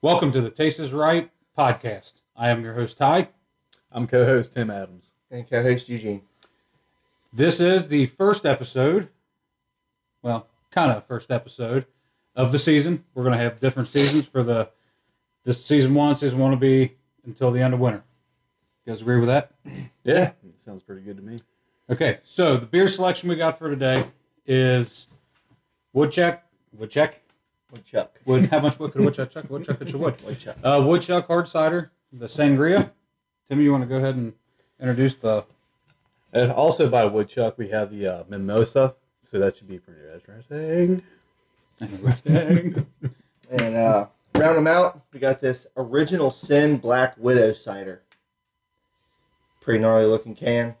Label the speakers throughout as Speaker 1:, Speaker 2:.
Speaker 1: Welcome to the Taste is Right podcast. I am your host, Ty.
Speaker 2: I'm co host Tim Adams.
Speaker 3: And co host Eugene.
Speaker 1: This is the first episode, well, kind of first episode of the season. We're going to have different seasons for the this season one, season one will be until the end of winter. You guys agree with that?
Speaker 2: Yeah. Sounds pretty good to me.
Speaker 1: Okay, so the beer selection we got for today is Woodchuck, Woodchuck,
Speaker 3: Woodchuck.
Speaker 1: Wood. How much wood could a woodchuck chuck? Woodchuck could you wood?
Speaker 3: Woodchuck.
Speaker 1: Uh, woodchuck hard cider, the sangria. Tim, you want to go ahead and introduce the
Speaker 2: And also by Woodchuck, we have the uh, Mimosa. So that should be pretty interesting.
Speaker 3: And uh, round them out, we got this Original Sin Black Widow cider. Pretty gnarly looking can.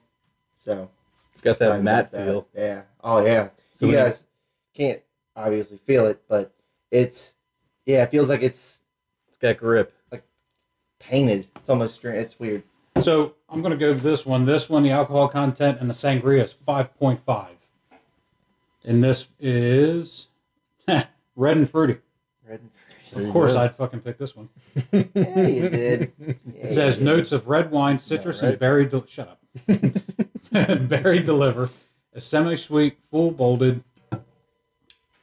Speaker 3: So,
Speaker 2: It's got that
Speaker 3: excited
Speaker 2: matte
Speaker 3: about that.
Speaker 2: feel.
Speaker 3: Yeah. Oh, yeah.
Speaker 2: So
Speaker 3: you
Speaker 2: we-
Speaker 3: guys can't obviously feel it, but it's, yeah, it feels like it's
Speaker 2: It's got grip.
Speaker 3: painted. It's almost, str- it's weird.
Speaker 1: So I'm going to go with this one. This one, the alcohol content and the sangria is 5.5. And this is red and fruity.
Speaker 3: Red and
Speaker 2: There
Speaker 1: Of
Speaker 2: you
Speaker 1: course,
Speaker 2: go.
Speaker 1: I'd fucking pick this one.
Speaker 3: Yeah, you did. Yeah,
Speaker 1: It says
Speaker 3: you did.
Speaker 1: notes of red wine, citrus,
Speaker 2: right.
Speaker 1: and berry. Del- Shut up. berry deliver a semi-sweet, full-bolded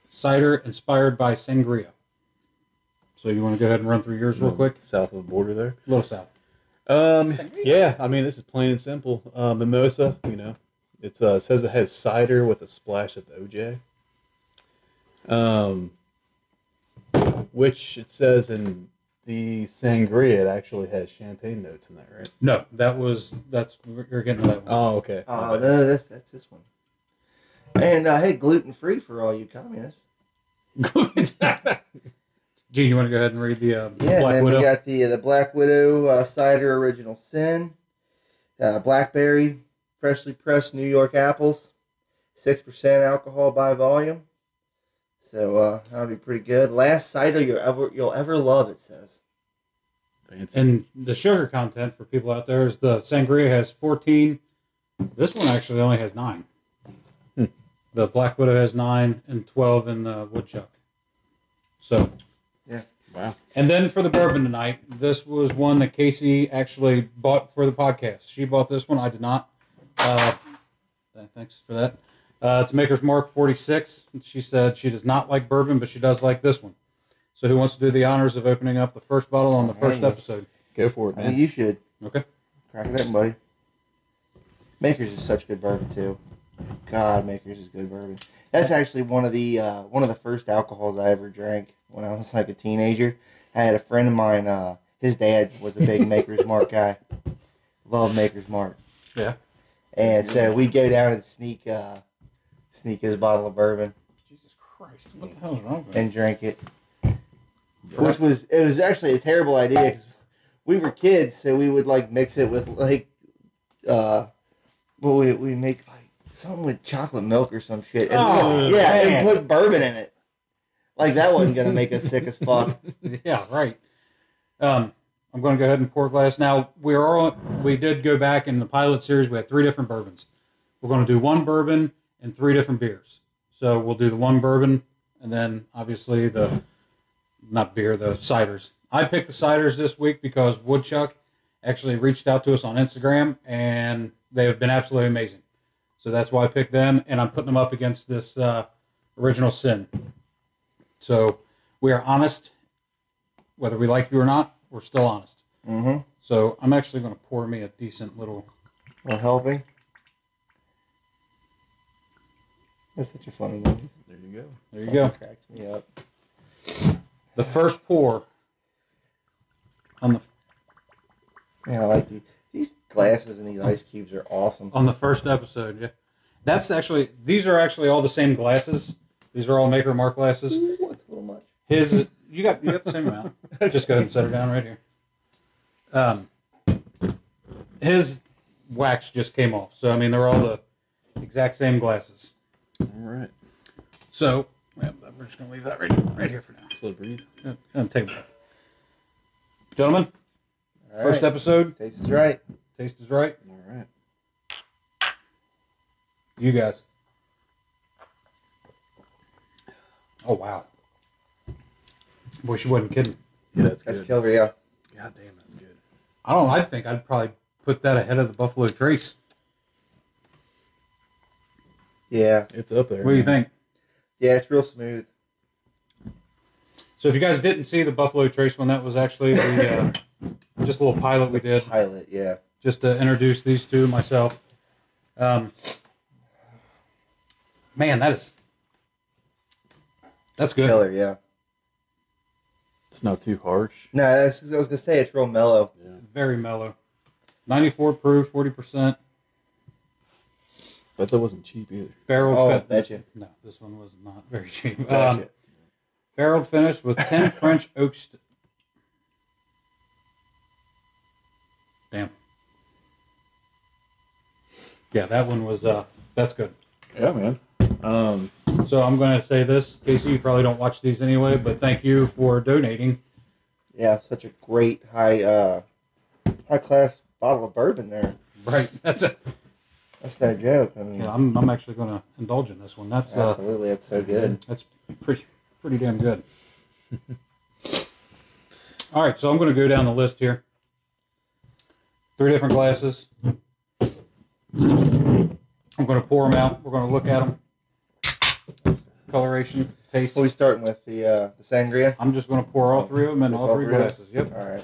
Speaker 1: cider inspired by sangria. So you want to go ahead and run through yours real quick?
Speaker 2: South of the border there.
Speaker 1: A little south.
Speaker 2: Um, yeah, I mean, this is plain and simple. Uh, mimosa, you know, it's, uh, it says it has cider with a splash of the OJ. Um, which it says in the sangria, it actually has champagne notes in that, right?
Speaker 1: No, that was that's you're getting to that one.
Speaker 2: Oh, okay.
Speaker 3: Oh, no, that's, that's this one. And uh, hey, gluten free for all you communists.
Speaker 1: Gene, you want to go ahead and read the uh,
Speaker 3: Oh.
Speaker 1: Black
Speaker 3: Yeah, and then
Speaker 1: Widow?
Speaker 3: we got the the Black Widow uh, cider original sin, uh, blackberry, freshly pressed New York apples, six percent alcohol by volume. So uh, that'll be pretty good. Last cider you ever you'll ever love. It says
Speaker 2: Fancy.
Speaker 1: and the sugar content for people out there is the sangria has 14. This one actually only has nine.
Speaker 2: Hmm.
Speaker 1: The Black Widow has nine and 12 in the woodchuck. So,
Speaker 2: Wow.
Speaker 1: and then for the bourbon tonight, this was one that Casey actually bought for the podcast. She bought this one. I did not. Uh, th- thanks for that. Uh, it's Maker's Mark 46. She said she does not like bourbon, but she does like this one. So, who wants to do the honors of opening up the first bottle on the first
Speaker 3: Hey.
Speaker 1: episode?
Speaker 2: Go for it,
Speaker 3: I think
Speaker 2: man.
Speaker 3: you should
Speaker 1: Okay.
Speaker 3: crack it up, buddy. Makers is such good bourbon too. God, Makers is good bourbon. That's actually one of the uh, one of the first alcohols I ever drank when I was like a teenager. I had a friend of mine. Uh, his dad was a big Maker's Mark guy. Love Maker's Mark.
Speaker 1: Yeah.
Speaker 3: And
Speaker 2: That's
Speaker 3: so we'd go down and sneak uh, sneak his bottle of bourbon
Speaker 1: Jesus Christ! What the hell's wrong with
Speaker 3: and drink it, which was it was actually a terrible idea because we were kids, so we would like mix it with like, uh, well, we we make like something with chocolate milk or some shit, and
Speaker 1: Oh,
Speaker 3: yeah,
Speaker 1: man.
Speaker 3: and put bourbon in it. Like that wasn't gonna make us sick as fuck.
Speaker 1: it? Yeah, right. Um, I'm going to go ahead and pour a glass now. We are all, we did go back in the pilot series. We had three different bourbons. We're going to do one bourbon and three different beers. So we'll do the one bourbon and then obviously the not beer, the ciders. I picked the ciders this week because Woodchuck actually reached out to us on Instagram and they have been absolutely amazing. So that's why I picked them and I'm putting them up against this uh, original sin. So we are honest, whether we like you or not, we're still honest.
Speaker 3: Mm-hmm.
Speaker 1: So I'm actually going to pour me a decent little.
Speaker 3: We're helping. That's such a funny noise.
Speaker 2: There you go.
Speaker 1: There you go.
Speaker 3: Cracks me up.
Speaker 1: The first pour on the
Speaker 3: Man, I like these. These glasses and these ice cubes are awesome.
Speaker 1: on the first episode. Yeah, that's actually these are actually all the same glasses. These are all Maker Mark glasses.
Speaker 3: Ooh, that's a little much.
Speaker 1: His you got you got the same amount. Just go ahead and set her down right here. Um, his wax just came off, so I mean they're all the exact same glasses.
Speaker 2: All right.
Speaker 1: So yeah, we're just gonna leave that right right here for now.
Speaker 2: Slow breathe.
Speaker 1: Yeah, yeah, take a breath. Gentlemen,
Speaker 3: All
Speaker 1: first
Speaker 3: right.
Speaker 1: episode.
Speaker 3: Taste is right.
Speaker 1: Taste is right.
Speaker 2: All right.
Speaker 1: You guys. Oh wow. Boy, she wasn't kidding.
Speaker 2: Yeah, that's
Speaker 3: That's
Speaker 2: good.
Speaker 3: Kilver, yeah.
Speaker 2: God damn, that's good.
Speaker 1: I don't. know, I think I'd probably put that ahead of the Buffalo Trace.
Speaker 3: Yeah.
Speaker 2: It's up there.
Speaker 1: What do you
Speaker 2: man.
Speaker 1: think?
Speaker 3: Yeah, it's real smooth.
Speaker 1: So if you guys didn't see the Buffalo Trace one, that was actually the uh, just a little pilot we did
Speaker 3: Pilot, yeah.
Speaker 1: just to introduce these two myself. Um, man, that is that's good.
Speaker 3: Killer, yeah.
Speaker 2: It's not too harsh.
Speaker 3: No, that's, I was going to say, it's real mellow.
Speaker 1: Very mellow. Ninety-four proof, forty percent
Speaker 2: But that wasn't cheap either.
Speaker 1: barrel.
Speaker 3: Oh,
Speaker 1: fit-
Speaker 3: betcha.
Speaker 1: No, this one was not very cheap.
Speaker 3: Gotcha.
Speaker 1: Um, barreled finish with 10 French oak. St- Damn. Yeah, that one was, uh, that's good.
Speaker 2: Yeah, man. Um,
Speaker 1: So I'm going to say this. Casey, you probably don't watch these anyway, but thank you for donating.
Speaker 3: yeah, such a great high uh, high class bottle of bourbon there.
Speaker 1: Right. That's it.
Speaker 3: That's no joke. I mean,
Speaker 1: Yeah, I'm, I'm actually going to indulge in this one. That's, uh,
Speaker 3: absolutely, it's so good.
Speaker 1: that's pretty, pretty damn good. All right. So I'm going to go down the list here. Three different glasses. I'm going to pour them out. We're going to look at them. Coloration, taste.
Speaker 3: What are we starting with? The uh, the sangria?
Speaker 1: I'm just going to pour all three of them in
Speaker 3: Just
Speaker 1: all three
Speaker 3: all three of 'em?
Speaker 1: glasses. Yep.
Speaker 3: All right.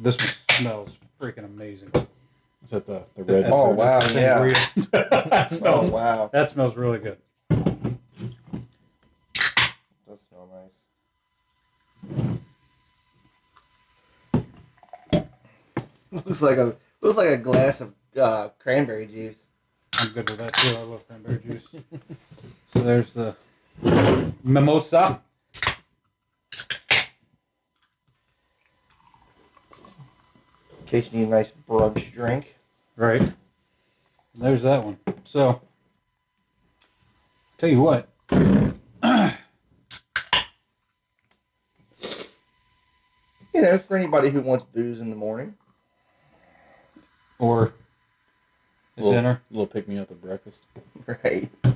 Speaker 1: This one smells freaking amazing.
Speaker 2: is that the, the red?
Speaker 1: That's-
Speaker 3: Oh,
Speaker 2: one?
Speaker 3: wow,
Speaker 1: that's
Speaker 3: yeah.
Speaker 1: sangria. that
Speaker 3: Oh,
Speaker 1: smells.
Speaker 3: wow.
Speaker 1: That smells really good.
Speaker 3: Does smell nice. Looks like a looks like a glass of uh, cranberry juice.
Speaker 1: I'm good with that too. I love cranberry juice. so there's the mimosa.
Speaker 3: In case you need a nice brunch drink.
Speaker 1: Right. There's that one. So, tell you what.
Speaker 3: You know, for anybody who wants booze in the morning.
Speaker 1: Or at
Speaker 2: little,
Speaker 1: dinner.
Speaker 2: Little pick me up at breakfast.
Speaker 3: Right.
Speaker 1: We'll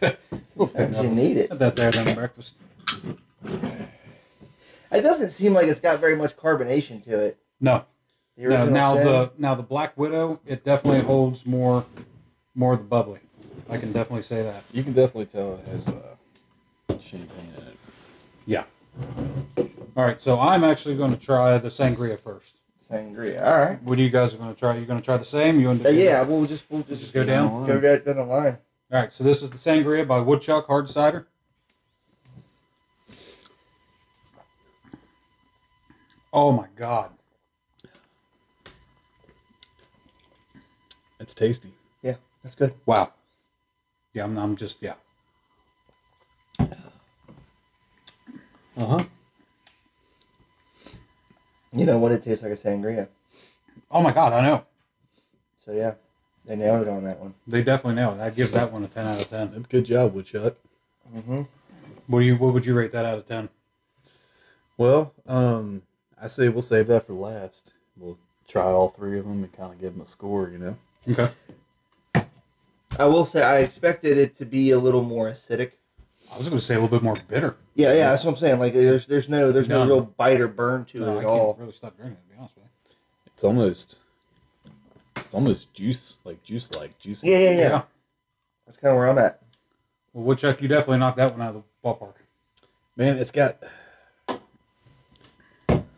Speaker 1: pick
Speaker 3: Sometimes
Speaker 1: that
Speaker 3: you
Speaker 1: up.
Speaker 3: need it.
Speaker 1: Put that there during breakfast.
Speaker 3: It doesn't seem like it's got very much carbonation to it.
Speaker 1: No.
Speaker 3: The
Speaker 1: no.
Speaker 3: original
Speaker 1: Now
Speaker 3: sin.
Speaker 1: the now the Black Widow, it definitely holds more more of the bubbly. I can definitely say that.
Speaker 2: You can definitely tell it has uh, champagne in it.
Speaker 1: Yeah. All right, so I'm actually going to try the sangria first.
Speaker 3: sangria. All right.
Speaker 1: What are you guys going to try? You're going to try the same? You want
Speaker 3: Uh,
Speaker 1: to?
Speaker 3: yeah, we'll just we'll just,
Speaker 1: Just go down.
Speaker 3: go down, down the line.
Speaker 1: All right, so this is the sangria by Woodchuck Hard Cider. Oh my God.
Speaker 2: It's tasty.
Speaker 3: Yeah, that's good.
Speaker 1: Wow. Yeah, I'm, I'm just, yeah.
Speaker 2: Uh huh.
Speaker 3: You know what? It tastes like a sangria.
Speaker 1: Oh my God, I know.
Speaker 3: So yeah, they nailed it on that one.
Speaker 1: They definitely know. I'd give that one a 10 out of 10.
Speaker 2: Good job, Woodchuck.
Speaker 3: Mm-hmm.
Speaker 1: What do you? What would you rate that out of 10?
Speaker 2: Well, um, I say we'll save that for last. We'll try all three of them and kind of give them a score, you know?
Speaker 1: Okay.
Speaker 3: I will say I expected it to be a little more acidic.
Speaker 1: I was going to say a little bit more bitter.
Speaker 3: Yeah, yeah, that's what I'm saying. Like there's there's no there's no
Speaker 1: None.
Speaker 3: real bite or burn to
Speaker 1: No,
Speaker 3: it
Speaker 1: I
Speaker 3: at
Speaker 1: can't
Speaker 3: all.
Speaker 1: really stop drinking it, to be honest with you.
Speaker 2: It's almost, it's almost juice, like juice, like juicy.
Speaker 3: Yeah, yeah, yeah. That's kind of where I'm at.
Speaker 1: Well, Woodchuck, you definitely knocked that one out of the ballpark.
Speaker 2: Man, it's got,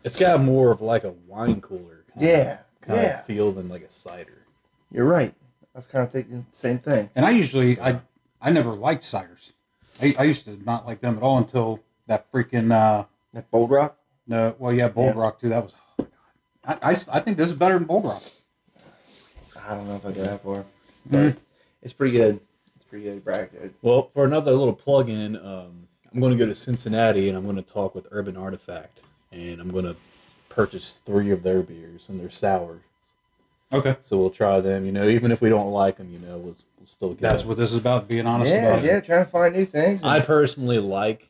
Speaker 2: it's got more of like a wine cooler. Kind
Speaker 3: Yeah,
Speaker 2: Of, kind
Speaker 3: yeah.
Speaker 2: Of feel than like a cider.
Speaker 3: You're right. I was kind of thinking the same thing.
Speaker 1: And I usually, I, I never liked ciders. I, I used to not like them at all until that freaking, uh,
Speaker 3: That bold rock.
Speaker 1: no, well, yeah, Bold
Speaker 3: Yeah.
Speaker 1: Rock too. That was, oh my God. I, I, I think this is better than Bold Rock.
Speaker 3: I don't know if I go that far. But It's pretty good. It's pretty good. Brad good.
Speaker 2: Well, for another little plug in, um, I'm going to go to Cincinnati and I'm going to talk with Urban Artifact and I'm going to purchase three of their beers and they're sour.
Speaker 1: Okay.
Speaker 2: So we'll try them, you know, even if we don't like them, you know, we'll, we'll still get
Speaker 1: That's
Speaker 2: them.
Speaker 1: what this is about, being honest
Speaker 3: Yeah,
Speaker 1: about
Speaker 3: yeah.
Speaker 1: it.
Speaker 3: Trying to find new things.
Speaker 2: I personally like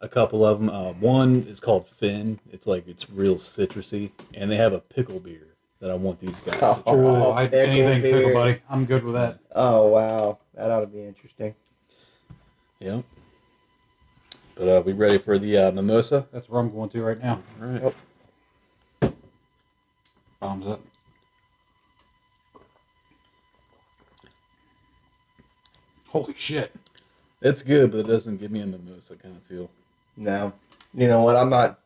Speaker 2: a couple of them. Uh, one is called Finn. It's like, it's real citrusy and they have a pickle beer that I want these guys to try.
Speaker 1: Oh,
Speaker 3: Oh,
Speaker 1: I,
Speaker 3: pickle
Speaker 1: anything pickle,
Speaker 3: beer.
Speaker 1: buddy. I'm good with that.
Speaker 3: oh wow, that ought to be interesting.
Speaker 2: Yep. But uh, we ready for the uh, mimosa?
Speaker 1: That's where I'm going to right now.
Speaker 2: All right.
Speaker 3: Yep.
Speaker 1: Bombs up. Holy shit.
Speaker 2: It's good, but it doesn't give me a mimosa kind of feel.
Speaker 3: No, you know what? I'm not.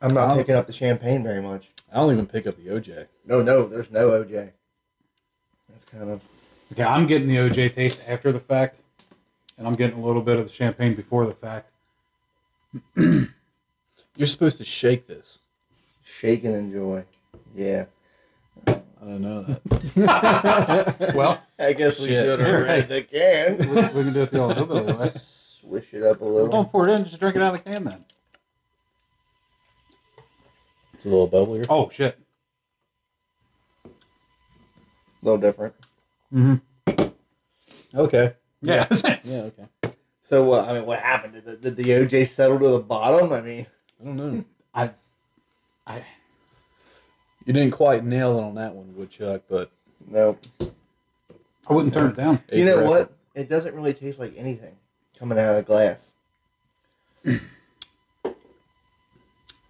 Speaker 3: I'm not
Speaker 2: Um,
Speaker 3: picking up the champagne very much.
Speaker 2: I don't even pick up the OJ.
Speaker 3: No, no, there's no OJ. That's kind of
Speaker 1: Okay, I'm getting the OJ taste after the fact, and I'm getting a little bit of the champagne before the fact.
Speaker 2: You're supposed to shake this.
Speaker 3: shake and enjoy. Yeah.
Speaker 2: I don't know that.
Speaker 1: Well,
Speaker 3: I guess
Speaker 2: we Shit. did
Speaker 1: all right.
Speaker 3: They
Speaker 1: we,
Speaker 3: can.
Speaker 1: we can do it the old hillbilly way.
Speaker 3: Swish it up a little.
Speaker 1: Don't pour it in, just drink it out of the can then.
Speaker 2: It's a little bubblier.
Speaker 1: Oh, shit.
Speaker 3: A little different.
Speaker 1: Mm-hmm.
Speaker 2: Okay.
Speaker 1: Yeah.
Speaker 2: Yeah, okay.
Speaker 3: So, what? I mean, what happened? Did the, did the OJ settle to the bottom? I mean,
Speaker 2: I don't know.
Speaker 1: I, I,
Speaker 2: You didn't quite nail it on that one, Woodchuck, but
Speaker 3: no.
Speaker 1: I wouldn't turn it down.
Speaker 2: A
Speaker 3: you
Speaker 2: for
Speaker 3: know what?
Speaker 2: effort.
Speaker 3: It doesn't really taste like anything coming out of the glass.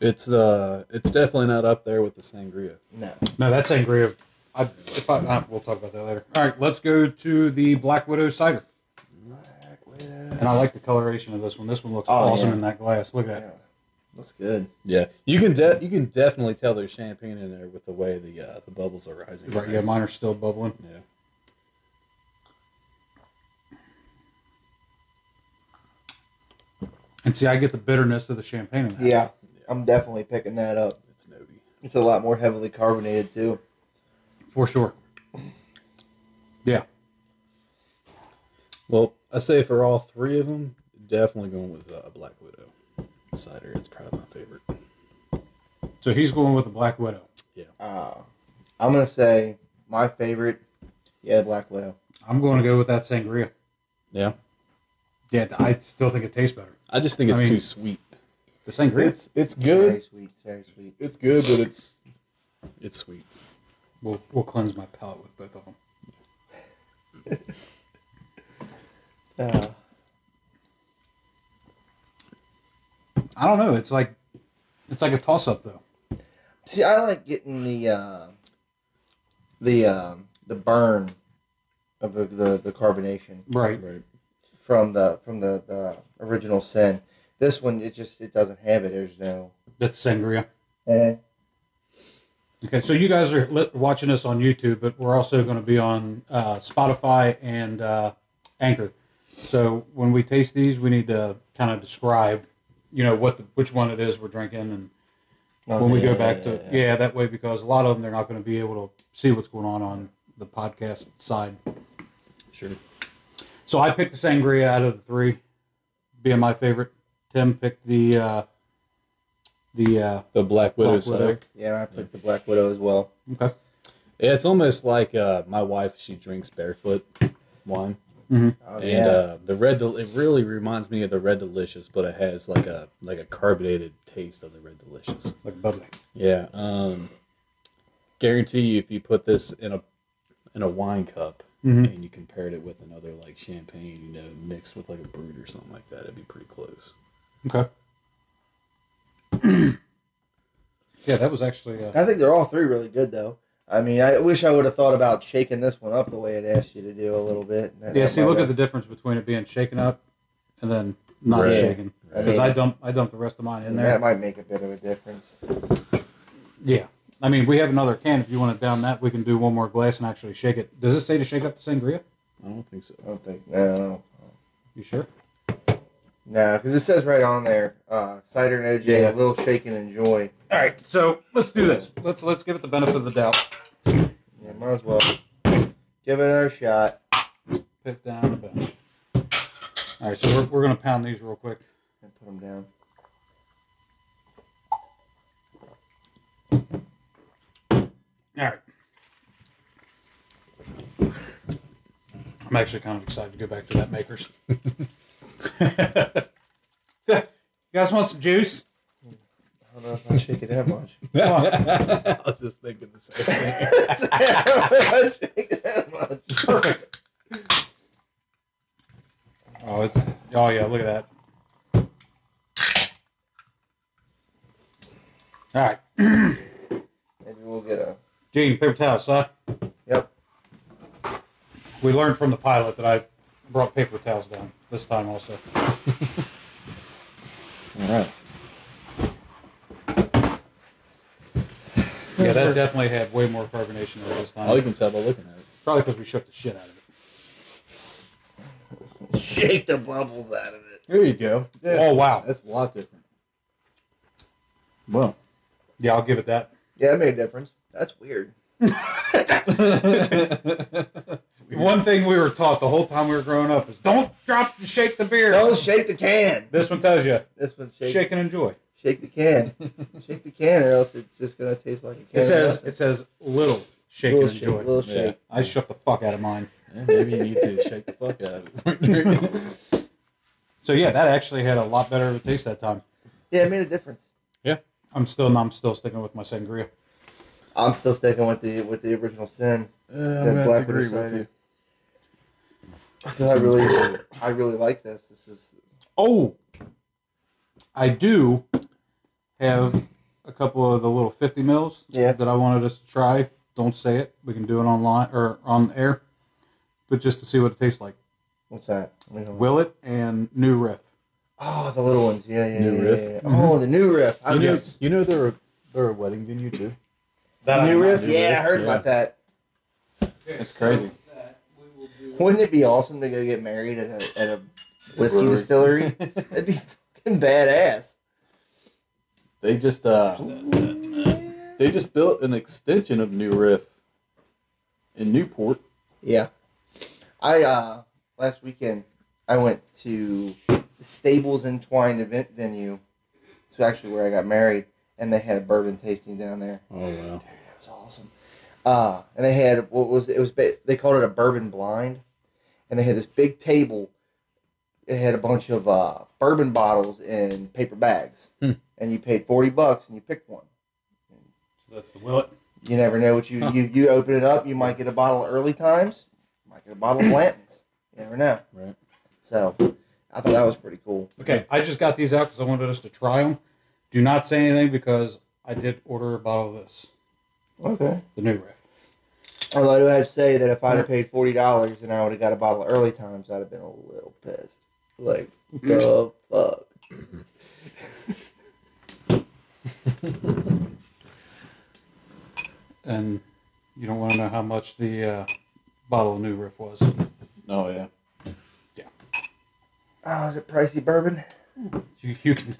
Speaker 2: It's uh, it's definitely not up there with the sangria.
Speaker 3: No.
Speaker 1: No, that's sangria. I, if I, uh, we'll talk about that later. All right, let's go to the Black Widow cider.
Speaker 3: Black Widow.
Speaker 1: And I like the coloration of this one. This one looks
Speaker 3: Oh,
Speaker 1: awesome
Speaker 3: yeah.
Speaker 1: in that glass. Look at
Speaker 3: Yeah.
Speaker 1: that.
Speaker 3: That's good.
Speaker 2: Yeah, you can de- you can definitely tell there's champagne in there with the way the uh, the bubbles are rising.
Speaker 1: Right, yeah, mine are still bubbling.
Speaker 2: Yeah.
Speaker 1: And see, I get the bitterness of the champagne in that.
Speaker 3: Yeah, I'm definitely picking that up.
Speaker 2: It's Novi.
Speaker 3: It's a lot more heavily carbonated too.
Speaker 1: For sure. Yeah.
Speaker 2: Well, I say for all three of them, definitely going with uh, Black Widow cider. It's probably my favorite.
Speaker 1: So he's going with the Black Widow.
Speaker 3: Uh, I'm gonna say my favorite. Yeah, Black Widow.
Speaker 1: I'm going to go with that sangria.
Speaker 2: Yeah,
Speaker 1: Yeah, I still think it tastes better.
Speaker 2: I just think
Speaker 1: I
Speaker 2: it's
Speaker 1: mean-
Speaker 2: too sweet.
Speaker 1: The sangria.
Speaker 2: it's
Speaker 3: It's Very sweet. it's Very sweet.
Speaker 2: It's good, but it's it's sweet.
Speaker 1: We'll, we'll cleanse my palate with both of them.
Speaker 3: Uh,
Speaker 1: I don't know. It's like it's like a toss up though.
Speaker 3: see, I like getting the uh, the um, the burn of the, the the carbonation
Speaker 1: Right.
Speaker 2: Right.
Speaker 3: from the from the, the original sin. This one, it just it doesn't have it. There's no. eh.
Speaker 1: That's sangria. Okay, so you guys are li- watching us on YouTube, but we're also going to be on uh, Spotify and uh, Anchor. So when we taste these, we need to kind of describe, you know, what the, which one it is we're drinking, and when we go back to yeah, that way because a lot of them they're not going to be able to see what's going on on the podcast side.
Speaker 2: Sure.
Speaker 1: So I picked the sangria out of the three, being my favorite. Tim picked the uh, the uh,
Speaker 2: The Black Widow
Speaker 1: Black
Speaker 2: cider.
Speaker 1: Widow.
Speaker 3: yeah, I picked the Black Widow as well.
Speaker 1: okay,
Speaker 2: Yeah, it's almost like uh, my wife. She drinks barefoot wine,
Speaker 3: Oh,
Speaker 2: and
Speaker 3: yeah.
Speaker 2: uh, the red. Del- it really reminds me of the Red Delicious, but it has like a like a carbonated taste of the Red Delicious.
Speaker 1: like bubbly.
Speaker 2: Yeah. Um, guarantee you, if you put this in a in a wine cup
Speaker 1: Mhm.
Speaker 2: and you compared it with another like champagne, you know, mixed with like a brut or something like that, it'd be pretty close.
Speaker 1: Okay. yeah, that was actually. Uh,
Speaker 3: I think they're all three really good though. I mean, I wish I would have thought about shaking this one up the way it asked you to do a little bit. That-
Speaker 1: yeah,
Speaker 3: that
Speaker 1: see,
Speaker 3: might
Speaker 1: look at
Speaker 3: have-
Speaker 1: the difference between it being shaken up and then not
Speaker 2: Right.
Speaker 1: shaken.
Speaker 3: I
Speaker 1: Because
Speaker 3: mean,
Speaker 1: I dump, I dumped the rest of mine in
Speaker 3: That
Speaker 1: there.
Speaker 3: might make a bit of a difference.
Speaker 1: Yeah, I mean, we have another can. If you want to down that, we can do one more glass and actually shake it. Does it say to shake up the sangria?
Speaker 2: I don't think so.
Speaker 3: I don't think no,
Speaker 1: You sure?
Speaker 3: no, because it says right on there, uh, cider and OJ,
Speaker 1: Yeah.
Speaker 3: a little shake and enjoy.
Speaker 1: All right, so let's do this. Let's let's give it the benefit of the doubt.
Speaker 3: Yeah, might as well give it another shot.
Speaker 1: Piss down on the bench. All right, so we're, we're gonna pound these real quick.
Speaker 3: and Put them down.
Speaker 1: All right. I'm actually kind of excited to go back to that makers. you guys want some juice?
Speaker 3: I don't know if I shake it that much.
Speaker 2: I was just thinking the same thing.
Speaker 3: I don't know if I shake it that much.
Speaker 1: It's perfect. Oh, it's oh yeah, look at that. All right,
Speaker 3: Maybe we'll get a.
Speaker 1: Gene, paper towels. Huh?
Speaker 3: Yep.
Speaker 1: We learned from the pilot that I brought paper towels down this time also.
Speaker 3: All right.
Speaker 1: Yeah, that definitely had way more carbonation in it this time.
Speaker 2: I'll Oh, even tell by looking at it.
Speaker 1: Probably because we shook the shit out of it.
Speaker 3: Shake the bubbles out of it.
Speaker 2: There you go. Yeah.
Speaker 1: Oh, wow.
Speaker 2: that's a lot different. Well,
Speaker 1: Yeah, I'll give it that.
Speaker 3: Yeah, it made a difference. That's weird.
Speaker 1: One thing we were taught the whole time we were growing up is don't drop and shake the beer.
Speaker 3: Don't shake the can.
Speaker 1: This one tells you
Speaker 3: This one shake.
Speaker 1: shake and enjoy.
Speaker 3: Shake the can. shake the can, or else it's just gonna taste like a can.
Speaker 1: It
Speaker 3: of
Speaker 1: says
Speaker 3: nothing.
Speaker 1: it says little shake
Speaker 3: little
Speaker 1: and
Speaker 3: shake,
Speaker 1: enjoy.
Speaker 3: little
Speaker 2: Yeah.
Speaker 3: shake.
Speaker 1: I shook the fuck out of mine.
Speaker 2: yeah, maybe you need to shake the fuck out of it.
Speaker 1: So yeah, that actually had a lot better of a taste that time.
Speaker 3: Yeah. it made a difference.
Speaker 1: I'm still I'm still sticking with my sangria.
Speaker 3: I'm still sticking with the with the original sin.
Speaker 2: Uh, I'm
Speaker 3: That
Speaker 2: gonna have
Speaker 3: black
Speaker 2: to
Speaker 3: would
Speaker 2: agree
Speaker 3: decide
Speaker 2: with you.
Speaker 3: it. 'Cause I really, I really like this. This is
Speaker 1: Oh, I do have a couple of the little 50 mils
Speaker 3: Yeah.
Speaker 1: that I wanted us to try. Don't say it. We can do it online or on air, but just to see what it tastes like.
Speaker 3: what's that? Let me know.
Speaker 1: Willet and New Riff.
Speaker 3: Oh, the little ones. Yeah, yeah,
Speaker 2: New
Speaker 3: yeah,
Speaker 2: riff.
Speaker 3: yeah, yeah. Oh, the new riff. I
Speaker 2: You know,
Speaker 3: just-
Speaker 2: you know they're a, they're a wedding venue too.
Speaker 3: new riff.
Speaker 2: new
Speaker 3: Yeah, I
Speaker 2: riff,
Speaker 3: heard
Speaker 2: yeah.
Speaker 3: about that.
Speaker 2: That's crazy.
Speaker 3: Wouldn't it be awesome to go get married at a at a whiskey
Speaker 2: Brewery.
Speaker 3: distillery? That'd be fucking badass.
Speaker 2: They just uh, they just built an extension of New Riff in Newport.
Speaker 3: Yeah. I uh last weekend I went to the Stables Entwined event venue. It's actually where I got married, and they had a bourbon tasting down there.
Speaker 2: Oh wow!
Speaker 3: It was awesome. Uh, and they had what was it was ba- they called it a bourbon blind, and they had this big table. It had a bunch of uh, bourbon bottles in paper bags,
Speaker 1: Hmm.
Speaker 3: and you paid forty bucks and you picked one.
Speaker 1: That's the Willet.
Speaker 3: You never know what you you you open it up. You might get a bottle of early times, you might get a bottle of Blanton's. You never know.
Speaker 2: Right.
Speaker 3: So I thought that was pretty cool.
Speaker 1: Okay, I just got these out because I wanted us to try them. Do not say anything because I did order a bottle of this,
Speaker 3: Okay.
Speaker 1: the New Riff.
Speaker 3: Although I do have to say that if I'd have paid forty dollars and I would have got a bottle of early times, I'd have been a little pissed. Like
Speaker 1: Mm.
Speaker 3: the fuck.
Speaker 1: And you don't want to know how much the uh, bottle of New Riff was.
Speaker 2: Oh yeah.
Speaker 3: Oh, is it pricey bourbon?
Speaker 1: You, you can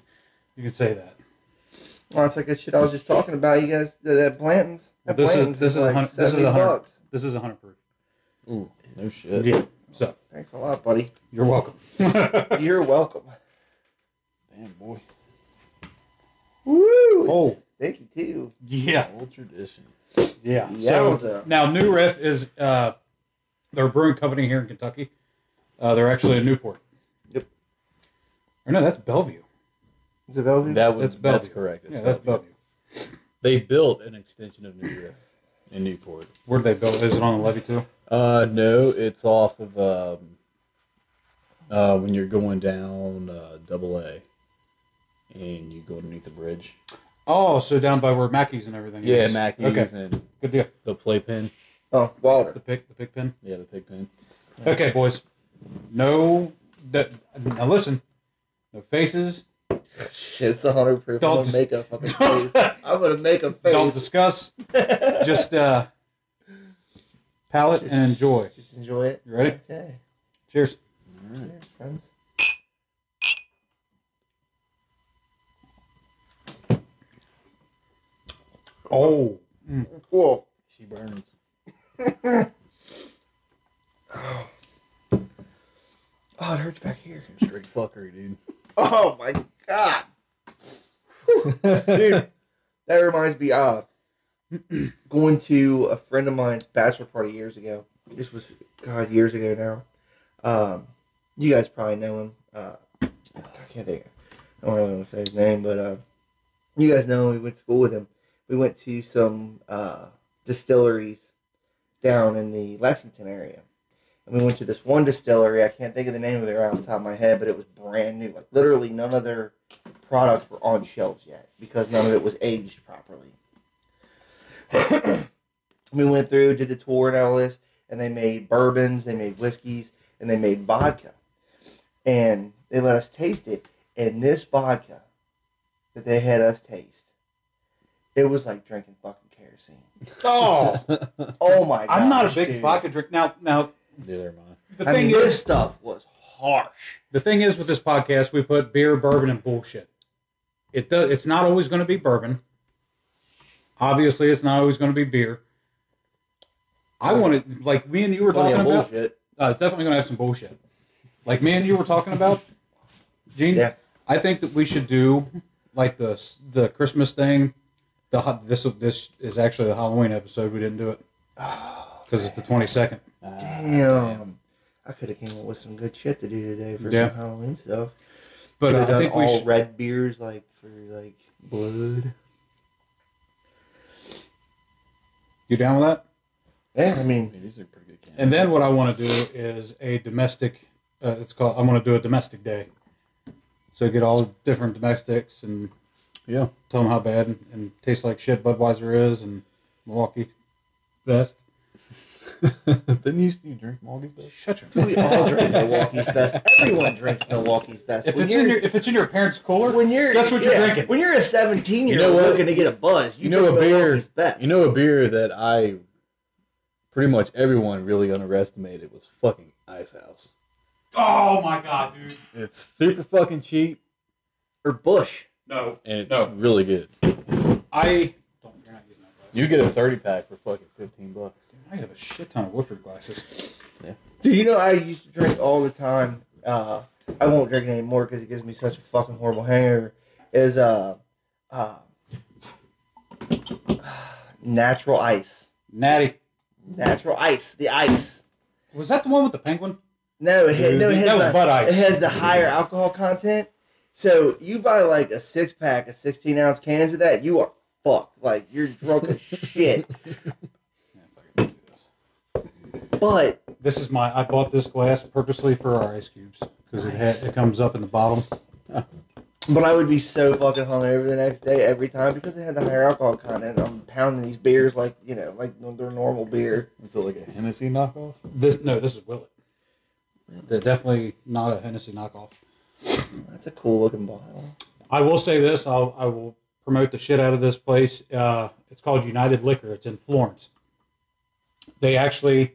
Speaker 1: you can say that.
Speaker 3: Well, it's like that shit I was just talking about. You guys, that, that Blanton's. That
Speaker 1: This is
Speaker 3: Blanton's
Speaker 1: this is a
Speaker 3: like
Speaker 1: hundred. This is a
Speaker 3: 70
Speaker 1: hundred.
Speaker 3: bucks.
Speaker 1: This is a hundred proof.
Speaker 2: Ooh, no shit.
Speaker 1: So
Speaker 3: Thanks a lot, buddy.
Speaker 1: you're welcome.
Speaker 3: You're welcome.
Speaker 2: Damn boy.
Speaker 3: Woo!
Speaker 1: Oh.
Speaker 3: It's stinky too.
Speaker 1: yeah.
Speaker 2: Old tradition.
Speaker 1: Yeah. So
Speaker 3: Yowza.
Speaker 1: now New Riff is uh, they're a brewing company here in Kentucky. Uh, they're actually in Newport.
Speaker 3: Yep.
Speaker 1: Or no, that's Bellevue.
Speaker 3: Is it Bellevue?
Speaker 2: That
Speaker 1: That's
Speaker 2: was that's,
Speaker 1: Bellevue.
Speaker 2: correct.
Speaker 1: yeah, that's Bellevue.
Speaker 2: They built an extension of New Riff in Newport.
Speaker 1: Where did they build? Is it on the levee too?
Speaker 2: Uh, no, it's off of um, uh, when you're going down uh, Double A, and you go underneath the bridge.
Speaker 1: Oh, so down by where Mackey's and everything.
Speaker 2: Yeah,
Speaker 1: is.
Speaker 2: Mackey's
Speaker 1: Okay,
Speaker 2: and
Speaker 1: good deal.
Speaker 2: the playpen.
Speaker 3: oh, Walter.
Speaker 1: The pick, the pick pin.
Speaker 2: Yeah, the pig pen.
Speaker 1: Okay, boys. No. that- now listen. No faces.
Speaker 3: Shit, it's a hundred proof.
Speaker 1: Don't
Speaker 3: I'm
Speaker 1: dis-
Speaker 3: gonna make a fucking
Speaker 1: don't-
Speaker 3: face. I'm gonna make a face.
Speaker 1: Don't discuss. Just uh, palate
Speaker 3: Just-
Speaker 1: and enjoy.
Speaker 3: Just enjoy it.
Speaker 1: You ready?
Speaker 3: Okay.
Speaker 1: Cheers.
Speaker 3: Cheers, friends.
Speaker 1: Oh,
Speaker 3: Cool.
Speaker 2: She burns.
Speaker 3: Oh, it hurts back here.
Speaker 2: Some straight fuckery, dude.
Speaker 3: Oh my god, dude. that reminds me of going to a friend of mine's bachelor party years ago. This was God years ago now. Um, you guys probably know him. Uh, I can't think. I don't really want to say his name, but uh, you guys know him. We went to school with him. We went to some uh, distilleries down in the Lexington area, And we went to this one distillery. I can't think of the name of it right off the top of my head, but it was brand new. Like literally, none of their products were on shelves yet because none of it was aged properly. we went through, did the tour and all this, and they made bourbons, they made whiskeys, and they made vodka. And they let us taste it. And this vodka that they had us taste, it was like drinking fucking kerosene.
Speaker 1: Oh,
Speaker 3: Oh my god.
Speaker 1: I'm not a big
Speaker 3: dude.
Speaker 1: vodka drink. Now, now
Speaker 2: Neither am I.
Speaker 1: the
Speaker 3: I
Speaker 1: thing
Speaker 3: mean,
Speaker 1: is,
Speaker 3: this stuff was harsh.
Speaker 1: the thing is with this podcast, we put beer, bourbon, and bullshit. It does. It's not always going to be bourbon. Obviously, it's not always going to be beer. I wanted, like me and you were
Speaker 3: Plenty
Speaker 1: talking
Speaker 3: of
Speaker 1: about.
Speaker 3: bullshit.
Speaker 1: Uh, it's definitely going to have some bullshit. Like me and you were talking about, Gene.
Speaker 3: Yeah.
Speaker 1: I think that we should do like the the Christmas thing. The ho- this this is actually the Halloween episode. We didn't do it because it's the twenty second.
Speaker 2: Uh,
Speaker 3: Damn. I could have came up with some good shit to do today for
Speaker 1: Yeah.
Speaker 3: some Halloween stuff.
Speaker 1: But
Speaker 3: Could've
Speaker 1: I
Speaker 3: done
Speaker 1: think
Speaker 3: all
Speaker 1: we should.
Speaker 3: red beers like for like blood.
Speaker 1: You down with that?
Speaker 3: Yeah, I
Speaker 2: I
Speaker 3: mean,
Speaker 2: mean, these are pretty good cans.
Speaker 1: And then what I want to do is a domestic. Uh, it's called. I want to do a domestic day. So get all the different domestics and
Speaker 2: yeah,
Speaker 1: tell them how bad and, and tastes like shit Budweiser is and Milwaukee best.
Speaker 2: didn't you, you drink Malgus? though?
Speaker 1: Shut your.
Speaker 3: we all drink Milwaukee's best. Everyone drinks Milwaukee's best.
Speaker 1: If
Speaker 3: When
Speaker 1: it's in your
Speaker 3: you're-
Speaker 1: if it's in your parents' cooler,
Speaker 3: when you're
Speaker 1: guess what you're
Speaker 3: yeah,
Speaker 1: drinking.
Speaker 3: When you're a 17 year
Speaker 2: You know
Speaker 3: old,
Speaker 2: what?
Speaker 3: you're gonna get a buzz.
Speaker 2: You know
Speaker 3: drink
Speaker 2: a beer.
Speaker 3: Milwaukee's Best.
Speaker 2: You know a beer that I pretty much everyone really underestimated was fucking Ice House.
Speaker 1: oh my god, dude!
Speaker 2: It's super fucking cheap
Speaker 3: or Bush.
Speaker 1: No,
Speaker 2: and it's
Speaker 1: No.
Speaker 2: really good.
Speaker 1: I don't. You're not using that glass.
Speaker 2: You get a thirty pack for fucking fifteen bucks.
Speaker 1: I have a shit ton of Woodford glasses.
Speaker 3: Dude, you know I used to drink all the time. Uh, I won't drink it anymore because it gives me such a fucking horrible hangover. Is uh, uh, natural ice,
Speaker 1: Natty,
Speaker 3: natural ice, the ice.
Speaker 1: was that the one with the penguin?
Speaker 3: No, it, ha- no, it has
Speaker 1: That was
Speaker 3: the,
Speaker 1: Bud Ice.
Speaker 3: It has the higher alcohol content. So you buy like a six pack of sixteen ounce cans of that, you are fucked. Like you're drunk as shit.
Speaker 1: Yeah, fuck it, let's do this.
Speaker 3: But
Speaker 1: This is my. I bought this glass purposely for our ice cubes because it ha- it comes up in the bottom.
Speaker 3: But I would be so fucking hungover the next day every time because it had the higher alcohol content. I'm pounding these beers like you know, like they're normal beer.
Speaker 2: Is it like a Hennessy knockoff?
Speaker 1: This no, this is Willet. They're definitely not a Hennessy knockoff.
Speaker 3: That's a cool looking bottle.
Speaker 1: I will say this. I'll, I will promote the shit out of this place. Uh, it's called United Liquor. It's in Florence. They actually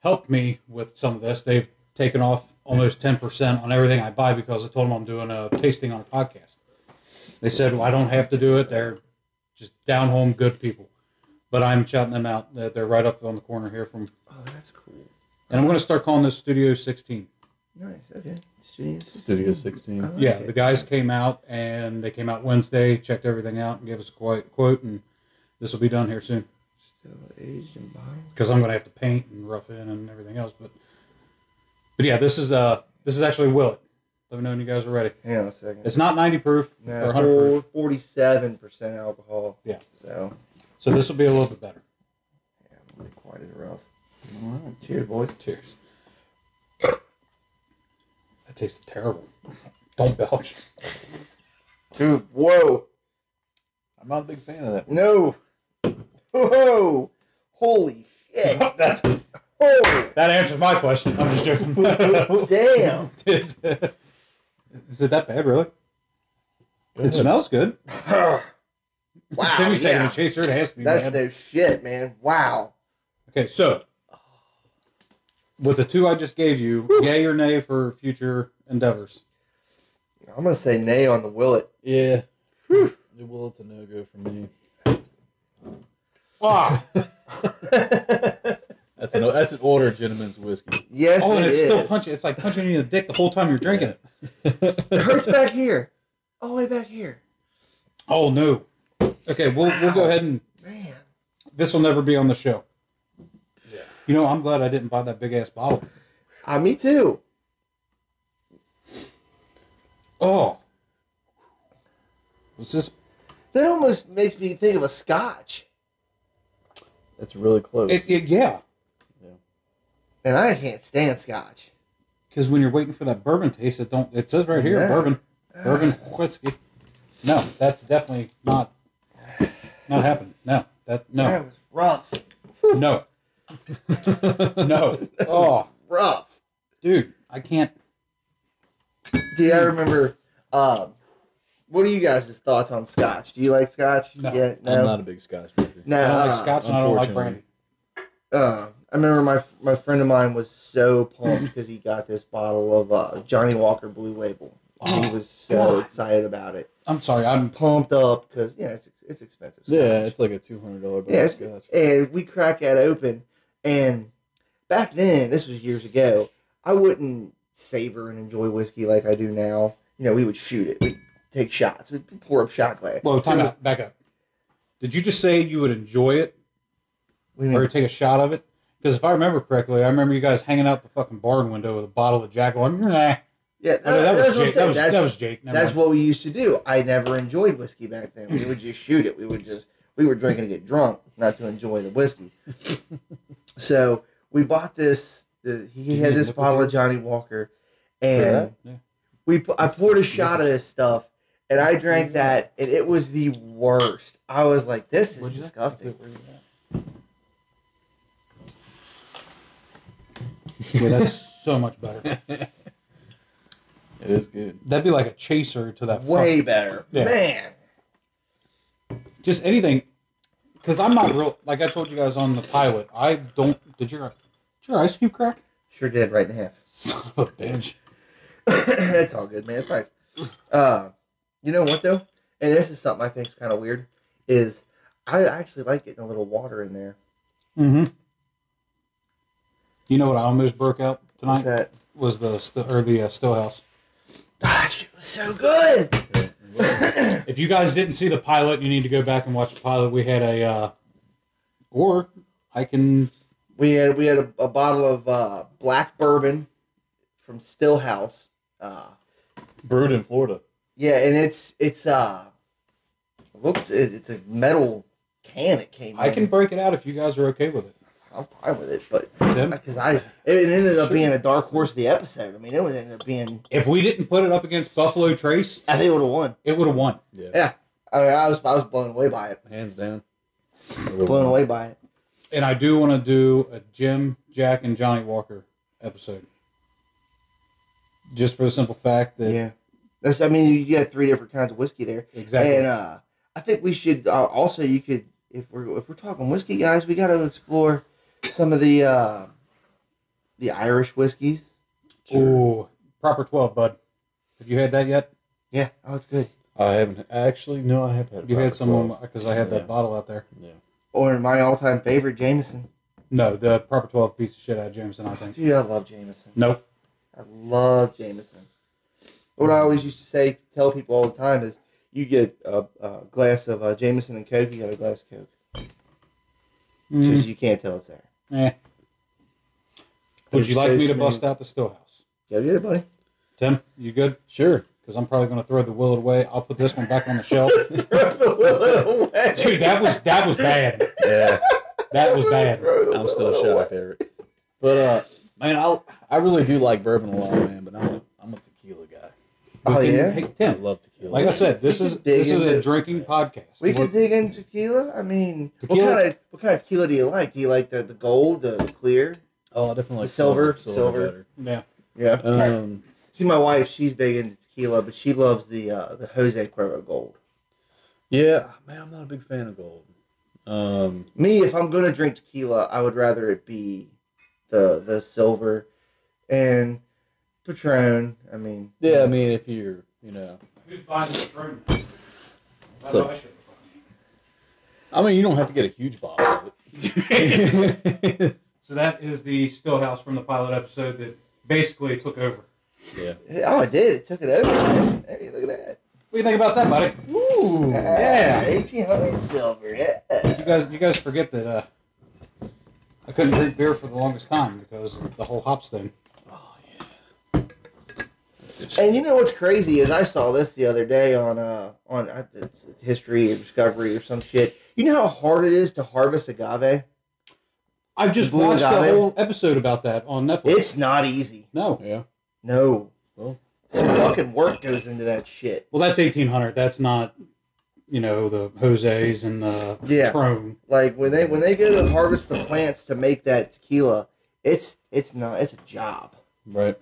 Speaker 1: helped me with some of this. They've taken off almost 10% on everything I buy because I told them I'm doing a tasting on a podcast. They said, well, I don't have to do it. They're just down home good people. But I'm shouting them out. They're they're right up on the corner here from,
Speaker 3: Oh, that's cool.
Speaker 1: and I'm going to start calling this Studio 16.
Speaker 3: Nice. Okay. Jeez.
Speaker 2: Studio sixteen.
Speaker 3: Okay.
Speaker 1: Yeah, the guys came out and they came out Wednesday, checked everything out, and gave us a quote, quote and this will be done here soon
Speaker 3: Still aged in bottle.
Speaker 1: because I'm going to have to paint and rough in and everything else. But but yeah, this is uh this is actually Willet. Let me know when you guys are ready.
Speaker 3: Hang on a second.
Speaker 1: It's not 90 proof or 100 proof,
Speaker 3: no, forty-seven percent alcohol.
Speaker 1: Yeah.
Speaker 3: So
Speaker 1: so this will be a little bit better.
Speaker 3: yeah, really quite as rough. All right. Cheers, boys.
Speaker 1: Cheers. That tastes terrible. Don't belch.
Speaker 3: Dude, whoa.
Speaker 2: I'm not a big fan of that.
Speaker 3: No. Whoa. Holy shit.
Speaker 1: That's that
Speaker 3: Oh
Speaker 1: answers my question. I'm just joking.
Speaker 3: damn.
Speaker 1: is it that bad, really? It smells good.
Speaker 3: Wow.
Speaker 1: Timmy's taking
Speaker 3: Ah, yeah.
Speaker 1: a chaser. It has to be
Speaker 3: That's
Speaker 1: bad.
Speaker 3: no shit, man. Wow.
Speaker 1: okay, so with the two I just gave you, yay or nay for future endeavors?
Speaker 3: I'm gonna say nay on the Willet.
Speaker 2: Yeah. It will it's a no go for me.
Speaker 1: Ah,
Speaker 2: That's an that's an older gentleman's whiskey.
Speaker 3: yes,
Speaker 1: oh, and
Speaker 3: it
Speaker 1: it's
Speaker 3: is.
Speaker 1: still punching. It's like punching you in the dick the whole time you're drinking it.
Speaker 3: it hurts back here, all the way back here.
Speaker 1: Oh no. Okay, we'll we'll go ahead and
Speaker 3: Man,
Speaker 1: this will never be on the show. Yeah. You know, I'm glad I didn't buy that big ass bottle.
Speaker 3: uh, me too.
Speaker 1: Oh. Was this?
Speaker 3: That almost makes me think of a Scotch.
Speaker 2: That's really close.
Speaker 1: It, it, yeah.
Speaker 2: Yeah.
Speaker 3: and I can't stand Scotch.
Speaker 1: Because when you're waiting for that bourbon taste, it don't. It says right here,
Speaker 3: Yeah.
Speaker 1: bourbon, bourbon whiskey. No, that's definitely not not happening. No, that no,
Speaker 3: That was rough,
Speaker 1: no, no. Oh,
Speaker 3: rough.
Speaker 1: dude, I can't.
Speaker 3: Do you I remember? Um, what are you guys' thoughts on Scotch? Do you like Scotch?
Speaker 1: No.
Speaker 3: yeah,
Speaker 2: I'm
Speaker 3: no,
Speaker 2: not a big Scotch drinker.
Speaker 3: no.
Speaker 1: I don't
Speaker 3: uh,
Speaker 1: like scotch and I don't like brandy.
Speaker 2: unfortunately.
Speaker 3: uh, I remember my my friend of mine was so pumped because he got this bottle of uh, Johnny Walker Blue Label. he
Speaker 1: Oh,
Speaker 3: was so
Speaker 1: God.
Speaker 3: excited about it,
Speaker 1: I'm sorry, I'm.
Speaker 3: pumped up because yeah, it's it's expensive. Scotch.
Speaker 2: Yeah, it's like a two hundred dollar bottle
Speaker 3: Yeah,
Speaker 2: of
Speaker 3: it's-
Speaker 2: Scotch.
Speaker 3: and we crack that open. And back then, this was years ago. I wouldn't savor and enjoy whiskey like I do now. You know, we would shoot it. We'd take shots. We'd pour up shot glass.
Speaker 1: Whoa, time
Speaker 3: So-
Speaker 1: out. Back up. Did you just say you would enjoy it
Speaker 3: What do you
Speaker 1: or
Speaker 3: mean?
Speaker 1: take a shot of it? Because if I remember correctly, I remember you guys hanging out the fucking barn window with a bottle of Jack on. Nah.
Speaker 3: Yeah,
Speaker 1: Oh, no, that
Speaker 3: that's
Speaker 1: was Jake.
Speaker 3: what I'm
Speaker 1: That
Speaker 3: saying.
Speaker 1: was,
Speaker 3: That's-
Speaker 1: that was Jake. Never
Speaker 3: That's
Speaker 1: mind.
Speaker 3: what we used to do. I never enjoyed whiskey back then. We would just shoot it. We would just we were drinking to get drunk, not to enjoy the whiskey. so we bought this. The,
Speaker 1: Do
Speaker 3: he
Speaker 1: you
Speaker 3: had
Speaker 1: need
Speaker 3: this
Speaker 1: nipple
Speaker 3: bottle of
Speaker 1: juice?
Speaker 3: Johnny Walker,
Speaker 2: For
Speaker 3: and
Speaker 2: that?
Speaker 1: Yeah.
Speaker 3: we pu- I poured a shot of this stuff, and I drank that, and it was the worst. I was like, "This is
Speaker 1: What'd you say?
Speaker 3: disgusting."
Speaker 1: Yeah, that's so much better.
Speaker 2: It is good.
Speaker 1: That'd be like a chaser to that. fucking-
Speaker 3: Way better,
Speaker 1: Yeah.
Speaker 3: man.
Speaker 1: just anything because i'm not real like i told you guys on the pilot i don't did your did your ice cube crack
Speaker 3: Sure did right in half.
Speaker 1: son of a bitch
Speaker 3: That's all good, man. It's nice. Uh, you know what though, and this is something I think is kind of weird. Is I actually like getting a little water in there.
Speaker 1: mm-hmm you know what i almost broke out
Speaker 3: What's
Speaker 1: tonight
Speaker 3: that?
Speaker 1: was the st- or the uh, stillhouse
Speaker 3: Gosh, it was so good.
Speaker 1: if you guys didn't see the pilot you need to go back and watch the pilot we had a uh or i can
Speaker 3: We had we had a, a bottle of uh, black bourbon from Stillhouse. Uh,
Speaker 2: Brewed in Florida.
Speaker 3: yeah, and it's it's uh, looked it, it's a metal can. It came.
Speaker 1: i
Speaker 3: in.
Speaker 1: can break it out if you guys are okay with it
Speaker 3: I'm fine with it, but
Speaker 1: Tim?
Speaker 3: because I it ended up being a dark horse of the episode. I mean, it would end up being.
Speaker 1: if we didn't put it up against buffalo trace
Speaker 3: I think it would have won.
Speaker 1: it would have won
Speaker 2: Yeah.
Speaker 3: Yeah, I, mean, I was I was blown away by it.
Speaker 2: Hands down.
Speaker 3: Blown away by it.
Speaker 1: and i do want to do a jim jack and johnny walker episode just for the simple fact that
Speaker 3: Yeah, that's. I mean, you got three different kinds of whiskey there,
Speaker 1: exactly
Speaker 3: and uh, I think we should uh, also you could if we're if we're talking whiskey guys, we got to explore some of the uh, the Irish whiskeys. uh,
Speaker 1: ooh proper 12 bud have you had that yet
Speaker 3: Yeah, oh, it's good.
Speaker 2: I haven't actually no, I have had. a
Speaker 1: you had
Speaker 2: proper
Speaker 1: some
Speaker 2: twelve.
Speaker 1: because i had
Speaker 2: Yeah.
Speaker 1: that bottle out there
Speaker 2: Yeah.
Speaker 3: Or my all time favorite, Jameson.
Speaker 1: no the proper 12 piece of shit out of jameson i think
Speaker 3: Dude, I love Jameson.
Speaker 1: nope
Speaker 3: I love Jameson. What I always used to say, tell people all the time is, you get a, a glass of uh, Jameson and Coke, you got a glass of Coke because
Speaker 1: Mm,
Speaker 3: you can't tell it's there.
Speaker 1: eh. would you like me to bust out the stillhouse
Speaker 3: Go get it, buddy.
Speaker 1: tim you good
Speaker 2: Sure.
Speaker 1: because i'm probably going to throw the willet away i'll put this one back on the shelf
Speaker 3: Throw the willow away.
Speaker 1: dude that was that was bad
Speaker 2: Yeah.
Speaker 1: that was bad
Speaker 3: Throw the
Speaker 2: I'm still
Speaker 3: willow
Speaker 2: shocked,
Speaker 3: away.
Speaker 2: Eric. But uh, man, I I really do like bourbon a lot, man. But I'm a, I'm a tequila guy.
Speaker 1: We
Speaker 3: Oh
Speaker 1: can-
Speaker 3: yeah,
Speaker 1: hey
Speaker 2: I
Speaker 1: tim
Speaker 2: love tequila.
Speaker 1: Like I said, this
Speaker 3: We
Speaker 1: is
Speaker 3: could dig
Speaker 1: this is a
Speaker 3: into-
Speaker 1: drinking podcast.
Speaker 3: we
Speaker 1: We're-
Speaker 3: could dig into tequila. I mean,
Speaker 1: Tequila-
Speaker 3: what kind of what kind of tequila do you like? Do you like the, the gold, the, the clear?
Speaker 2: oh, I definitely like
Speaker 3: Silver,
Speaker 2: silver,
Speaker 3: silver.
Speaker 1: yeah.
Speaker 3: Yeah.
Speaker 2: better. Um,
Speaker 3: See, my wife, she's big into tequila, but she loves the uh, the Jose Cuervo Gold.
Speaker 2: yeah, man, I'm not a big fan of gold. Um,
Speaker 3: Me, if I'm gonna drink tequila, I would rather it be the the silver and Patron. I mean,
Speaker 2: yeah, I mean, if you're, you know,
Speaker 1: Who's buying this drone?
Speaker 2: I So- know I I mean, you don't have to get a huge bottle of it.
Speaker 1: so that is the stillhouse from the pilot episode that basically took over. What
Speaker 2: yeah.
Speaker 3: oh, it did. It took it over. Man. Hey, look at that. Ah,
Speaker 1: do you think about that, buddy? Ooh, yeah.
Speaker 3: eighteen hundred silver. Yeah.
Speaker 1: You guys, you guys forget that uh, I couldn't drink beer for the longest time because of the whole hops thing.
Speaker 2: Oh yeah.
Speaker 3: And you know what's crazy is I saw this the other day on uh on uh, it's it's history or discovery or some shit. You know how hard it is to harvest agave.
Speaker 1: I've just
Speaker 3: Blue
Speaker 1: watched a
Speaker 3: agave?
Speaker 1: whole episode about that on Netflix.
Speaker 3: It's not easy.
Speaker 1: no.
Speaker 2: Yeah.
Speaker 3: No.
Speaker 2: Well.
Speaker 3: Some fucking work goes into that shit.
Speaker 1: Well, that's 1800. That's not, you know, the Jose's and the
Speaker 3: Yeah.
Speaker 1: Trone.
Speaker 3: Like when they when they go to harvest the plants to make that tequila, it's it's not it's a job.
Speaker 2: Right.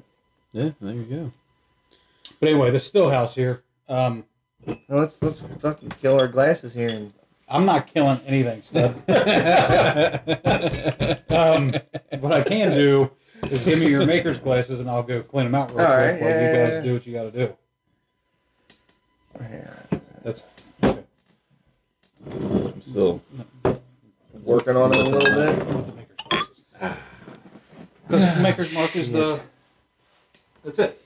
Speaker 2: Yeah. There you go.
Speaker 1: But anyway, the Stillhouse here. Um,
Speaker 3: Now let's let's fucking kill our glasses here and
Speaker 1: I'm not killing anything, Steph. um, what I can do is give me your maker's glasses and I'll go clean them out real
Speaker 3: All
Speaker 1: quick
Speaker 3: right,
Speaker 1: while
Speaker 3: yeah,
Speaker 1: you
Speaker 3: yeah,
Speaker 1: guys
Speaker 3: yeah.
Speaker 1: do what you got to do. That's
Speaker 2: I'm still.
Speaker 3: working on it a little bit.
Speaker 1: with the maker's glasses. Because maker's mark is the. That's it.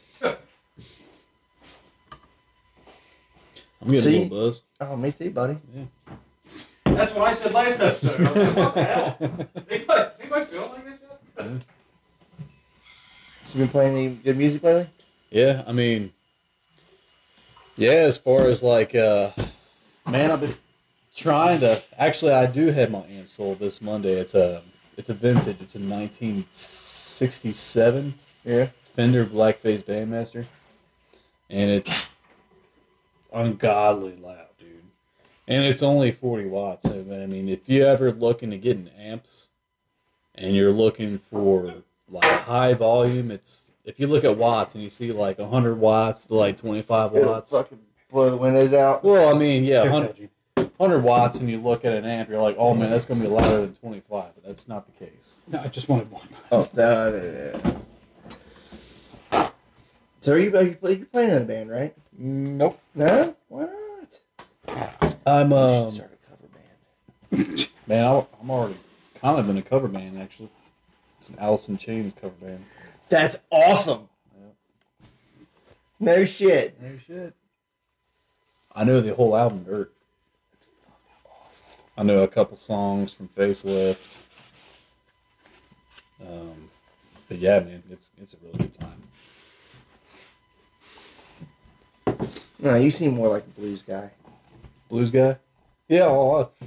Speaker 2: I'm getting a
Speaker 3: See?
Speaker 2: little buzz.
Speaker 3: Oh, me too, buddy.
Speaker 1: That's what I said last episode. I was like, what the hell? They might, they might feel like that yet?
Speaker 3: You been playing any good music lately?
Speaker 2: Yeah. I mean. Yeah. As far as like, uh, man, I've been trying to. Actually, I do have my amp sold this Monday. It's a. It's a vintage. It's a 1967
Speaker 3: Yeah.
Speaker 2: Fender Blackface Bandmaster, and it's ungodly loud, dude. And it's only forty watts. So I mean, if you're ever looking to get an amps, and you're looking for like high volume, it's if you look at watts and you see like hundred watts to like twenty five
Speaker 3: It'll
Speaker 2: watts.
Speaker 3: fucking blow the windows out.
Speaker 2: Well, I mean, yeah,
Speaker 1: Here,
Speaker 2: 100,
Speaker 1: Reggie.
Speaker 2: 100 watts, and you look at an amp, you're like, oh man, that's gonna be louder than twenty five, but that's not the case.
Speaker 1: No, I just wanted one.
Speaker 3: Oh, no, no, no, no. So are you, are you play- you're playing in a band, right?
Speaker 2: Nope.
Speaker 3: No? Why not?
Speaker 2: I'm
Speaker 3: You
Speaker 2: um.
Speaker 3: should start a cover band.
Speaker 2: Man, I, I'm already kind of in a cover band actually. It's an Allison Chains cover band.
Speaker 3: That's awesome. No shit.
Speaker 2: No shit. I know the whole album Dirt. I know a couple songs from Facelift. Um, but yeah, man, it's it's a really good time.
Speaker 3: No, you seem more like a blues guy.
Speaker 2: Blues guy. Yeah, well, I,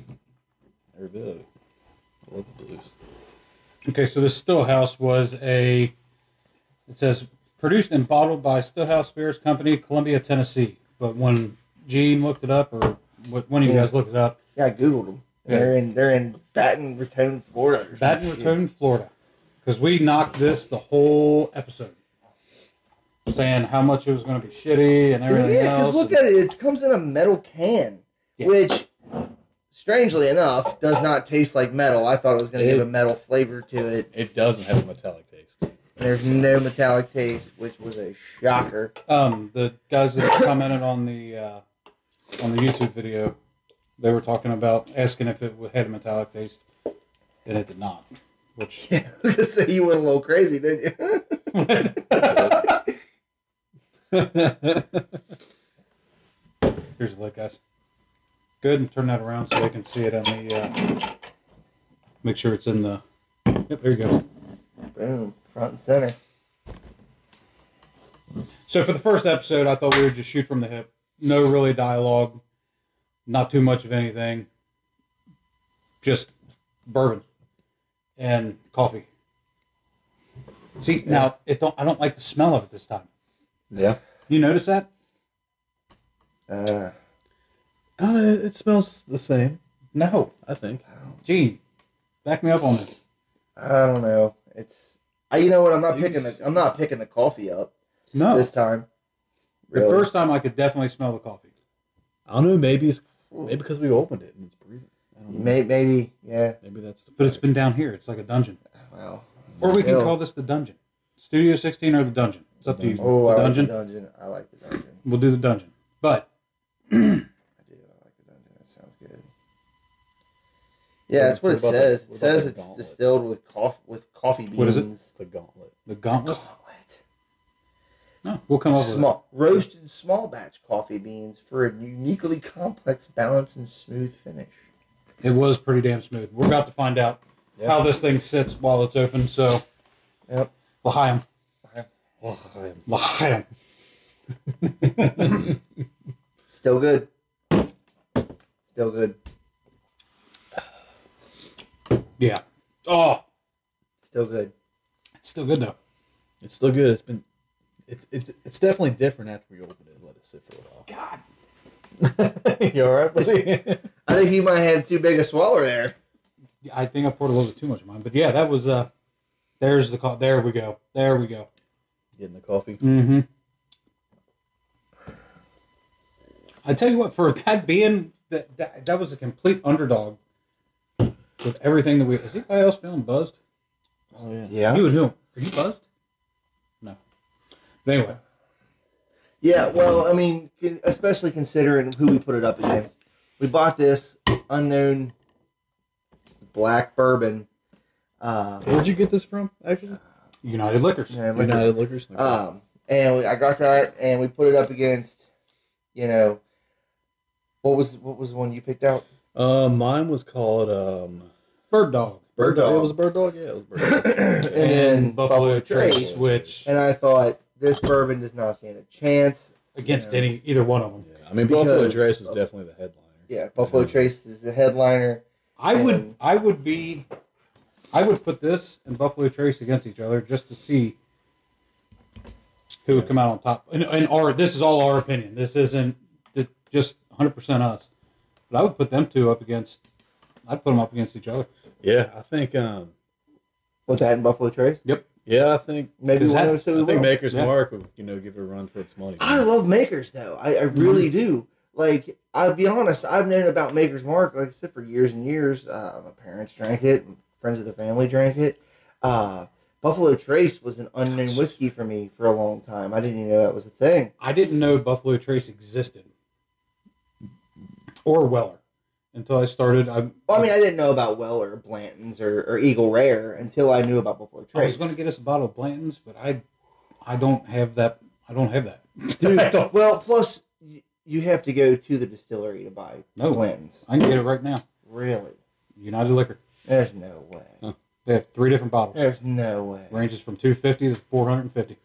Speaker 2: every bit of it. I love the blues.
Speaker 1: Okay, so this Stillhouse was a. It says produced and bottled by Stillhouse Spirits Company, Columbia, Tennessee. But when Gene looked it up, or what, one of you
Speaker 3: Yeah.
Speaker 1: guys looked it up,
Speaker 3: Yeah, I googled them.
Speaker 1: Yeah.
Speaker 3: They're in they're in Baton Raton, Florida. or some
Speaker 1: Baton
Speaker 3: shit.
Speaker 1: Raton, Florida, because we knocked this the whole episode, saying how much it was going to be shitty and everything
Speaker 3: Yeah,
Speaker 1: else.
Speaker 3: because look at it. It comes in a metal can,
Speaker 1: Yeah.
Speaker 3: which, strangely enough, does not taste like metal. I thought it was going
Speaker 2: It-
Speaker 3: to give a metal flavor to it.
Speaker 2: It doesn't have a metallic taste.
Speaker 3: There's no metallic taste, which was a shocker.
Speaker 1: um, the guys that commented on the uh, on the YouTube video, they were talking about asking if it had a metallic taste, and it did not. Which
Speaker 3: so you went a little crazy, didn't you?
Speaker 1: Here's the light, guys. Go ahead and turn that around so they can see it on the. Uh, make sure it's in the. Yep, there you go.
Speaker 3: Boom, front and center.
Speaker 1: So for the first episode, I thought we would just shoot from the hip. No really dialogue, not too much of anything. Just bourbon and coffee. See now, it don't. I don't like the smell of it this time.
Speaker 2: yeah.
Speaker 1: You notice that?
Speaker 3: Uh,
Speaker 2: Uh, it smells the same,
Speaker 1: No,
Speaker 2: I think.
Speaker 1: Gene, back me up on this.
Speaker 3: I don't know. It's I, you know what? I'm not
Speaker 1: You
Speaker 3: picking
Speaker 1: s-
Speaker 3: the I'm not picking the coffee up
Speaker 1: No,
Speaker 3: this time.
Speaker 1: the first time I could definitely smell the coffee.
Speaker 2: I don't know. Maybe it's maybe because we opened it and it's breathing. I don't know.
Speaker 3: maybe, maybe yeah.
Speaker 2: Maybe that's the.
Speaker 1: But it's been down here. It's like a dungeon.
Speaker 3: Wow.
Speaker 1: Or we can
Speaker 3: Still.
Speaker 1: call this the dungeon. Studio 16 or the dungeon. It's up to you.
Speaker 3: Oh, I
Speaker 1: the
Speaker 3: like the
Speaker 1: dungeon.
Speaker 3: dungeon. I like the dungeon.
Speaker 1: We'll do the dungeon. But
Speaker 3: I do. I like the dungeon. That sounds good. Yeah, that's what
Speaker 2: What
Speaker 3: it
Speaker 2: about the-
Speaker 3: says. it
Speaker 2: what about
Speaker 3: says
Speaker 2: the
Speaker 3: it's
Speaker 2: gauntlet?
Speaker 3: distilled with coffee with coffee beans.
Speaker 1: What is it?
Speaker 2: the gauntlet.
Speaker 1: the gauntlet.
Speaker 3: Gauntlet.
Speaker 1: No, we'll come over. Small.
Speaker 3: Small roasted small batch coffee beans for a uniquely complex balance and smooth finish.
Speaker 1: It was pretty damn smooth. We're about to find out
Speaker 2: Yeah.
Speaker 1: how this thing sits while it's open. So
Speaker 3: Yep.
Speaker 1: L'chaim.
Speaker 2: Oh, I am-
Speaker 1: L'chaim.
Speaker 3: Still good. Still good.
Speaker 1: Yeah. Oh,
Speaker 3: Still good.
Speaker 1: It's still good though.
Speaker 2: It's still good. It's been, it's it's it's definitely different after we opened it and let it sit for a while.
Speaker 1: God.
Speaker 2: you all right with it?
Speaker 3: I think you might have had too big a swallow there.
Speaker 1: I think I poured a little bit too much of mine, but yeah, that was uh, there's the call. There we go. There we go.
Speaker 2: Getting the coffee.
Speaker 1: Mm-hmm. I tell you what, for that being that that, that was a complete underdog with everything that we is anybody else feeling buzzed?
Speaker 2: Oh yeah.
Speaker 3: Yeah.
Speaker 1: You would know. Are you buzzed? No. But anyway,
Speaker 3: Yeah, well, I mean, con- especially considering who we put it up against. We bought this unknown black bourbon. Uh,
Speaker 2: Where'd you get this from? Actually,
Speaker 1: United Liquors.
Speaker 3: yeah, like-
Speaker 2: United Liquors. Okay.
Speaker 3: um, and we, I got that, and we put it up against, you know, what was what was the one you picked out?
Speaker 2: Uh, mine was called um,
Speaker 1: Bird Dog.
Speaker 3: Bird
Speaker 2: It
Speaker 3: Dog.
Speaker 2: was a bird dog. Yeah, it was a bird dog.
Speaker 3: and then Buffalo, Trace,
Speaker 2: Trace.
Speaker 1: which
Speaker 3: and I thought this bourbon does not stand a chance.
Speaker 1: against
Speaker 3: Yeah.
Speaker 1: any either one of them.
Speaker 2: yeah, I mean Buffalo
Speaker 3: Because-
Speaker 2: Trace was definitely the headliner.
Speaker 3: Yeah, Buffalo Trace is the headliner.
Speaker 1: I would
Speaker 3: And-
Speaker 1: I would be I would put this and Buffalo Trace against each other just to see who would come out on top. And, and our this is all our opinion. This isn't th- just 100% us. But I would put them two up against I'd put them up against each other.
Speaker 2: Yeah, I think. Um,
Speaker 3: With that and Buffalo Trace,
Speaker 2: yeah, I think.
Speaker 3: maybe
Speaker 1: Is
Speaker 3: one
Speaker 1: that-
Speaker 3: of those two.
Speaker 2: I
Speaker 3: will.
Speaker 2: think Maker's
Speaker 1: Yeah.
Speaker 2: Mark would you know give it a run for its money.
Speaker 3: I love makers though. I, I
Speaker 2: Mm-hmm.
Speaker 3: really do. Like I'll be honest, I've known about Maker's Mark, like I said, for years and years. Uh, my parents drank it, friends of the family drank it. Uh, Buffalo Trace was an unknown whiskey for me for a long time. I didn't even know that was a thing.
Speaker 1: I didn't know Buffalo Trace existed or Weller until I started I,
Speaker 3: Well, I mean, I didn't know about Weller, Blanton's, or, or Eagle Rare until I knew about Buffalo
Speaker 1: I
Speaker 3: Trace.
Speaker 1: was going to get us a bottle of Blanton's, but I I don't have that I don't have that.
Speaker 3: Dude,
Speaker 1: I don't-
Speaker 3: well, plus y- you have to go to the distillery to buy
Speaker 1: No.
Speaker 3: Blanton's.
Speaker 1: I can get it right now.
Speaker 3: Really?
Speaker 1: United Liquor.
Speaker 3: There's no way.
Speaker 1: They have three different bottles.
Speaker 3: There's no way.
Speaker 1: ranges from 250 to 450.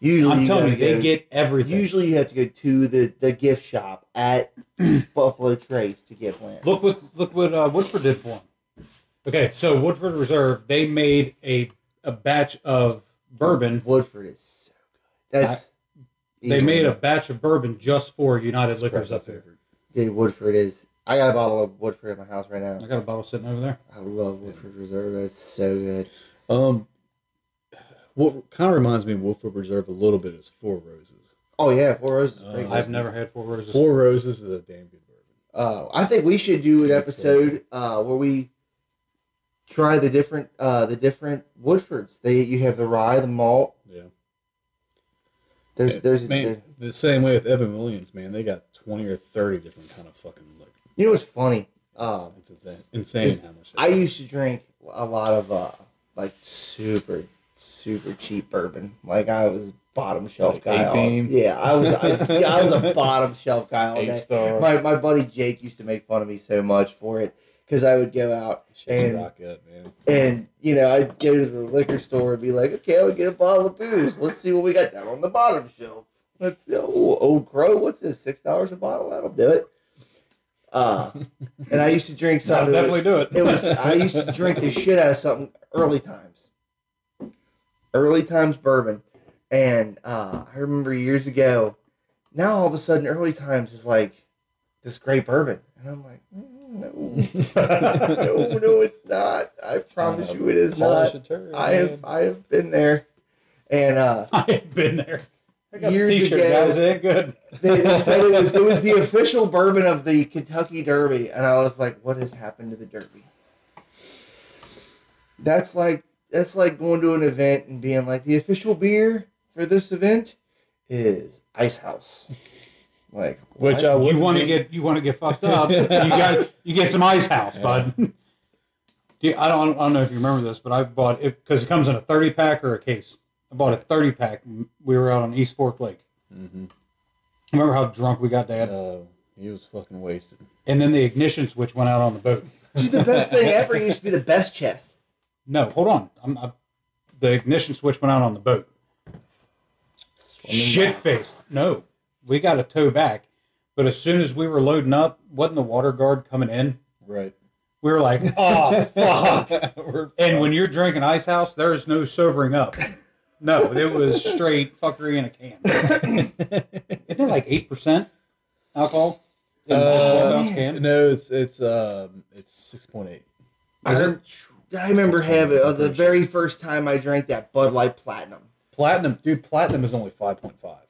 Speaker 3: Usually
Speaker 1: I'm telling
Speaker 3: gotta
Speaker 1: you, they
Speaker 3: go-
Speaker 1: get everything.
Speaker 3: Usually, you have to go to the, the gift shop at Buffalo Trace to get plants.
Speaker 1: Look what look what uh, Woodford did for them. Okay, so Woodford Reserve, they made a a batch of bourbon.
Speaker 3: Woodford is so good. That's
Speaker 1: They made a batch of bourbon just for United
Speaker 2: It's
Speaker 1: Liquors
Speaker 2: probably
Speaker 1: up
Speaker 2: my
Speaker 1: there.
Speaker 2: favorite.
Speaker 3: dude. Woodford is. I got a bottle of Woodford at my house right
Speaker 1: I
Speaker 3: now.
Speaker 1: got a bottle sitting over there.
Speaker 3: I love Woodford Reserve. That's so good.
Speaker 2: Um, what kind of reminds me of Woodford Reserve a little bit is Four Roses.
Speaker 3: Oh yeah, Four Roses. is great.
Speaker 2: Uh,
Speaker 1: I've never had four roses.
Speaker 2: Four Roses is a damn good bourbon.
Speaker 3: Uh, I think we should do an episode uh, where we try the different uh, the different Woodfords. They you have the rye, the malt.
Speaker 2: Yeah.
Speaker 3: There's there's,
Speaker 2: man, the same way with Evan Williams, man. They got twenty or thirty different kind of fucking liquor.
Speaker 3: you know what's funny. Um,
Speaker 2: It's insane- insane
Speaker 3: It's-
Speaker 2: how much. they-
Speaker 3: I used to drink a lot of uh, like super super cheap bourbon. Like I was bottom shelf
Speaker 2: Like
Speaker 3: guy.
Speaker 2: Eight
Speaker 3: all-
Speaker 2: Beam?
Speaker 3: yeah, I was I, yeah, I was a bottom shelf guy all
Speaker 2: Eight
Speaker 3: day.
Speaker 2: star.
Speaker 3: My my buddy Jake used to make fun of me so much for it because I would go out
Speaker 2: Shit's
Speaker 3: and-
Speaker 2: rock up, man.
Speaker 3: and you know I'd go to the liquor store and be like, okay, I'll get a bottle of booze. Let's see what we got down on the bottom shelf. Let's oh old crow, what's this? Six dollars a bottle? That'll do it. Uh, and I used to drink
Speaker 1: I'll
Speaker 3: something.
Speaker 1: definitely do it.
Speaker 3: It was I used to drink the shit out of something early times. Early times bourbon. And uh, I remember years ago, now all of a sudden early times is like this great bourbon. And I'm like, mm, no. no, no, it's not. I promise you it is
Speaker 2: Polish
Speaker 3: not.
Speaker 2: a turd,
Speaker 3: I have
Speaker 2: man.
Speaker 3: I have been there. And uh,
Speaker 1: I've been there. I got
Speaker 3: Years
Speaker 1: the t-shirt,
Speaker 3: ago-
Speaker 1: guys. It ain't good.
Speaker 3: they, they said it was it was the official bourbon of the Kentucky Derby, and I was like, "What has happened to the Derby?" That's like that's like going to an event and being like, "The official beer for this event is Ice House." Like,
Speaker 2: Which
Speaker 3: what?
Speaker 2: I
Speaker 1: You
Speaker 2: wouldn't
Speaker 1: want to
Speaker 2: be-
Speaker 1: get you want to get fucked up. you got you get some ice house, bud. Do you- I don't I don't know if you remember this, but I bought it because it comes in a thirty pack or a case. I bought a thirty pack. and We were out on East Fork Lake.
Speaker 2: Mhm.
Speaker 1: Remember how drunk we got, Dad?
Speaker 2: Uh, he was fucking wasted.
Speaker 1: And then the ignition switch went out on the boat.
Speaker 3: Dude, the best thing ever used to be the best chest.
Speaker 1: No, hold on. I'm, I, the ignition switch went out on the boat. Shit faced. No, we got a tow back, but as soon as we were loading up, wasn't the water guard coming in?
Speaker 2: Right.
Speaker 1: We were like, oh fuck.
Speaker 2: We're
Speaker 1: And when you're drinking Ice House, there is no sobering up. No, it was straight fuckery in a can. Isn't it like eight percent alcohol? In a four ounce
Speaker 2: Uh,
Speaker 1: can?
Speaker 2: no, it's it's um it's six point eight.
Speaker 1: Is
Speaker 3: I,
Speaker 1: it?
Speaker 3: I remember having uh, the very first time I drank that Bud Light Platinum.
Speaker 2: Platinum, dude. Platinum is only five point five.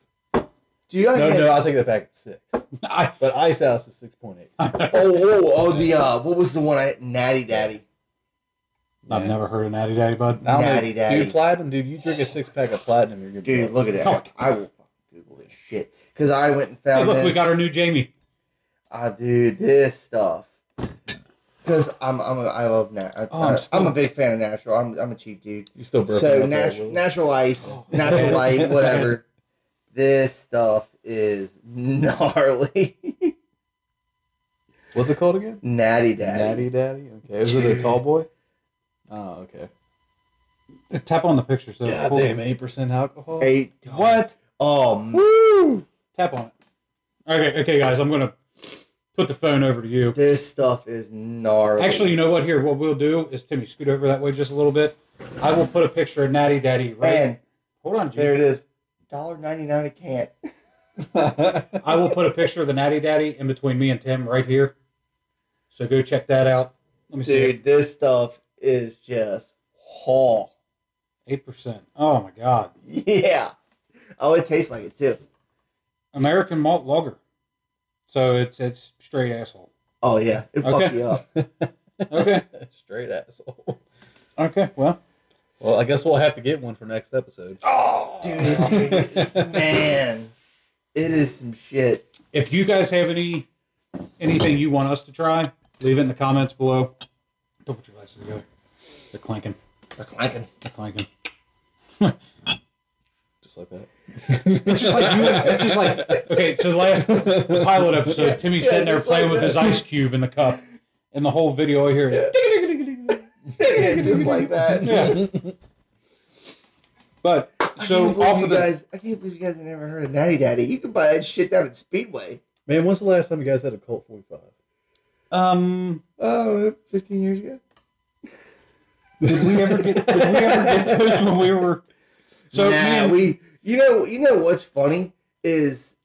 Speaker 3: Do you like
Speaker 2: No,
Speaker 3: that-
Speaker 2: no, I'll take that back at six.
Speaker 1: I,
Speaker 2: But Ice House is six point eight.
Speaker 3: Oh, oh, oh, the uh, what was the one? I Natty Daddy.
Speaker 1: I've never heard of Natty Daddy Bud.
Speaker 2: I don't know,
Speaker 3: Natty Daddy.
Speaker 2: Dude, platinum, dude. You drink a six pack of platinum, you're gonna be
Speaker 3: Dude, look at
Speaker 2: buzzed.
Speaker 3: that.
Speaker 1: Fuck.
Speaker 3: I will fucking Google this shit because I went and found
Speaker 1: Hey, look,
Speaker 3: this.
Speaker 1: we got our new Jamie.
Speaker 3: I do this stuff because I'm I'm a, I love nat. I,
Speaker 2: Oh, I'm
Speaker 3: I, I'm,
Speaker 2: still-
Speaker 3: a big fan of natural. I'm I'm a cheap dude.
Speaker 2: You still burping.
Speaker 3: So
Speaker 2: out there,
Speaker 3: natural
Speaker 2: Will.
Speaker 3: natural ice, natural light, whatever. This stuff is gnarly.
Speaker 2: What's it called again?
Speaker 3: Natty Daddy.
Speaker 2: Natty Daddy. Okay, is it a tall boy? Oh, okay.
Speaker 1: Tap on the picture. So
Speaker 2: God damn, eight percent alcohol.
Speaker 3: Eight.
Speaker 1: What?
Speaker 3: Um.
Speaker 2: Woo!
Speaker 1: Tap on it. Okay, okay, guys. I'm gonna put the phone over to you.
Speaker 3: This stuff is gnarly.
Speaker 1: Actually, you know what? Here, what we'll do is Timmy, scoot over that way just a little bit. I will put a picture of Natty Daddy right.
Speaker 3: man,
Speaker 1: Hold on, Jim.
Speaker 3: there it is. Dollar ninety nine a can.
Speaker 1: I will put a picture of the Natty Daddy in between me and Tim right here. So go check that out. Let me see.
Speaker 3: Dude, this stuff is just haul.
Speaker 1: Eight percent. Oh my God.
Speaker 3: Yeah. Oh, it tastes like it too.
Speaker 1: American malt lager. So it's it's straight asshole.
Speaker 3: Oh yeah, it fucked
Speaker 1: Okay.
Speaker 3: you up.
Speaker 1: Okay.
Speaker 2: Straight asshole.
Speaker 1: okay. Well,
Speaker 2: Well, I guess we'll have to get one for next episode.
Speaker 3: Oh, dude, man, it is some shit.
Speaker 1: if you guys have any anything you want us to try, leave it in the comments below. Don't put your glasses together. They're clanking.
Speaker 3: The clanking.
Speaker 1: They're clanking.
Speaker 2: Just like that.
Speaker 1: It's just like you. It's just like okay. So the last pilot episode, Timmy's
Speaker 3: Yeah,
Speaker 1: sitting there
Speaker 3: just
Speaker 1: playing
Speaker 3: like
Speaker 1: with
Speaker 3: that.
Speaker 1: his ice cube in the cup, and the whole video I hear.
Speaker 3: Yeah, just like that.
Speaker 1: Yeah. But
Speaker 3: I can't
Speaker 1: so
Speaker 3: believe
Speaker 1: off
Speaker 3: you
Speaker 1: of the
Speaker 3: guys, I can't believe you guys have never heard of Natty Daddy. You can buy that shit down at Speedway.
Speaker 2: Man, when's the last time you guys had a Colt 45?
Speaker 1: um,
Speaker 3: Oh, 15 years ago.
Speaker 1: did we ever get did we ever get those when we were? So
Speaker 3: So nah,
Speaker 1: man,
Speaker 3: we, you know, you know what's funny is,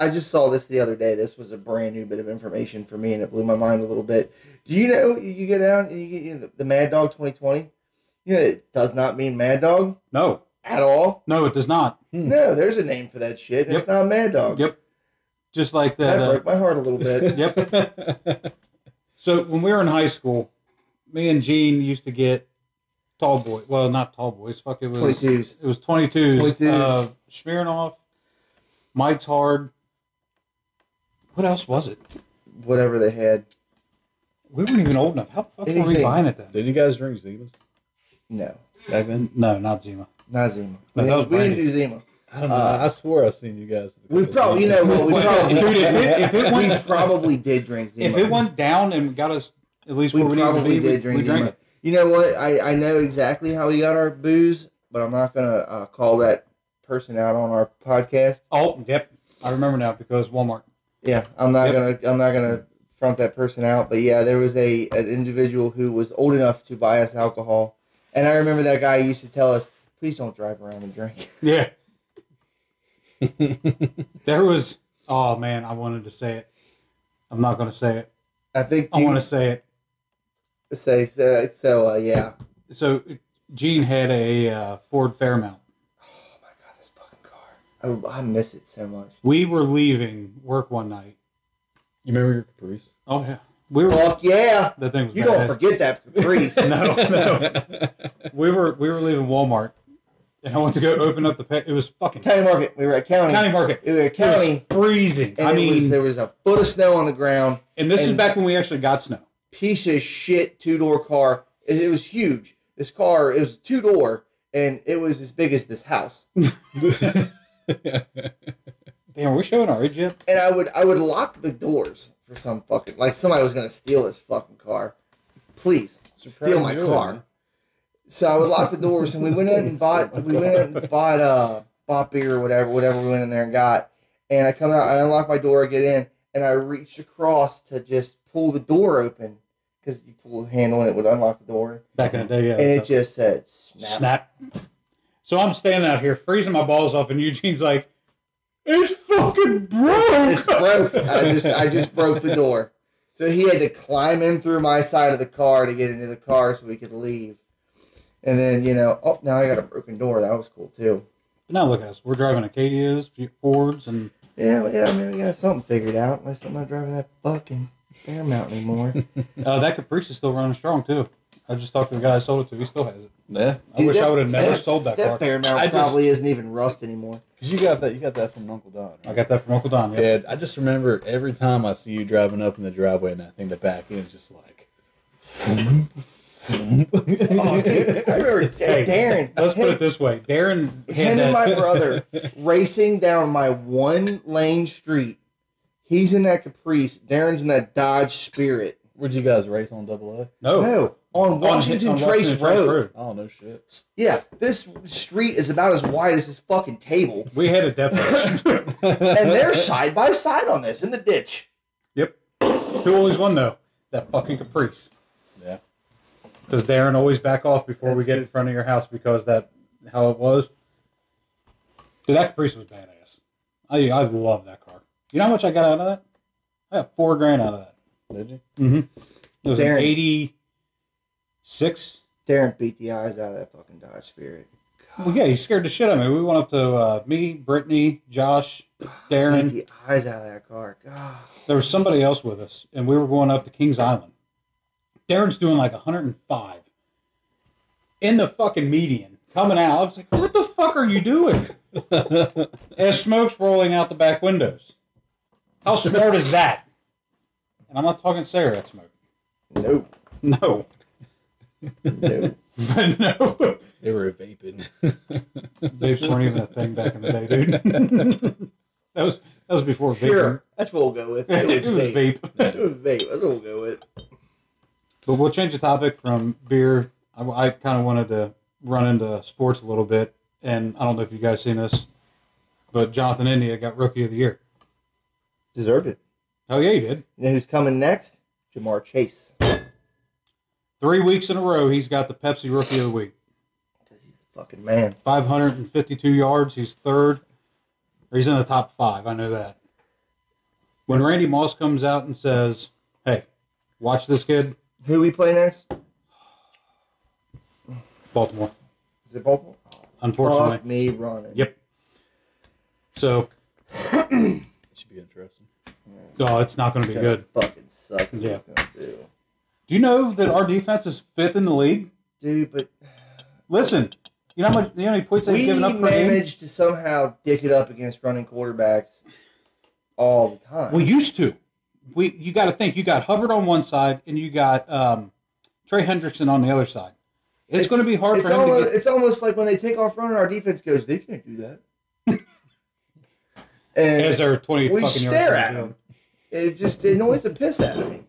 Speaker 3: I just saw this the other day. This was a brand new bit of information for me, and it blew my mind a little bit. Do you know you go down and you get you know, the Mad Dog 2020? You know, it does not mean Mad Dog
Speaker 1: no,
Speaker 3: at all.
Speaker 1: no, it does not.
Speaker 3: No, there's a name for that shit. and It's not Mad Dog.
Speaker 1: Hmm. Yep, Uh, just like
Speaker 3: That
Speaker 1: that.
Speaker 3: broke my heart a little bit.
Speaker 1: Yep. So when we were in high school, me and Gene used to get tall boy. Well, not tall boys. Fuck, it was
Speaker 3: 22s.
Speaker 1: It was twenty twos.
Speaker 3: 22s.
Speaker 1: Uh, Smirnoff, Mike's Hard. What else was it?
Speaker 3: Whatever they had.
Speaker 1: We weren't even old enough. How the fuck were we
Speaker 3: Anything.
Speaker 1: buying it then?
Speaker 2: Did you guys drink Zimas
Speaker 3: No,
Speaker 2: back then?
Speaker 1: No, not Zima.
Speaker 3: not Zima.
Speaker 1: No, that was
Speaker 3: we didn't
Speaker 1: brandy.
Speaker 3: do Zima.
Speaker 2: I don't know.
Speaker 3: Uh,
Speaker 2: I swore I seen you guys. at the
Speaker 3: We
Speaker 2: Colt
Speaker 3: probably, you know,
Speaker 2: Zimas.
Speaker 3: what we
Speaker 1: Well,
Speaker 3: probably,
Speaker 1: dude, if it- if it
Speaker 3: we
Speaker 1: went-
Speaker 3: probably did drink Zima.
Speaker 1: If it went down and got us at least
Speaker 3: we
Speaker 1: where we needed to be,
Speaker 3: probably
Speaker 1: we,
Speaker 3: did drink
Speaker 1: we drank
Speaker 3: Zima.
Speaker 1: it.
Speaker 3: You know what? I, I know exactly how we got our booze, but I'm not gonna uh, call that person out on our podcast.
Speaker 1: Oh, yep. I remember now because Walmart.
Speaker 3: Yeah, I'm not
Speaker 1: Yep.
Speaker 3: gonna I'm not gonna front that person out. But yeah, there was a an individual who was old enough to buy us alcohol, and I remember that guy used to tell us, "Please don't drive around and drink."
Speaker 1: Yeah. there was. Oh man, I wanted to say it. I'm not going to say it.
Speaker 3: I think
Speaker 1: I
Speaker 3: Gene-
Speaker 1: want to say it.
Speaker 3: say so. so uh, yeah.
Speaker 1: So Gene had a uh, Ford Fairmount.
Speaker 3: Oh my god, this fucking car! I, I miss it so much.
Speaker 1: We were leaving work one night.
Speaker 2: You remember your Caprice?
Speaker 1: Oh yeah, we were.
Speaker 3: Fuck yeah!
Speaker 1: That thing was
Speaker 3: You don't
Speaker 1: badass.
Speaker 3: forget that Caprice.
Speaker 1: No, no. we were we were leaving Walmart, and I went to go open up the. Pay- it was fucking
Speaker 3: County Market. We were at County.
Speaker 1: county market.
Speaker 3: We were at
Speaker 1: It was
Speaker 3: County.
Speaker 1: freezing.
Speaker 3: And
Speaker 1: I
Speaker 3: it was,
Speaker 1: mean,
Speaker 3: there was a foot of snow on the ground.
Speaker 1: and this is
Speaker 3: and-
Speaker 1: back when we actually got snow.
Speaker 3: Piece of shit two door car. It, it was huge. This car it was two door, and it was as big as this house.
Speaker 1: Damn, are we showing our age yet?
Speaker 3: And I would I would lock the doors for some fucking like somebody was gonna steal this fucking car. Please steal my car. So I would lock the doors, and we went in and bought we went in and bought uh bought beer or whatever whatever we went in there and got. And I come out, I unlock my door, I get in, and I reach across to just pull the door open because you pull the handle and it would unlock the door,
Speaker 1: Back in the day, yeah.
Speaker 3: and it
Speaker 1: that's
Speaker 3: just said
Speaker 1: how-
Speaker 3: snap.
Speaker 1: snap. So I'm standing out here freezing my balls off, and Eugene's like, "It's fucking broke."
Speaker 3: It's broke. I just I just broke the door, so he had to climb in through my side of the car to get into the car so we could leave. And then you know, oh, now I got a broken door. That was cool too.
Speaker 1: Now look at us. We're driving Acadias, Fords, and
Speaker 3: Yeah, well, yeah. I mean, we got something figured out. Unless I'm not driving that fucking Fairmount anymore.
Speaker 1: uh, that Caprice is still running strong too. I just talked to the guy I sold it to. He still has it.
Speaker 2: Yeah,
Speaker 1: I wish I would have never sold that,
Speaker 3: That
Speaker 1: car.
Speaker 3: Fairmount
Speaker 2: I just-
Speaker 3: probably isn't even rust anymore.
Speaker 2: because you got that. You got that from Uncle Don.
Speaker 1: I got that from Uncle Don. Yeah.
Speaker 2: Dad, I just remember every time I see you driving up in the driveway and I think the back end is just like.
Speaker 3: Oh, dude, I remember
Speaker 1: Hey,
Speaker 3: Darren.
Speaker 1: Let's put it
Speaker 3: him,
Speaker 1: this way: Darren had
Speaker 3: him
Speaker 1: that.
Speaker 3: and my brother racing down my one lane street. He's in that Caprice. Darren's in that Dodge Spirit.
Speaker 2: Where'd you guys race on Double A?
Speaker 1: no,
Speaker 3: No, on
Speaker 1: Oh. On-
Speaker 3: Washington
Speaker 1: on
Speaker 3: Trace
Speaker 1: Washington
Speaker 3: Road.
Speaker 2: Oh no shit!
Speaker 3: Yeah, this street is about as wide as this fucking table,
Speaker 1: We had a death wish.
Speaker 3: and they're side by side on this in the ditch.
Speaker 1: yep. Who always won though? That fucking Caprice.
Speaker 2: Yeah.
Speaker 1: Because Darren always back off before we
Speaker 3: That's
Speaker 1: get in
Speaker 3: 'cause-
Speaker 1: front of your house because that how it was. Dude, that Caprice was badass. I I love that car. You know how much I got out of that? I got four grand out of that.
Speaker 2: Did you?
Speaker 1: It was an
Speaker 3: Darren.
Speaker 1: eighty-six.
Speaker 3: Darren beat the eyes out of that fucking Dodge Spirit.
Speaker 1: Well, yeah, he scared the shit out of me. We went up to uh, me, Brittany, Josh,
Speaker 3: Beat
Speaker 1: Darren.
Speaker 3: the eyes out of that car. God.
Speaker 1: There was somebody else with us, and we were going up to Kings Island. Darren's doing like 105 in the fucking median, coming out. I was like, "What the fuck are you doing?" As smoke's rolling out the back windows. How smart is that? And I'm not talking cigarette smoke.
Speaker 3: Nope.
Speaker 1: No,
Speaker 3: Nope.
Speaker 1: no.
Speaker 2: They were vaping.
Speaker 1: Vapes weren't even a thing back in the day, dude. that was that was before vaping.
Speaker 3: sure. That's what we'll go with.
Speaker 1: it was vape.
Speaker 3: It was vape. That's what we'll go with.
Speaker 1: But we'll change the topic from beer. I, I kind of wanted to run into sports a little bit, and I don't know if you guys seen this, but Jonathan India got Rookie of the Year.
Speaker 3: Deserved it.
Speaker 1: Oh yeah, he did.
Speaker 3: You know who's coming next? Jamar Chase.
Speaker 1: Three weeks in a row, he's got the Pepsi Rookie of the Week.
Speaker 3: Because he's the fucking man.
Speaker 1: 552 yards. He's third. Or he's in the top five. I know that. When Randy Moss comes out and says, "Hey, watch this kid,
Speaker 3: Who we play next?
Speaker 1: Baltimore."
Speaker 3: Is it Baltimore?
Speaker 1: Unfortunately,
Speaker 3: Fuck me running.
Speaker 1: yep. So,
Speaker 2: It should be interesting.
Speaker 1: oh, it's not going to
Speaker 3: It's
Speaker 1: be
Speaker 3: gonna
Speaker 1: good.
Speaker 3: Fucking suck.
Speaker 1: Yeah.
Speaker 3: Yeah. It's gonna do.
Speaker 1: Do you know that our defense is fifth in the league?
Speaker 3: Dude, but
Speaker 1: Listen, you know how much you know how many points they've
Speaker 3: we
Speaker 1: given up per game?
Speaker 3: managed to somehow dick it up against running quarterbacks all the time.
Speaker 1: We used to. We you gotta think, you got Hubbard on one side and you got um, Trey Hendrickson on the other side. It's, gonna be hard
Speaker 3: it's
Speaker 1: for him
Speaker 3: almost,
Speaker 1: to get
Speaker 3: it's almost like when they take off running, our defense goes, they can't do that. and
Speaker 1: as their twenty
Speaker 3: we
Speaker 1: fucking yards.
Speaker 3: stare at them. It just annoys the piss out of me.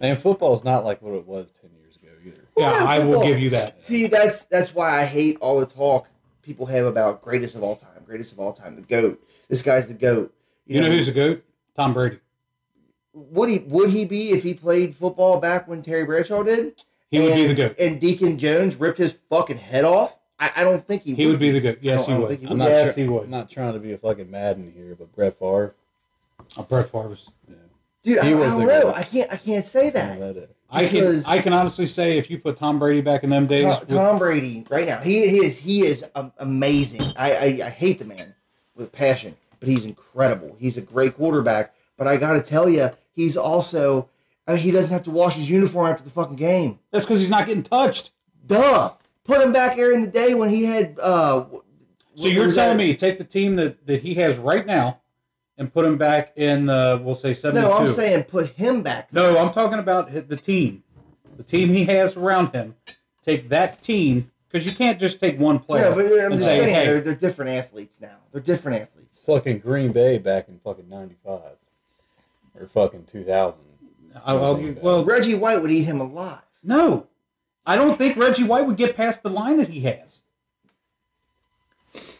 Speaker 2: And football's not like what it was ten years ago either.
Speaker 1: Yeah,
Speaker 3: Well,
Speaker 1: I will
Speaker 3: football.
Speaker 1: give you that.
Speaker 3: See, that's that's why I hate all the talk people have about greatest of all time, greatest of all time, the goat. This guy's the goat.
Speaker 1: You know who's a goat? Tom Brady.
Speaker 3: would he would he be if he played football back when Terry Bradshaw did?
Speaker 1: He would be
Speaker 3: And-
Speaker 1: the goat.
Speaker 3: And Deacon Jones ripped his fucking head off. I, I don't think he.
Speaker 1: He would be the goat. Yes,
Speaker 3: don't-
Speaker 1: he
Speaker 3: I don't
Speaker 1: would.
Speaker 3: think he
Speaker 2: I'm
Speaker 3: would.
Speaker 2: not
Speaker 1: yes, he
Speaker 2: sure- I'm
Speaker 1: would.
Speaker 2: not trying to be a fucking Madden here, but Brett Favre.
Speaker 1: Uh, Brett Favre's.
Speaker 3: Dude, I,
Speaker 2: He
Speaker 3: I
Speaker 2: was
Speaker 3: don't
Speaker 2: the
Speaker 3: know.
Speaker 2: goat.
Speaker 3: I can't. I can't say
Speaker 2: I
Speaker 3: that.
Speaker 2: know that. uh,
Speaker 1: I can
Speaker 3: Because-
Speaker 1: I can honestly say if you put Tom Brady back in them days,
Speaker 3: Tom,
Speaker 1: with-
Speaker 3: Tom Brady, right now, he is. He is um, amazing. I, I I hate the man with passion, but he's incredible. He's a great quarterback. But I got to tell you, he's also. I mean, he doesn't have to wash his uniform after the fucking game.
Speaker 1: that's because he's not getting touched.
Speaker 3: Duh. Put him back there in the day when he had. uh
Speaker 1: So you're telling me take the team that, that he has right now and put him back in the we'll say 72.
Speaker 3: No, I'm saying put him back.
Speaker 1: No, I'm talking about hi- the team. The team he has around him. Take that team cuz you can't just take one player.
Speaker 3: No, but
Speaker 1: and
Speaker 3: I'm just
Speaker 1: say,
Speaker 3: saying
Speaker 1: "Hey,
Speaker 3: they're, they're different athletes now. They're different athletes.
Speaker 2: Fucking Green Bay back in fucking '95 or fucking 2000.
Speaker 1: I- I'll give- well,
Speaker 3: Reggie White would eat him alive.
Speaker 1: no. I don't think Reggie White would get past the line that he has.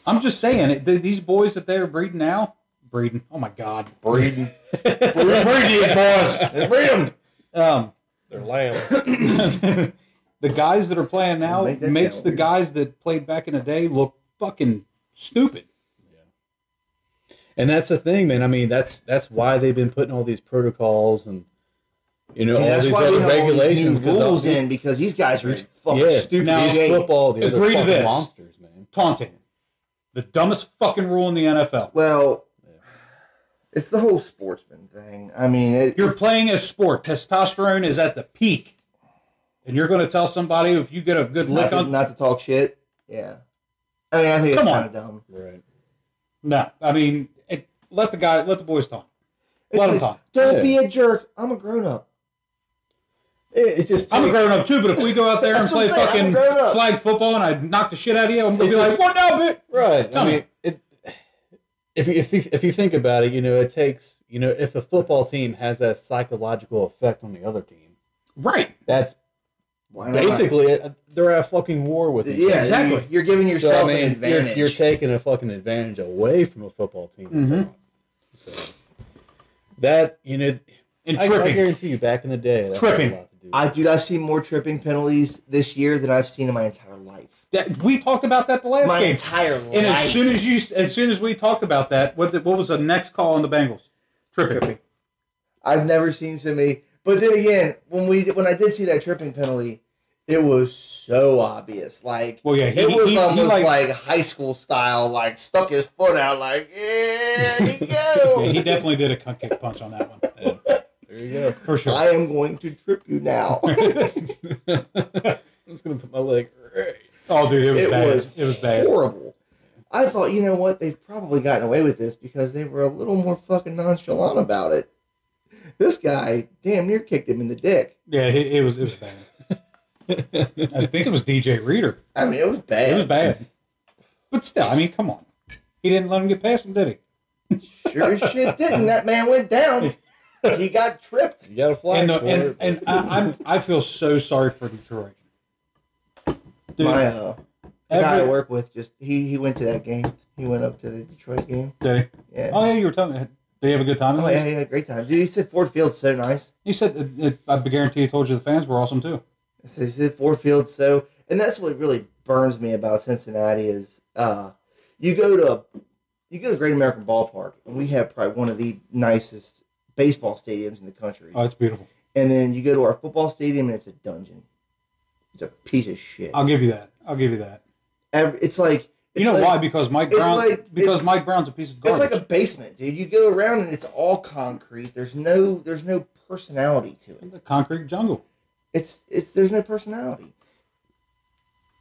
Speaker 1: I'm just saying it- th- these boys that they're breeding now, breeding. Oh my god, breeding. breeding boys.
Speaker 3: Freedom.
Speaker 1: Um,
Speaker 4: They're lambs.
Speaker 1: the guys that are playing now
Speaker 3: Make that
Speaker 1: makes
Speaker 3: count.
Speaker 1: the guys that played back in the day look fucking stupid.
Speaker 2: And that's the thing, man. I mean, that's that's why they've been putting all these protocols and you know
Speaker 3: See,
Speaker 2: all
Speaker 3: that's
Speaker 2: these
Speaker 3: why we
Speaker 2: other
Speaker 3: have
Speaker 2: regulations
Speaker 3: all these new rules
Speaker 2: these-
Speaker 3: in because these guys are
Speaker 2: these-
Speaker 3: fucking
Speaker 2: yeah,
Speaker 3: stupid.
Speaker 1: Now-
Speaker 2: these
Speaker 3: They-
Speaker 2: football, the
Speaker 1: Agree to
Speaker 2: fucking
Speaker 1: this.
Speaker 2: monsters, man.
Speaker 1: Taunting, the dumbest fucking rule in the NFL.
Speaker 3: Well, it's the whole sportsman thing. I mean, it,
Speaker 1: You're playing a sport. Testosterone is at the peak, and you're going to tell somebody if you get a good
Speaker 3: not,
Speaker 1: lick
Speaker 3: to,
Speaker 1: on.
Speaker 3: not to talk shit. Yeah. I mean, I think
Speaker 1: Come
Speaker 3: it's
Speaker 1: on.
Speaker 3: kind of dumb.
Speaker 2: Right.
Speaker 1: No, I mean, it, let the guy, let the boys talk.
Speaker 3: It's
Speaker 1: Let 'em
Speaker 3: like,
Speaker 1: talk.
Speaker 3: Don't
Speaker 2: Yeah.
Speaker 3: be a jerk. I'm a grown up.
Speaker 2: It, it just
Speaker 1: I'm a
Speaker 2: takes-
Speaker 1: grown up too, but if we go out there and
Speaker 3: That's what
Speaker 1: play
Speaker 3: I'm saying, I'm
Speaker 1: fucking
Speaker 3: a grown up.
Speaker 1: flag football and I knock the shit out of you, I'm gonna
Speaker 2: It
Speaker 1: be
Speaker 2: just-
Speaker 1: like, "What now, bitch?"
Speaker 2: Right.
Speaker 1: Tell
Speaker 2: I
Speaker 1: me.
Speaker 2: mean, it, if, you, if, you, if you think about it, you know, it takes, you know, if a football team has that psychological effect on the other team,
Speaker 1: Right.
Speaker 2: that's
Speaker 3: Why not?
Speaker 2: basically it. They're at a fucking war with each
Speaker 3: Yeah,
Speaker 2: other.
Speaker 1: Exactly.
Speaker 3: You're, you're giving
Speaker 2: So,
Speaker 3: yourself
Speaker 2: I mean,
Speaker 3: an
Speaker 2: you're-
Speaker 3: advantage. Mm-hmm.
Speaker 2: You're, taking a fucking advantage away from a football team. that's
Speaker 1: Mhm.
Speaker 2: on. So that, you know,
Speaker 1: And
Speaker 2: I, I
Speaker 1: tripping.
Speaker 2: guarantee you back in the day, that
Speaker 1: Tripping.
Speaker 2: Had a lot to do with
Speaker 3: I dude, I've seen more tripping penalties this year than I've seen in my entire life.
Speaker 1: That- we talked about that the last
Speaker 3: my
Speaker 1: game.
Speaker 3: entire life.
Speaker 1: And as soon as you, as soon as we talked about that, what the, what was the next call on the Bengals? Tripping.
Speaker 3: tripping. I've never seen so many. But then again, when we when I did see that tripping penalty, it was so obvious. Like
Speaker 1: Well, yeah, he-
Speaker 3: it was
Speaker 1: he- he,
Speaker 3: almost
Speaker 1: like-
Speaker 3: like, high school style. Like stuck his foot out. Like yeah, he go.
Speaker 1: Yeah, he definitely did a cunt kick punch on that one
Speaker 2: it. There you go.
Speaker 1: for sure.
Speaker 3: I am going to trip you now.
Speaker 2: I'm just gonna put my leg. Right.
Speaker 1: oh, dude, it was
Speaker 3: it
Speaker 1: bad.
Speaker 3: was
Speaker 1: it was bad.
Speaker 3: horrible. I thought, you know what? They've probably gotten away with this because they were a little more fucking nonchalant about it. This guy damn near kicked him in the dick.
Speaker 1: Yeah, it, it was. It was bad. I think it was DJ Reader.
Speaker 3: I mean, it was bad.
Speaker 1: It was bad. But still, I mean, come on. He didn't let him get past him, did he?
Speaker 3: Sure as shit didn't. That man went down. He got tripped.
Speaker 2: You got to fly
Speaker 1: and
Speaker 2: for
Speaker 1: the, and,
Speaker 2: it.
Speaker 1: and I, I'm I feel so sorry for Detroit. Dude,
Speaker 3: My uh, the guy I
Speaker 1: every-
Speaker 3: work with just he he went to that game. He went up to the Detroit game.
Speaker 1: did he-
Speaker 3: Yeah.
Speaker 1: Oh yeah, you were telling me. Did he have a good time? in
Speaker 3: Oh,
Speaker 1: this?
Speaker 3: yeah, he had a great time, dude. He said Ford Field's so nice.
Speaker 1: He said, uh, uh, "I guarantee he told you the fans were awesome too."
Speaker 3: So he said Ford Field. So, and that's what really burns me about Cincinnati is, uh, you go to, you go to Great American Ballpark, and we have probably one of the nicest baseball stadiums in the country.
Speaker 1: Oh, it's beautiful.
Speaker 3: and then you go to our football stadium, and it's a dungeon. It's a piece of shit.
Speaker 1: I'll give you that. I'll give you that.
Speaker 3: Every, it's like
Speaker 1: You know why? Because Mike
Speaker 3: it's
Speaker 1: Brown.
Speaker 3: like-
Speaker 1: because
Speaker 3: it-
Speaker 1: Mike Brown's a piece of
Speaker 3: It's
Speaker 1: garbage.
Speaker 3: like a basement, dude. You go around, and it's all concrete. There's no, there's no personality to it.
Speaker 1: The concrete jungle.
Speaker 3: It's it's there's no personality,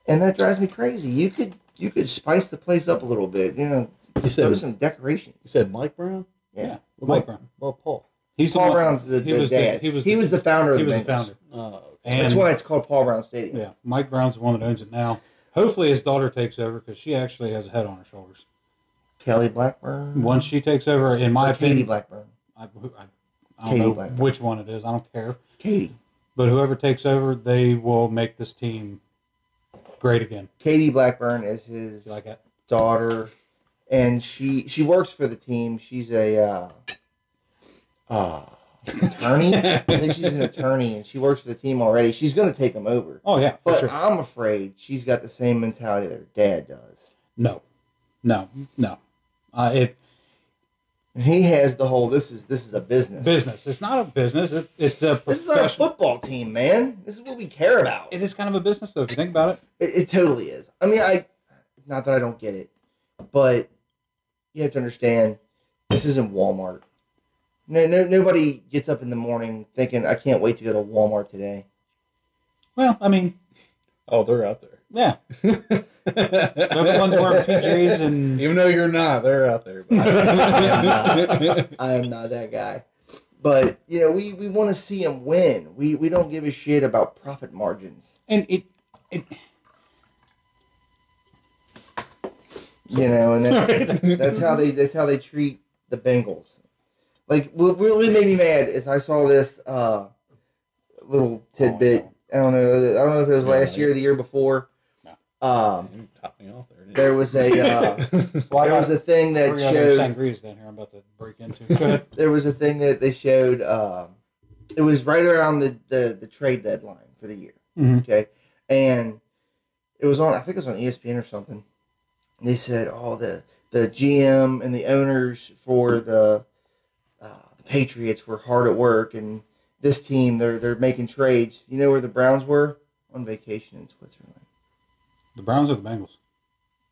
Speaker 3: and that drives me crazy. You could you could spice the place up a little bit, you know.
Speaker 2: you
Speaker 3: Throw
Speaker 2: said
Speaker 3: some decorations.
Speaker 2: you said Mike Brown.
Speaker 3: Yeah.
Speaker 1: Yeah, Mike Brown.
Speaker 2: Well, Paul.
Speaker 1: He's
Speaker 3: Paul
Speaker 1: the one,
Speaker 3: Brown's the,
Speaker 1: he
Speaker 3: the
Speaker 1: was the-
Speaker 3: dad.
Speaker 1: he was
Speaker 3: he
Speaker 1: the-
Speaker 3: was the founder of
Speaker 1: He
Speaker 3: the
Speaker 1: was the
Speaker 3: Bengals.
Speaker 1: founder.
Speaker 3: Uh,
Speaker 2: Oh,
Speaker 1: And
Speaker 3: That's why it's called Paul Brown Stadium.
Speaker 1: yeah, Mike Brown's the one that owns it now. Hopefully, his daughter takes over because she actually has a head on her shoulders.
Speaker 3: Kelly Blackburn.
Speaker 1: Once she takes over, in my
Speaker 3: Or Katie
Speaker 1: opinion,
Speaker 3: Blackburn.
Speaker 1: I, who- I, I don't
Speaker 3: Katie
Speaker 1: know
Speaker 3: Blackburn.
Speaker 1: which one it is. I don't care.
Speaker 3: It's Katie.
Speaker 1: But whoever takes over, they will make this team great again.
Speaker 3: Katie Blackburn is his
Speaker 1: You like that?
Speaker 3: daughter, and she she works for the team. She's a uh, uh, attorney. I think she's an attorney, and she works for the team already. She's going to take him over,
Speaker 1: Oh yeah, for
Speaker 3: but
Speaker 1: sure.
Speaker 3: I'm afraid she's got the same mentality that her dad does.
Speaker 1: No, no, no. Uh, it
Speaker 3: And he has the whole this is this is a business.
Speaker 1: business. It's not a business. It, it's a
Speaker 3: This is our
Speaker 1: professional.
Speaker 3: football team, man. This is what we care about. It,
Speaker 1: It is kind of a business, though. If you think about it,
Speaker 3: it totally is. I mean, I not that I don't get it, but you have to understand this isn't Walmart. No, no, nobody gets up in the morning thinking I can't wait to go to Walmart today.
Speaker 1: well, I mean,
Speaker 2: oh, they're out there.
Speaker 1: yeah, they're the ones wearing PJs and
Speaker 2: Even though you're not, they're out there. but-
Speaker 3: I am not that guy. But you know, we, we want to see him win. We we don't give a shit about profit margins.
Speaker 1: and it. it
Speaker 3: you know, and that's that's how they that's how they treat the Bengals. Like, what really made me mad is I saw this uh, little tidbit.
Speaker 1: Oh,
Speaker 3: I don't know. I don't know if it was
Speaker 2: Yeah,
Speaker 3: last
Speaker 2: yeah.
Speaker 3: year, or the year before. Um,
Speaker 2: You top me off there. didn't
Speaker 3: there was a uh,
Speaker 1: well, I
Speaker 3: there
Speaker 1: got,
Speaker 3: was a thing that
Speaker 1: three other
Speaker 3: showed
Speaker 1: sangrias down here. I'm about to break into. Go ahead.
Speaker 3: there was a thing that they showed um, it was right around the, the the trade deadline for the year.
Speaker 1: Mhm.
Speaker 3: Okay, and it was on. I think it was on E ESPN or something. And they said, "Oh, the the GM and the owners for the uh, the Patriots were hard at work, and this team they're they're making trades. You know where the Browns were on vacation in Switzerland."
Speaker 1: The Browns or the Bengals?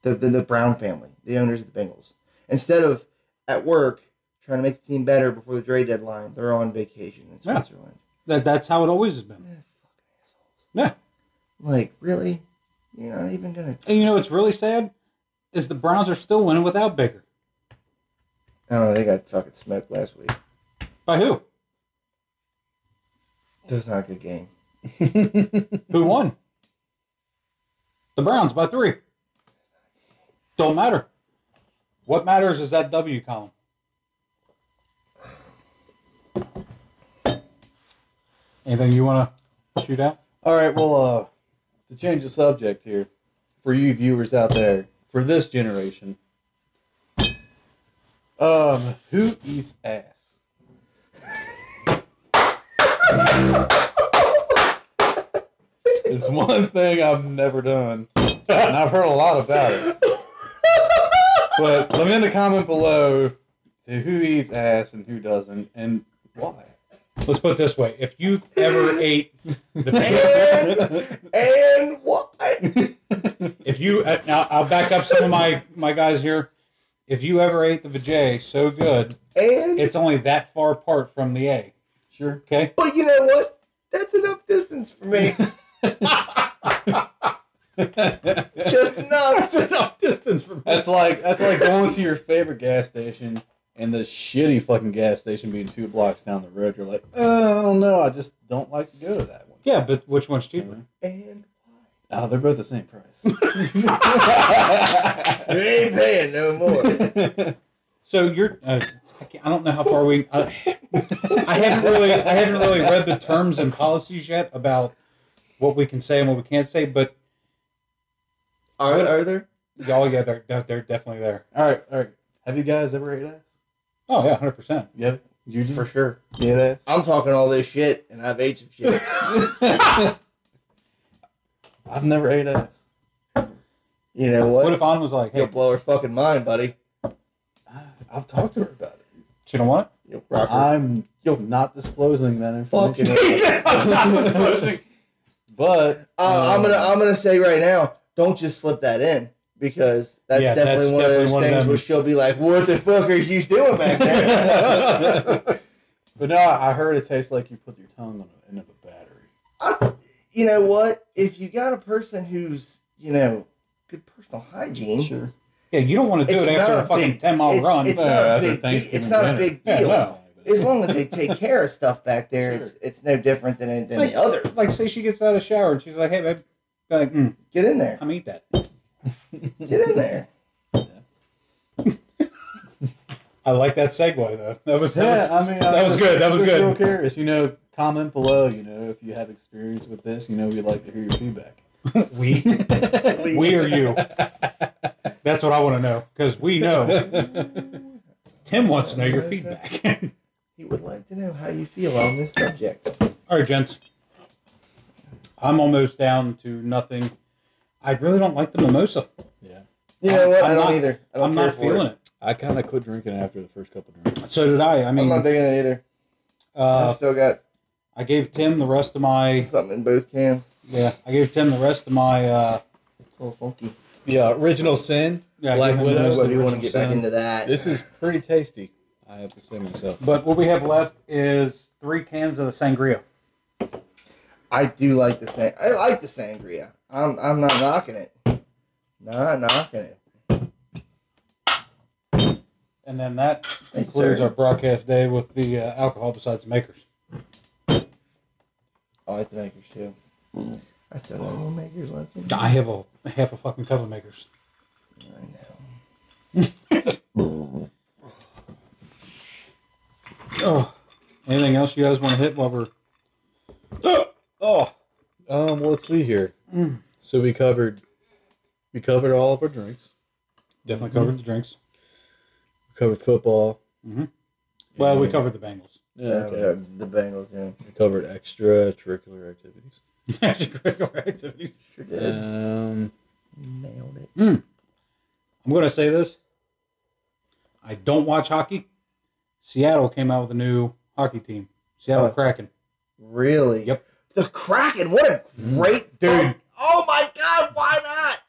Speaker 3: the, the, the Brown family, the owners of the Bengals. Instead of at work trying to make the team better before the trade deadline, they're on vacation in
Speaker 1: Yeah.
Speaker 3: Switzerland.
Speaker 1: That, that's how it always has
Speaker 3: Yeah.
Speaker 1: been.
Speaker 3: fucking assholes.
Speaker 1: Yeah.
Speaker 3: Like, really? You're not even going to.
Speaker 1: And you know what's really sad is the Browns are still winning without Baker.
Speaker 3: I don't know. They got fucking smoked last week.
Speaker 1: By who?
Speaker 3: That was not a good game.
Speaker 1: Who won? The Browns by three. Don't matter. What matters is that W column. Anything you want to shoot out?
Speaker 2: All right, well, uh, to change the subject here, for you viewers out there, for this generation, um, who eats ass? it's one thing I've never done, and I've heard a lot about it. But let me in the comment below to who eats ass and who doesn't, and why.
Speaker 1: Let's put it this way: if you ever ate the
Speaker 3: And, and why?
Speaker 1: If you uh, now, I'll back up some of my my guys here. If you ever ate the vajay so good,
Speaker 3: And.
Speaker 1: it's only that far apart from the A.
Speaker 2: Sure.
Speaker 1: Okay,
Speaker 3: but you know what? That's enough distance for me. Just enough.
Speaker 1: enough distance from
Speaker 2: That's like that's like going to your favorite gas station and the shitty fucking gas station being two blocks down the road. You're like, uh, I don't know, I just don't like to go to that one.
Speaker 1: Yeah, but which one's cheaper?
Speaker 3: And.
Speaker 2: Oh, they're both the same price.
Speaker 3: You ain't paying no more.
Speaker 1: So you're. Uh, I, can't, I don't know how far we. I, I haven't really. I haven't really read the terms and policies yet about what we can say and what we can't say. But
Speaker 3: Are, are there?
Speaker 1: y'all, yeah, they're they're definitely there.
Speaker 2: all right, all right. Have you guys ever ate ass?
Speaker 1: Oh yeah, hundred percent.
Speaker 2: Yep. You did?
Speaker 3: For sure.
Speaker 2: You ate ass?
Speaker 3: I'm talking all this shit, and I've ate some shit.
Speaker 2: I've never ate ass.
Speaker 3: You know what?
Speaker 1: What if Ann was like,
Speaker 3: You'll
Speaker 1: "Hey,
Speaker 3: blow her fucking mind, buddy.
Speaker 2: I've talked to her about it.
Speaker 1: she don't want it."
Speaker 3: You'll rock her.
Speaker 2: I'm not disclosing that
Speaker 3: Fucking
Speaker 2: information.
Speaker 3: Jesus, I'm not disclosing.
Speaker 2: But
Speaker 3: Uh, I'm
Speaker 2: um,
Speaker 3: gonna, I'm gonna say right now, don't just slip that in because that's
Speaker 1: Yeah,
Speaker 3: definitely
Speaker 1: that's
Speaker 3: one
Speaker 1: definitely
Speaker 3: of those
Speaker 1: one of
Speaker 3: things
Speaker 1: them.
Speaker 3: where she'll be like, "What the fuck are you doing back there?"
Speaker 2: but no, I heard it tastes like you put your tongue on the end of a battery.
Speaker 3: I- you know what? If you got a person who's, you know, good personal hygiene,
Speaker 2: Sure.
Speaker 1: Yeah, you don't want to do
Speaker 3: It's
Speaker 1: it after
Speaker 3: not
Speaker 1: a
Speaker 3: a
Speaker 1: fucking
Speaker 3: big-
Speaker 1: ten mile
Speaker 3: it-
Speaker 1: run.
Speaker 3: it's
Speaker 1: but-
Speaker 3: not a
Speaker 2: after
Speaker 3: big deal- it's
Speaker 2: Thanksgiving
Speaker 3: not a
Speaker 2: dinner.
Speaker 3: big
Speaker 2: Yeah,
Speaker 3: deal.
Speaker 2: no.
Speaker 3: as long as they take care of stuff back there,
Speaker 2: Sure.
Speaker 3: it's it's no different than than
Speaker 1: Like-
Speaker 3: the other.
Speaker 1: Like, say she gets out of the shower and she's like, "Hey, babe," Be like, mm,
Speaker 3: Get in there.
Speaker 1: "I'm eat that."
Speaker 3: Get in there.
Speaker 1: I like that segue though. That was that
Speaker 2: Yeah,
Speaker 1: was
Speaker 2: I mean,
Speaker 1: that was good, that was good.
Speaker 2: Real curious, you know. Comment below, you know, if you have experience with this. You know, we'd like to hear your feedback.
Speaker 1: we we or you that's what i want to know because we know tim wants to know your feedback
Speaker 3: He would like to know how you feel on this subject.
Speaker 1: all right gents i'm almost down to nothing i really don't like the mimosa
Speaker 2: Yeah,
Speaker 3: You know
Speaker 1: I'm-
Speaker 3: what?
Speaker 1: I'm
Speaker 3: I don't
Speaker 1: not-
Speaker 3: either. I don't
Speaker 1: i'm
Speaker 3: care
Speaker 1: not
Speaker 3: for
Speaker 1: feeling
Speaker 3: it.
Speaker 1: it.
Speaker 2: I kind of quit drinking after the first couple drinks.
Speaker 1: so did i i
Speaker 3: I'm
Speaker 1: mean
Speaker 3: not digging it either. I
Speaker 1: uh,
Speaker 3: still got
Speaker 1: i gave tim the rest of my
Speaker 3: something in both cans.
Speaker 1: yeah i gave tim the rest of my uh
Speaker 3: It's a little funky.
Speaker 2: Yeah, uh, original sin.
Speaker 1: yeah, I
Speaker 2: Black
Speaker 1: gave him the
Speaker 2: Widow.
Speaker 1: rest of
Speaker 3: Nobody
Speaker 1: the
Speaker 3: want to
Speaker 1: original
Speaker 3: get back
Speaker 1: sin.
Speaker 3: into that.
Speaker 2: This is pretty tasty. I have to say myself.
Speaker 1: but what we have left is three cans of the sangria
Speaker 3: I do like the sang. I like the sangria. I'm I'm not knocking it. Not knocking it.
Speaker 1: and then that
Speaker 3: you,
Speaker 1: concludes
Speaker 3: sir.
Speaker 1: our broadcast day with the uh, alcohol besides makers
Speaker 3: I like the makers too. I still got more makers left. in me.
Speaker 1: I have a half a fucking cup of makers.
Speaker 3: I know.
Speaker 1: Oh, anything else you guys want to hit while we're? Oh, oh.
Speaker 2: Um, let's see here. So we covered, we covered all of our drinks.
Speaker 1: definitely covered the drinks.
Speaker 2: We covered football.
Speaker 1: Well, we
Speaker 2: Yeah.
Speaker 1: covered the Bengals.
Speaker 2: Yeah, okay.
Speaker 3: Um, the Bengals. Yeah.
Speaker 2: We covered extracurricular activities.
Speaker 1: Extracurricular activities.
Speaker 3: Sure did.
Speaker 2: Um,
Speaker 3: Nailed it.
Speaker 1: I'm going to say this. I don't watch hockey. Seattle came out with a new hockey team. Seattle
Speaker 3: Oh.
Speaker 1: Kraken.
Speaker 3: Really?
Speaker 1: Yep.
Speaker 3: The Kraken. What a great
Speaker 1: Dude.
Speaker 3: Oh my God! Why not?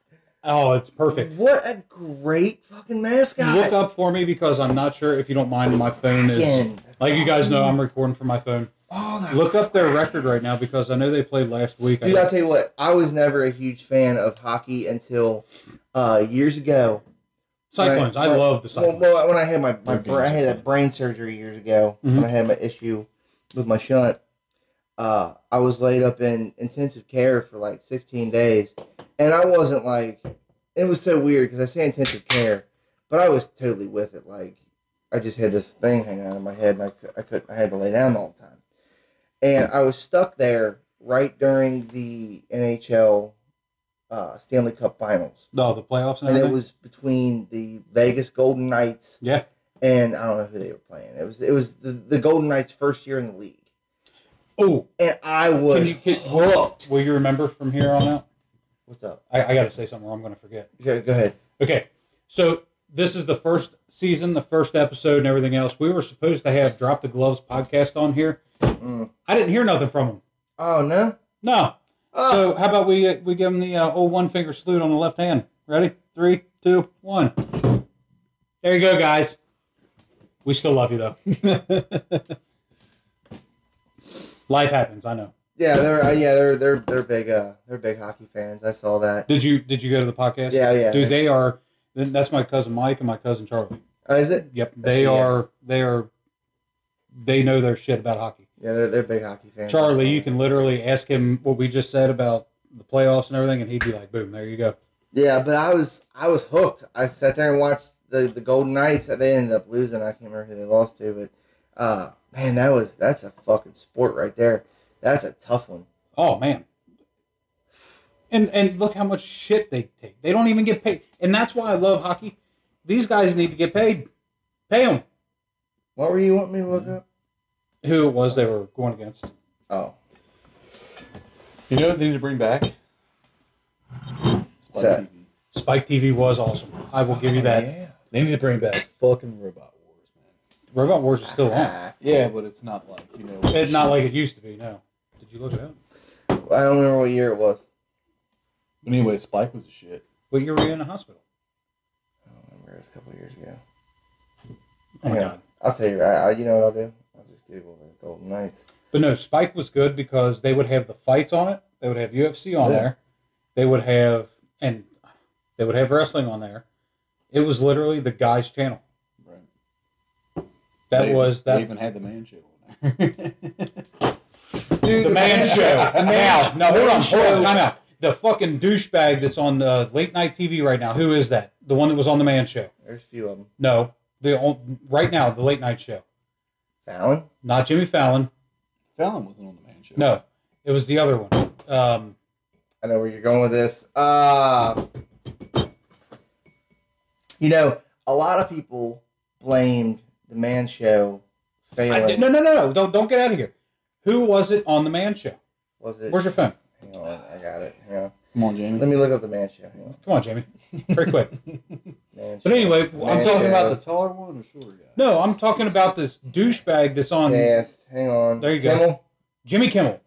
Speaker 1: Oh, it's perfect.
Speaker 3: What a great fucking mascot.
Speaker 1: Look up for me because I'm not sure if you don't mind. My phone is
Speaker 3: Kraken.
Speaker 1: like you guys know. I'm recording from my phone.
Speaker 3: Oh, the
Speaker 1: Look up their record right now because I know they played last week. I
Speaker 3: Dude,
Speaker 1: know-
Speaker 3: I'll tell you what, I was never a huge fan of hockey until uh, years ago.
Speaker 1: Cyclones. I
Speaker 3: Right.
Speaker 1: love the
Speaker 3: Well,
Speaker 1: Cyclones.
Speaker 3: well, when I had my, my
Speaker 2: Okay.
Speaker 3: bra- I had that brain surgery years ago
Speaker 1: Mhm.
Speaker 3: when I had my issue with my shunt. Uh, I was laid up in intensive care for like 16 days, and I wasn't like it was so weird because I say intensive care, but I was totally with it. Like I just had this thing hanging out of my head, and I, cou- I couldn't. I had to lay down all the time, and I was stuck there right during the NHL uh, Stanley Cup Finals
Speaker 1: No, the playoffs and
Speaker 3: and it
Speaker 1: everything.
Speaker 3: was between the Vegas Golden Knights.
Speaker 1: Uh-huh. Yeah.
Speaker 3: And I don't know who they were playing. It was it was the, the Golden Knights' first year in the league,
Speaker 1: oh,
Speaker 3: and I was
Speaker 1: you get-
Speaker 3: hooked.
Speaker 1: will you remember from here on out?
Speaker 3: What's up?
Speaker 1: I, I got to say something or I'm going to forget.
Speaker 3: Okay, go ahead.
Speaker 1: Okay, so this is the first season, the first episode, and everything else. We were supposed to have Drop the Gloves podcast on here.
Speaker 3: Mm.
Speaker 1: I didn't hear nothing from them.
Speaker 3: Oh no!
Speaker 1: No.
Speaker 3: Oh,
Speaker 1: So how about we uh, we give them the uh, old one finger salute on the left hand? Ready? Three, two, one. There you go, guys. We still love you though. Life happens. I know.
Speaker 3: yeah, they're uh, yeah they're they're they're big uh they're big hockey fans. I saw that.
Speaker 1: Did you did you go to the podcast?
Speaker 3: Yeah, yeah.
Speaker 1: Dude, they are. then That's my cousin Mike and my cousin Charlie.
Speaker 3: Oh, is it?
Speaker 1: Yep,
Speaker 3: That's
Speaker 1: they
Speaker 3: it, yeah.
Speaker 1: are. They are. They know their shit about hockey.
Speaker 3: Yeah, they're they're big hockey fans.
Speaker 1: Charlie, you
Speaker 3: I saw
Speaker 1: can literally ask him what we just said about the playoffs and everything, and he'd be like, "Boom, there you go."
Speaker 3: that. Yeah, but I was I was hooked. I sat there and watched the the Golden Knights. They ended up losing. I can't remember who they lost to, but uh man, that was that's a fucking sport right there. That's a tough one.
Speaker 1: Oh man. And and look how much shit they take. They don't even get paid, and that's why I love hockey. These guys need to get paid. Pay them.
Speaker 3: What were you wanting me to look up?
Speaker 1: Who it was they were going against?
Speaker 3: Oh,
Speaker 2: you know what they need to bring back? Spike
Speaker 3: that?
Speaker 2: TV.
Speaker 1: Spike TV was awesome. I will give you that.
Speaker 3: yeah.
Speaker 2: They need to bring back fucking Robot Wars, man.
Speaker 1: Robot Wars is still on.
Speaker 2: Yeah, but it's not like, you know.
Speaker 1: It's not like it used to be. No. Did you look it up?
Speaker 3: I don't remember what year it was.
Speaker 2: But anyway, Spike was a shit.
Speaker 1: What year were you in the hospital?
Speaker 3: I don't remember. It was a couple of years ago.
Speaker 1: Oh my
Speaker 3: Yeah.
Speaker 1: god.
Speaker 3: I'll tell you. I, I, you know what I'll do? I'll just Google the Golden Knights.
Speaker 1: But no, Spike was good because they would have the fights on it. They would have UFC on
Speaker 3: Yeah.
Speaker 1: there. They would have and they would have wrestling on there. It was literally the guys' channel.
Speaker 2: Right.
Speaker 1: That
Speaker 2: They-
Speaker 1: was
Speaker 2: They
Speaker 1: that
Speaker 2: even had the man show on there.
Speaker 3: Dude,
Speaker 1: the man show. now, now hold on, hold on, time out. The fucking douchebag that's on the late night TV right now. Who is that? The one that was on the man show?
Speaker 3: There's a few of them.
Speaker 1: No, the on- right now the late night show.
Speaker 3: Fallon.
Speaker 1: Not Jimmy Fallon.
Speaker 2: Fallon wasn't on the man show.
Speaker 1: No, it was the other one. Um,
Speaker 3: I know where you're going with this. Uh, you know, a lot of people blamed the Man Show
Speaker 1: I,
Speaker 3: failing.
Speaker 1: no, no, no, no. Don't don't get out of here. Who was it on the man show?
Speaker 3: Was it?
Speaker 1: Where's your phone?
Speaker 3: Hang on, I got it. Hang on.
Speaker 2: Come on, Jamie.
Speaker 3: Let me look up the Man Show. Hang on.
Speaker 1: Come on, Jamie. Very quick.
Speaker 3: Man
Speaker 1: But
Speaker 3: Show.
Speaker 1: anyway,
Speaker 3: Man
Speaker 1: I'm
Speaker 2: I'm talking
Speaker 3: Show.
Speaker 2: about the taller one or shorter guy?
Speaker 1: No, I'm talking about this douchebag that's on
Speaker 3: Yes, hang on.
Speaker 1: um, There you go.
Speaker 3: Kimmel?
Speaker 1: Jimmy Kimmel.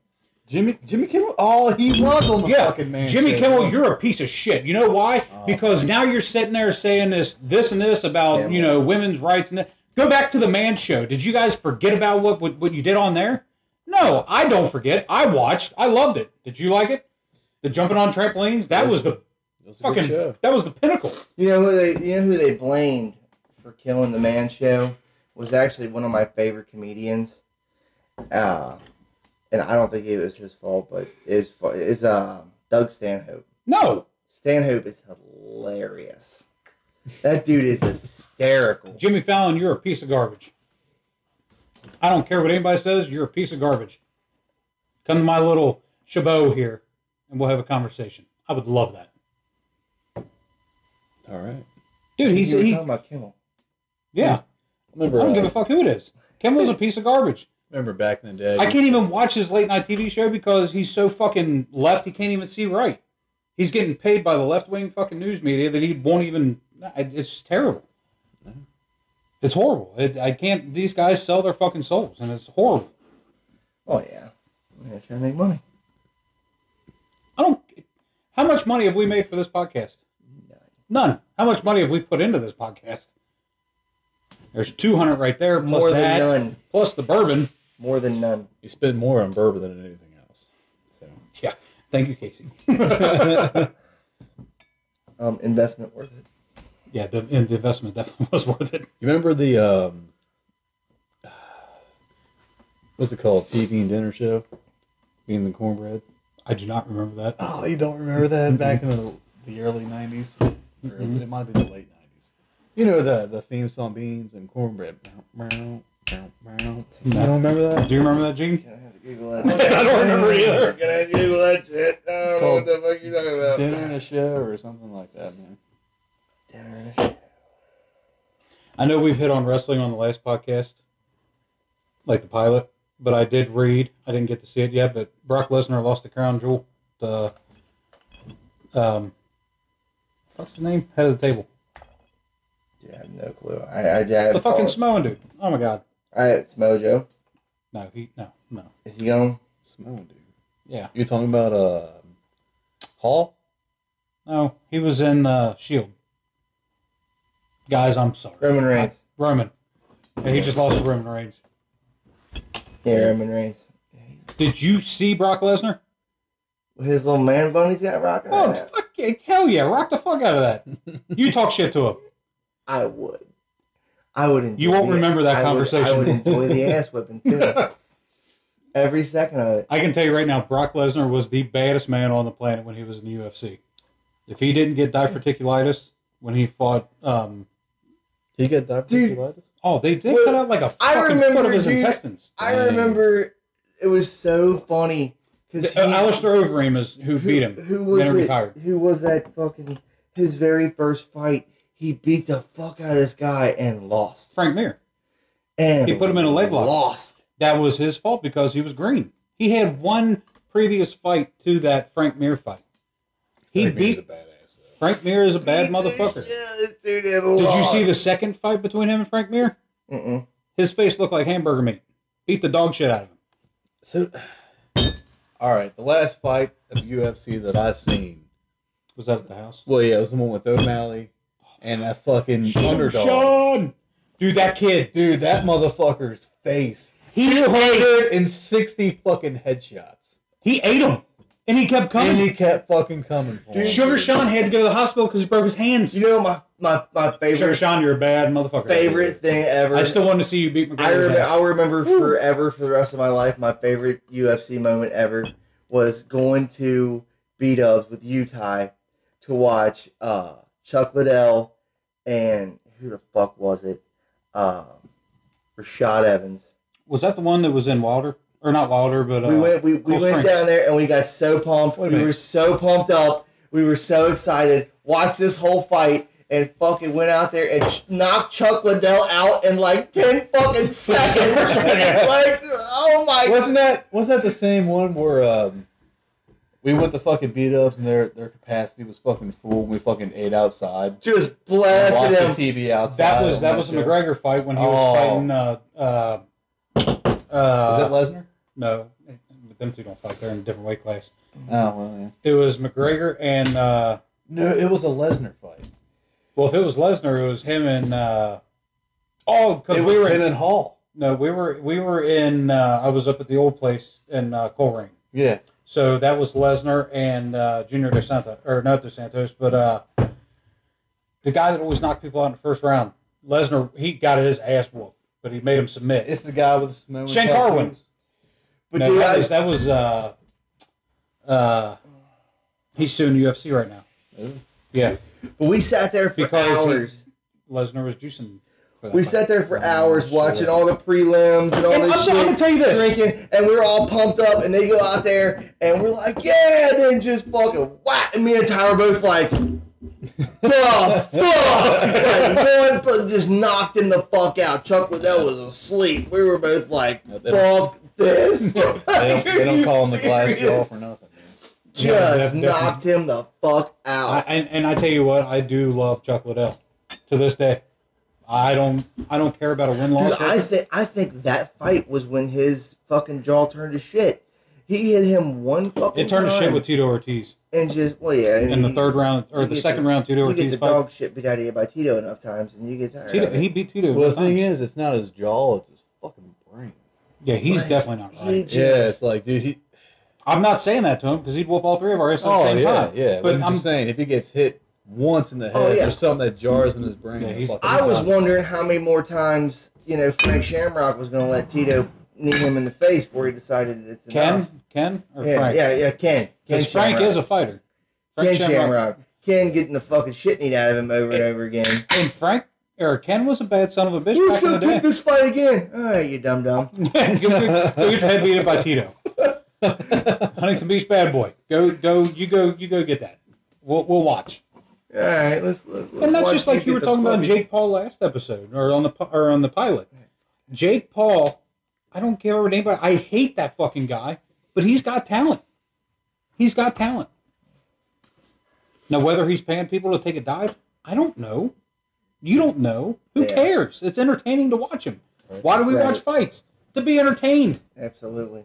Speaker 2: Jimmy Jimmy Kimmel? Oh, he was on the
Speaker 1: Yeah,
Speaker 2: fucking man
Speaker 1: Jimmy
Speaker 2: show.
Speaker 1: Kimmel, you're a piece of shit. You know why?
Speaker 2: Oh.
Speaker 1: Because now you're sitting there saying this, this, and this about
Speaker 3: Yeah.
Speaker 1: you know women's rights and that. Go back to the man show. Did you guys forget about what, what what you did on there? No, I don't forget. I watched. I loved it. Did you like it? The jumping on trampolines. That was the
Speaker 2: It was a good
Speaker 1: fucking.
Speaker 2: show.
Speaker 1: That was the pinnacle.
Speaker 3: You know who they you know who they blamed for killing the man show was actually one of my favorite comedians. Uh and I don't think it was his fault, but it's fu- it's uh Doug Stanhope.
Speaker 1: No,
Speaker 3: Stanhope is hilarious. That dude is hysterical.
Speaker 1: Jimmy Fallon, you're a piece of garbage. I don't care what anybody says. You're a piece of garbage. Come to my little Chabot here, and we'll have a conversation. I would love that,
Speaker 2: All right.
Speaker 1: dude. He's
Speaker 3: you were
Speaker 1: he,
Speaker 3: talking about Kimmel.
Speaker 1: yeah.
Speaker 2: Remember,
Speaker 1: I don't
Speaker 2: uh,
Speaker 1: give a fuck who it is. Kimmel's a piece of garbage.
Speaker 2: Remember back in the day?
Speaker 1: I can't even watch his late night TV show because he's so fucking left. He can't even see right. He's getting paid by the left wing fucking news media that he won't even. it- It's just terrible. It's horrible. It, I can't. These guys sell their fucking souls, and it's horrible.
Speaker 3: Oh yeah, they're trying to make money.
Speaker 1: I don't. How much money have we made for this podcast? None. How much money have we put into this podcast? There's 200 right there, plus
Speaker 3: More than
Speaker 1: that,
Speaker 3: none.
Speaker 1: plus the bourbon.
Speaker 3: More than none.
Speaker 2: You spend more on bourbon than anything else. So
Speaker 1: Yeah. Thank you, Casey.
Speaker 3: Um, investment worth it.
Speaker 1: yeah, the, and the investment definitely was worth it.
Speaker 2: you remember the um, what's it called? TV and dinner show, being the cornbread.
Speaker 1: I do not remember that.
Speaker 2: Oh, you don't remember
Speaker 1: Mm-hmm.
Speaker 2: that back in the, the early '90s, or it might have been the late '90s. You know the the theme song "Beans and Cornbread." You don't remember that?
Speaker 1: Do you remember that, Gene?
Speaker 3: I have to Google that.
Speaker 1: I don't remember either.
Speaker 3: Gonna Google that shit. I don't know what
Speaker 2: called
Speaker 3: the fuck you're talking about.
Speaker 2: Dinner and a show, or something like that, man.
Speaker 3: Dinner. and
Speaker 1: I know we've hit on wrestling on the last podcast, like the pilot, but I did read. I didn't get to see it yet, but Brock Lesnar lost the crown jewel. The um, what's his name? Head of the table.
Speaker 3: Dude, I have no clue. I, I, I
Speaker 1: The fucking
Speaker 3: Sm-
Speaker 1: Samoan dude. Oh my god.
Speaker 3: I, it's Mojo.
Speaker 1: No, he no no.
Speaker 3: If you go,
Speaker 2: Smelling, dude.
Speaker 1: Yeah,
Speaker 2: You're talking about uh, Hall?
Speaker 1: no. He was in uh, Shield. Guys, I'm sorry.
Speaker 3: Roman Reigns.
Speaker 1: Roman. Yeah, he just lost to Roman Reigns.
Speaker 3: Yeah, Roman Reigns.
Speaker 1: Did you see Brock Lesnar?
Speaker 3: His little man bone he's got rocking.
Speaker 1: Oh,
Speaker 3: right
Speaker 1: it's
Speaker 3: now.
Speaker 1: fuck yeah, hell yeah! Rock the fuck out of that. You talk shit to him.
Speaker 3: I would. I would enjoy.
Speaker 1: You won't
Speaker 3: the-
Speaker 1: remember that
Speaker 3: I would-
Speaker 1: conversation.
Speaker 3: I would enjoy the ass whipping too. Every second of it.
Speaker 1: I can tell you right now, Brock Lesnar was the baddest man on the planet when he was in the UFC. If he didn't get diverticulitis when he fought, um,
Speaker 2: He got
Speaker 3: Dude.
Speaker 2: diverticulitis?
Speaker 1: oh, they did
Speaker 3: Well,
Speaker 1: cut out like a
Speaker 3: I
Speaker 1: fucking foot
Speaker 3: remember,
Speaker 1: of his
Speaker 3: dude,
Speaker 1: intestines.
Speaker 3: I
Speaker 2: Dang.
Speaker 3: remember it was so funny because
Speaker 1: Uh, Alistair Overeem is who, beat him.
Speaker 3: Who was
Speaker 1: then
Speaker 3: it?
Speaker 1: retired.
Speaker 3: Who was that fucking his very first fight? He beat the fuck out of this guy and lost.
Speaker 1: Frank Mir.
Speaker 3: And
Speaker 1: He put him in a leg lock.
Speaker 3: Lost.
Speaker 1: That was his fault because he was green. He had one previous fight to that Frank Mir fight. He beat
Speaker 2: a badass, though.
Speaker 1: Frank Mir is a bad
Speaker 3: Beat the
Speaker 1: motherfucker.
Speaker 3: shit out of this dude and
Speaker 1: Did you
Speaker 3: lost.
Speaker 1: see the second fight between him and Frank Mir?
Speaker 3: Mm-mm.
Speaker 1: His face looked like hamburger meat. Beat the dog shit out of him.
Speaker 2: So, all right, the last fight of UFC that I've seen.
Speaker 1: Was that at the house?
Speaker 2: Well, yeah, it was the one with O'Malley and that fucking underdog.
Speaker 1: Sean! Dude, that kid.
Speaker 2: Dude, that motherfucker's face.
Speaker 1: He ate,
Speaker 2: 160 fucking headshots.
Speaker 1: he ate him. And he kept
Speaker 2: And
Speaker 1: coming.
Speaker 2: he kept fucking coming for him.
Speaker 1: Sugar Sean had to go to the hospital because he broke his hands.
Speaker 3: You know my my my
Speaker 1: Sugar
Speaker 3: favorite
Speaker 1: Sean, you're a bad motherfucker.
Speaker 3: favorite thing ever.
Speaker 1: I still want to see you beat
Speaker 3: I
Speaker 1: McGregor's
Speaker 3: remember,
Speaker 1: ass.
Speaker 3: I'll remember forever for the rest of my life. My favorite UFC moment ever was going to B Dubs with you, Ty, to watch uh, Chuck Liddell and who the fuck was it? Um, Rashad Evans.
Speaker 1: Was that the one that was in Wilder? Or not Wilder, but uh,
Speaker 3: we went, we, we
Speaker 1: Cool
Speaker 3: went
Speaker 1: Springs.
Speaker 3: down there and we got so pumped.
Speaker 2: Wait a
Speaker 3: We were
Speaker 2: minute.
Speaker 3: so pumped up. We were so excited. Watched this whole fight. And fucking went out there and ch- knocked Chuck Liddell out in like ten fucking seconds. like, oh my
Speaker 2: Wasn't that wasn't that the same one where um, we went to fucking beat ups and their their capacity was fucking full and we fucking ate outside.
Speaker 3: just
Speaker 2: Watched
Speaker 3: blasted him.
Speaker 2: the TV outside.
Speaker 1: That was
Speaker 2: on
Speaker 1: that was the
Speaker 2: show.
Speaker 1: McGregor fight when he was
Speaker 2: Oh.
Speaker 1: fighting. Uh, uh, uh,
Speaker 2: Was that Lesnar?
Speaker 1: no? But them two don't fight. They're in a different weight class.
Speaker 2: Oh well, yeah.
Speaker 1: It was McGregor and uh,
Speaker 2: No, it was a Lesnar fight.
Speaker 1: well, if it was Lesnar, it was him and uh, oh, because
Speaker 2: It
Speaker 1: we
Speaker 2: was
Speaker 1: were
Speaker 2: him
Speaker 1: in,
Speaker 2: and Hall.
Speaker 1: no, we were we were in. Uh, I was up at the old place in uh, Colerain,
Speaker 2: Yeah.
Speaker 1: so that was Lesnar and uh, Junior Dos Santos, or not Dos Santos, but uh, the guy that always knocked people out in the first round. Lesnar, he got his ass whooped, but he made him submit.
Speaker 2: It's the guy with the Samoan
Speaker 1: Shane
Speaker 2: tattoos.
Speaker 1: Carwin.
Speaker 3: But
Speaker 1: no,
Speaker 3: dude,
Speaker 1: that
Speaker 3: I-
Speaker 1: was that was uh, uh, he's suing UFC right now.
Speaker 2: Really?
Speaker 1: Yeah,
Speaker 3: but we sat there for
Speaker 1: Because he-
Speaker 3: hours.
Speaker 1: Lesnar was juicing. For that
Speaker 3: we
Speaker 1: fight.
Speaker 3: sat there
Speaker 2: Oh,
Speaker 3: for hours
Speaker 1: shit.
Speaker 3: watching all the prelims and all
Speaker 1: And
Speaker 3: this
Speaker 1: I'm-
Speaker 3: shit.
Speaker 1: I'm gonna tell you this.
Speaker 3: drinking, and we were all pumped up, and they go out there, and we're like, yeah, and then just fucking whack. And me and Tyler both like, oh, fuck! Like, one pu- just knocked him the fuck out. Chuck Liddell was asleep. We were both like,
Speaker 2: No, they don't-
Speaker 3: fuck this.
Speaker 2: They don't, they don't call him the glass jaw
Speaker 3: Serious?
Speaker 2: for nothing. Man.
Speaker 1: Yeah,
Speaker 3: Just
Speaker 1: def-
Speaker 3: knocked him the fuck
Speaker 1: I,
Speaker 3: out.
Speaker 1: and, and I tell you what, I do love Chuck Liddell to this day. I don't I don't care about a win
Speaker 3: Dude,
Speaker 1: loss.
Speaker 3: I think I think that fight was when his fucking jaw turned to shit. He hit him one fucking
Speaker 1: It turned to
Speaker 3: time
Speaker 1: shit with Tito Ortiz
Speaker 3: and just well yeah and
Speaker 1: in the
Speaker 3: he-
Speaker 1: third round or
Speaker 3: you
Speaker 1: the
Speaker 3: get
Speaker 1: second
Speaker 3: the-
Speaker 1: round. Tito
Speaker 3: You get
Speaker 1: Ortiz
Speaker 3: the
Speaker 1: fight.
Speaker 3: dog shit beat out of you by Tito enough times, and you get tired.
Speaker 1: Tito,
Speaker 3: of it.
Speaker 1: he beat Tito.
Speaker 2: Well, the
Speaker 1: both
Speaker 2: thing
Speaker 1: times.
Speaker 2: is, it's not his jaw; it's his fucking brain.
Speaker 1: yeah, he's
Speaker 3: Like,
Speaker 1: definitely not right.
Speaker 3: he just-
Speaker 2: Yeah, it's like, dude, he.
Speaker 1: I'm not saying that to him because he'd whoop all three of our ass at
Speaker 3: Oh,
Speaker 1: the same
Speaker 2: Oh, yeah,
Speaker 1: time.
Speaker 2: yeah. But,
Speaker 1: but
Speaker 2: I'm
Speaker 1: I'm-
Speaker 2: just saying, if he gets hit once in the head,
Speaker 3: Oh, yeah.
Speaker 2: there's something that jars in his brain.
Speaker 1: Yeah,
Speaker 2: that
Speaker 1: he's-
Speaker 2: fucking
Speaker 3: I was
Speaker 2: does it.
Speaker 3: wondering how many more times you know Frank Shamrock was going to let Tito knee him in the face before he decided it's enough.
Speaker 1: Ken, Ken, or
Speaker 3: yeah,
Speaker 1: Frank?
Speaker 3: yeah, yeah, Ken. Ken
Speaker 1: Because Frank
Speaker 3: Shamrock.
Speaker 1: is a fighter.
Speaker 3: Ken
Speaker 1: Frank
Speaker 3: Shamrock.
Speaker 1: Shamrock.
Speaker 3: Ken getting the fucking shit knee out of him over and over again.
Speaker 1: And Frank or Ken was a bad son of a bitch
Speaker 3: Who's
Speaker 1: back in
Speaker 3: going
Speaker 1: the
Speaker 3: to pick
Speaker 1: day.
Speaker 3: this fight again? All right, you dumb dumb.
Speaker 1: Yeah, go, go, go get your head beat up by Tito. Huntington Beach bad boy. Go go you go you go get that. We'll we'll watch.
Speaker 3: All right, let's. let's, let's
Speaker 1: And that's
Speaker 3: watch
Speaker 1: just like you
Speaker 3: you get
Speaker 1: were
Speaker 3: the
Speaker 1: talking about in
Speaker 3: fucking-
Speaker 1: Jake Paul last episode or on the pi- or on the pilot. Jake Paul, I don't care what anybody. I hate that fucking guy, but he's got talent. He's got talent. Now whether he's paying people to take a dive, I don't know. You don't know. Who
Speaker 3: Yeah.
Speaker 1: cares? It's entertaining to watch him. Why do we
Speaker 3: Right.
Speaker 1: watch fights? To be entertained.
Speaker 3: Absolutely.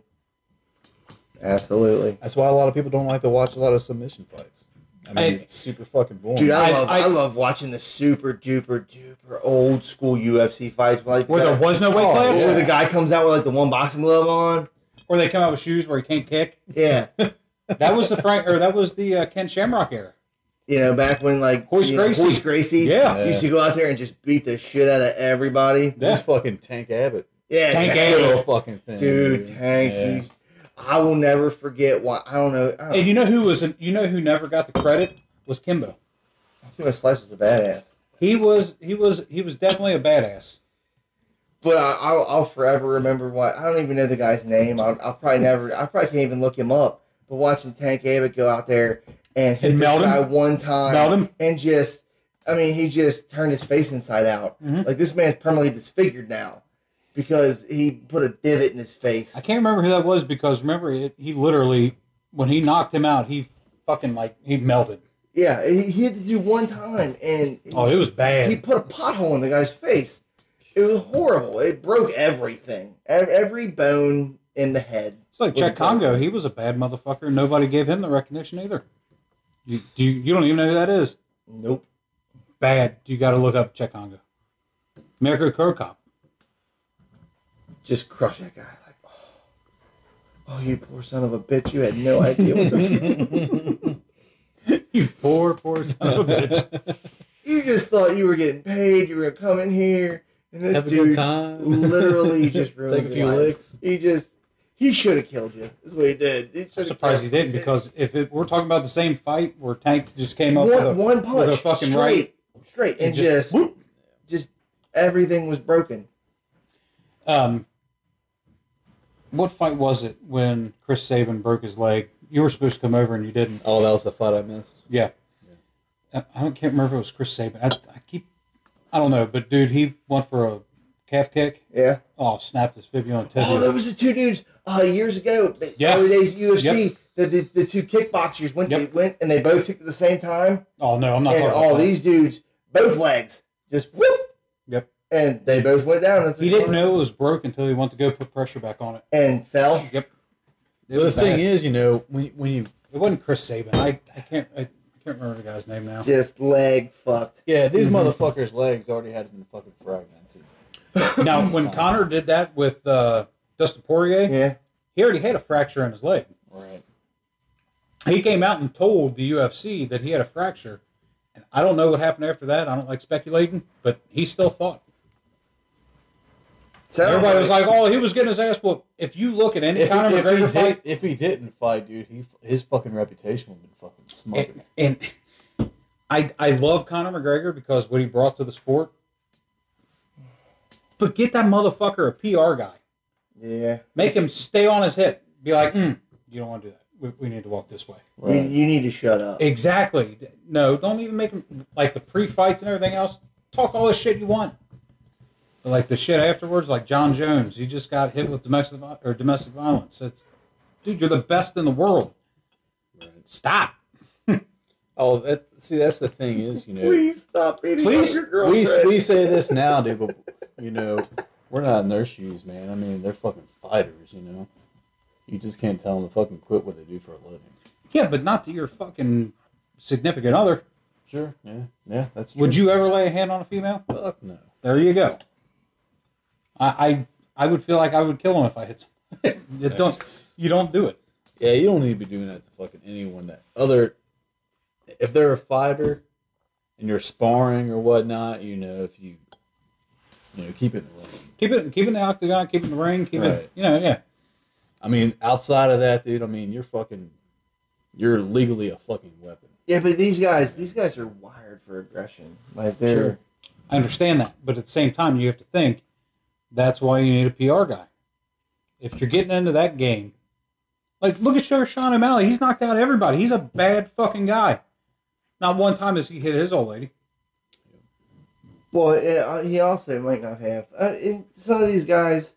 Speaker 3: Absolutely.
Speaker 2: That's why a lot of people don't like to watch a lot of submission fights. I mean,
Speaker 1: I-
Speaker 2: it's super fucking boring.
Speaker 3: Dude, I,
Speaker 1: I-
Speaker 3: love I,
Speaker 1: I-
Speaker 3: love watching the super duper duper old school UFC fights like
Speaker 1: Where
Speaker 3: that.
Speaker 1: there was no weight
Speaker 2: Oh,
Speaker 1: class,
Speaker 3: where the guy comes out with like the one boxing glove on.
Speaker 1: or they come out with shoes where he can't kick.
Speaker 3: Yeah,
Speaker 1: That was the Frank, or that was the uh, Ken Shamrock era.
Speaker 3: you know back when like
Speaker 1: Hoist
Speaker 3: you know,
Speaker 1: Gracie.
Speaker 3: Hoist Gracie
Speaker 1: Yeah.
Speaker 3: used to go out there and just beat the shit out of everybody.
Speaker 1: Yeah.
Speaker 2: He's fucking Tank Abbott.
Speaker 3: Yeah,
Speaker 1: Tank
Speaker 3: dude,
Speaker 1: Abbott.
Speaker 2: Little fucking thing.
Speaker 3: dude, Tank. he's- I will never forget why. I don't know. I
Speaker 1: And
Speaker 3: don't,
Speaker 1: you know who was? You know who never got the credit was Kimbo.
Speaker 3: Kimbo Slice was a badass,
Speaker 1: He was. He was. He was definitely a badass.
Speaker 3: but I, I'll, I'll forever remember why. I don't even know the guy's name. I'll, I'll probably never. I probably can't even look him up. But watching Tank Abbott go out there and hit
Speaker 1: And
Speaker 3: this
Speaker 1: melt him?
Speaker 3: guy one time,
Speaker 1: Melt him?
Speaker 3: and just. I mean, he just turned his face inside out.
Speaker 1: Mhm.
Speaker 3: Like this man's permanently disfigured now because he put a divot in his face.
Speaker 1: I can't remember who that was because remember it, he literally when he knocked him out he fucking like he melted.
Speaker 3: Yeah, he, he had to do one time, and
Speaker 1: Oh, it was bad.
Speaker 3: he put a pothole in the guy's face. It was horrible. It broke everything, Ev- every bone in the head.
Speaker 1: it's like
Speaker 3: was
Speaker 1: Czech
Speaker 3: broken.
Speaker 1: Congo. He was a bad motherfucker. Nobody gave him the recognition either. You do you, you don't even know who that is.
Speaker 3: Nope.
Speaker 1: Bad. You got to look up Czech Congo. Mirko Krokop.
Speaker 3: Just crush that guy. Like, oh, oh, you poor son of a bitch. You had no idea. What the
Speaker 1: You poor poor son of a bitch.
Speaker 3: you just thought you were getting paid. You were gonna come in here, and this
Speaker 2: Have a good
Speaker 3: dude
Speaker 2: time.
Speaker 3: literally just ruined
Speaker 2: Take a
Speaker 3: your
Speaker 2: few
Speaker 3: life.
Speaker 2: licks.
Speaker 3: He just he should have killed you. Is what he did. He
Speaker 1: I'm
Speaker 3: shoulda
Speaker 1: surprised he
Speaker 3: killed
Speaker 1: didn't
Speaker 3: you.
Speaker 1: because if it, we're talking about the same fight where Tank just came up
Speaker 3: one,
Speaker 1: with a,
Speaker 3: one
Speaker 1: with
Speaker 3: punch,
Speaker 1: a fucking
Speaker 3: straight,
Speaker 1: right,
Speaker 3: straight, and
Speaker 1: and just
Speaker 3: just just, everything was broken.
Speaker 1: um, what fight was it when Chris Saban broke his leg? You were supposed to come over and you didn't.
Speaker 2: Oh, that was the fight I missed.
Speaker 1: Yeah, I, I don't can't remember if it was Chris Saban. I, I keep, I don't know, but dude, he went for a calf kick.
Speaker 3: Yeah.
Speaker 1: Oh, snapped his fibula and
Speaker 3: Oh, there
Speaker 1: tibia.
Speaker 3: was the two dudes uh, years ago, oh, the
Speaker 1: Yeah.
Speaker 3: early days of UFC. The, the, the two kickboxers went
Speaker 1: Yep.
Speaker 3: they went and they both took at the same time,
Speaker 1: Oh, no, I'm not
Speaker 3: and
Speaker 1: talking about
Speaker 3: all
Speaker 1: that.
Speaker 3: these dudes, both legs, just whoop.
Speaker 1: Yep.
Speaker 3: And they both went down. It's
Speaker 1: He
Speaker 3: like,
Speaker 1: didn't know it was broke until he went to go put pressure back on it.
Speaker 3: And fell.
Speaker 1: Yep. It
Speaker 2: Well, the
Speaker 1: was
Speaker 2: thing
Speaker 1: bad.
Speaker 2: is, you know, when when you
Speaker 1: it wasn't Chris Saban. I, I can't I, I can't remember the guy's name now.
Speaker 3: Just leg fucked.
Speaker 2: yeah, these motherfuckers' legs already had been fucking fragmented.
Speaker 1: Now, when Connor did that with uh, Dustin Poirier,
Speaker 3: Yeah.
Speaker 1: he already had a fracture in his leg.
Speaker 2: Right.
Speaker 1: He came out and told the UFC that he had a fracture. And I don't know what happened after that. I don't like speculating, but he still fought.
Speaker 3: So
Speaker 1: Everybody was like, "Oh, he was getting his ass whooped." If you look at any
Speaker 2: If,
Speaker 1: Conor
Speaker 2: he, if, he
Speaker 1: McGregor
Speaker 2: did,
Speaker 1: fight,
Speaker 2: if he didn't fight, dude, he, his fucking reputation would have been fucking smothered.
Speaker 1: and, and I I love Conor McGregor because what he brought to the sport. But get that motherfucker a PR guy.
Speaker 3: yeah.
Speaker 1: Make him stay on his hip. Be like, mm, "Hmm, you don't want to do that. we, we need to walk this way.
Speaker 3: You,
Speaker 2: Right.
Speaker 3: you need to shut up.
Speaker 1: Exactly. No, don't even make 'em- like the pre fights and everything else. Talk all the shit you want. But like the shit afterwards, like John Jones, he just got hit with domestic vi- or domestic violence. It's, dude, you're the best in the world.
Speaker 2: Right.
Speaker 1: Stop.
Speaker 2: Oh, that see, that's the thing is, you know,
Speaker 3: Please stop beating
Speaker 2: please,
Speaker 3: up your
Speaker 2: we,
Speaker 3: girlfriend.
Speaker 2: we say this now, dude, but you know, we're not in their shoes, man. I mean, they're fucking fighters, you know. You just can't tell them to fucking quit what they do for a living.
Speaker 1: Yeah, but not to your fucking significant other.
Speaker 2: Sure, yeah, yeah, that's.
Speaker 1: Would
Speaker 2: true.
Speaker 1: you ever lay a hand on a female?
Speaker 2: Fuck no.
Speaker 1: There you go. I I, I would feel like I would kill him if I hit someone. you don't you don't do it.
Speaker 2: Yeah, you don't need to be doing that to fucking anyone. That other, if they're a fighter, and you're sparring or whatnot, you know, if you, you know, keep it in the ring.
Speaker 1: Keep it keep it in the octagon, keep it in the ring, keep
Speaker 2: Right.
Speaker 1: it you know, yeah.
Speaker 2: I mean, outside of that, dude, I mean, you're fucking, you're legally a fucking weapon.
Speaker 3: Yeah, but these guys, these guys are wired for aggression. Like they're
Speaker 2: Sure.
Speaker 1: I understand that, but at the same time, you have to think that's why you need a PR guy. If you're getting into that game, like look at Sure Sean O'Malley, he's knocked out everybody. He's a bad fucking guy. Not one time has he hit his old lady.
Speaker 3: well. It, uh, he also might not have. Uh, and some of these guys,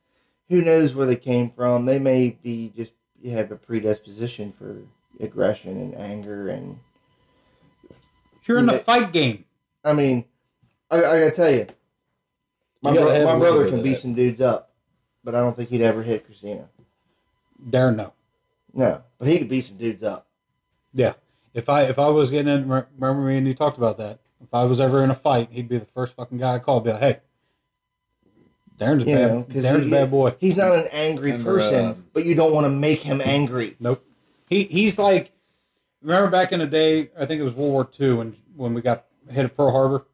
Speaker 3: who knows where they came from? They may be just have a predisposition for aggression and anger. And
Speaker 1: You're in the
Speaker 3: Yeah.
Speaker 1: fight game.
Speaker 3: I mean, I, I gotta tell you, my,
Speaker 2: You gotta
Speaker 3: bro-
Speaker 2: have a
Speaker 3: my
Speaker 2: little
Speaker 3: brother
Speaker 2: bit
Speaker 3: can
Speaker 2: of
Speaker 3: beat
Speaker 2: that.
Speaker 3: some dudes up, but I don't think he'd ever hit Christina.
Speaker 1: There, no.
Speaker 3: No, but he could beat some dudes up.
Speaker 1: Yeah. If I if I was getting in, re- remember me and you talked about that. If I was ever in a fight, he'd be the first fucking guy I called. Be like, hey, Darren's a
Speaker 3: You
Speaker 1: bad,
Speaker 3: know, because
Speaker 1: Darren's a bad boy.
Speaker 3: He's not an angry
Speaker 2: Remember,
Speaker 3: person,
Speaker 2: um,
Speaker 3: but you don't want to make him angry.
Speaker 1: Nope. He he's like remember back in the day, I think it was World War II when when we got hit at Pearl Harbor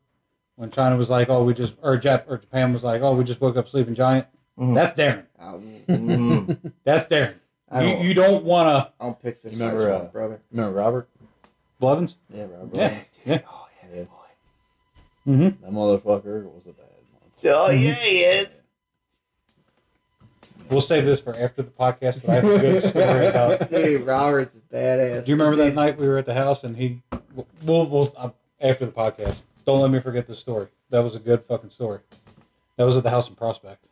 Speaker 1: when China was like, Oh, we just or Jap or Japan was like, Oh, we just woke up sleeping giant.
Speaker 3: Mhm.
Speaker 1: That's Darren.
Speaker 3: I, mm,
Speaker 1: That's Darren.
Speaker 3: I
Speaker 1: you
Speaker 3: don't-
Speaker 1: you don't wanna
Speaker 3: I don't pick fists
Speaker 2: Remember,
Speaker 3: with my
Speaker 2: uh,
Speaker 3: brother.
Speaker 2: Remember Robert?
Speaker 1: Blevins?
Speaker 2: Yeah, Robert.
Speaker 1: Yeah. Yeah.
Speaker 3: Oh yeah,
Speaker 2: Yeah.
Speaker 3: boy.
Speaker 1: Mm-hmm.
Speaker 2: That motherfucker was a bad one.
Speaker 3: Oh yeah, he is.
Speaker 1: We'll save this for after the podcast, but I have a good story about
Speaker 3: Dude, Robert's a badass.
Speaker 1: Do you remember that
Speaker 3: Dude,
Speaker 1: night we were at the house and he, we'll, we'll uh, after the podcast. Don't let me forget this story. That was a good fucking story. That was at the house in Prospect.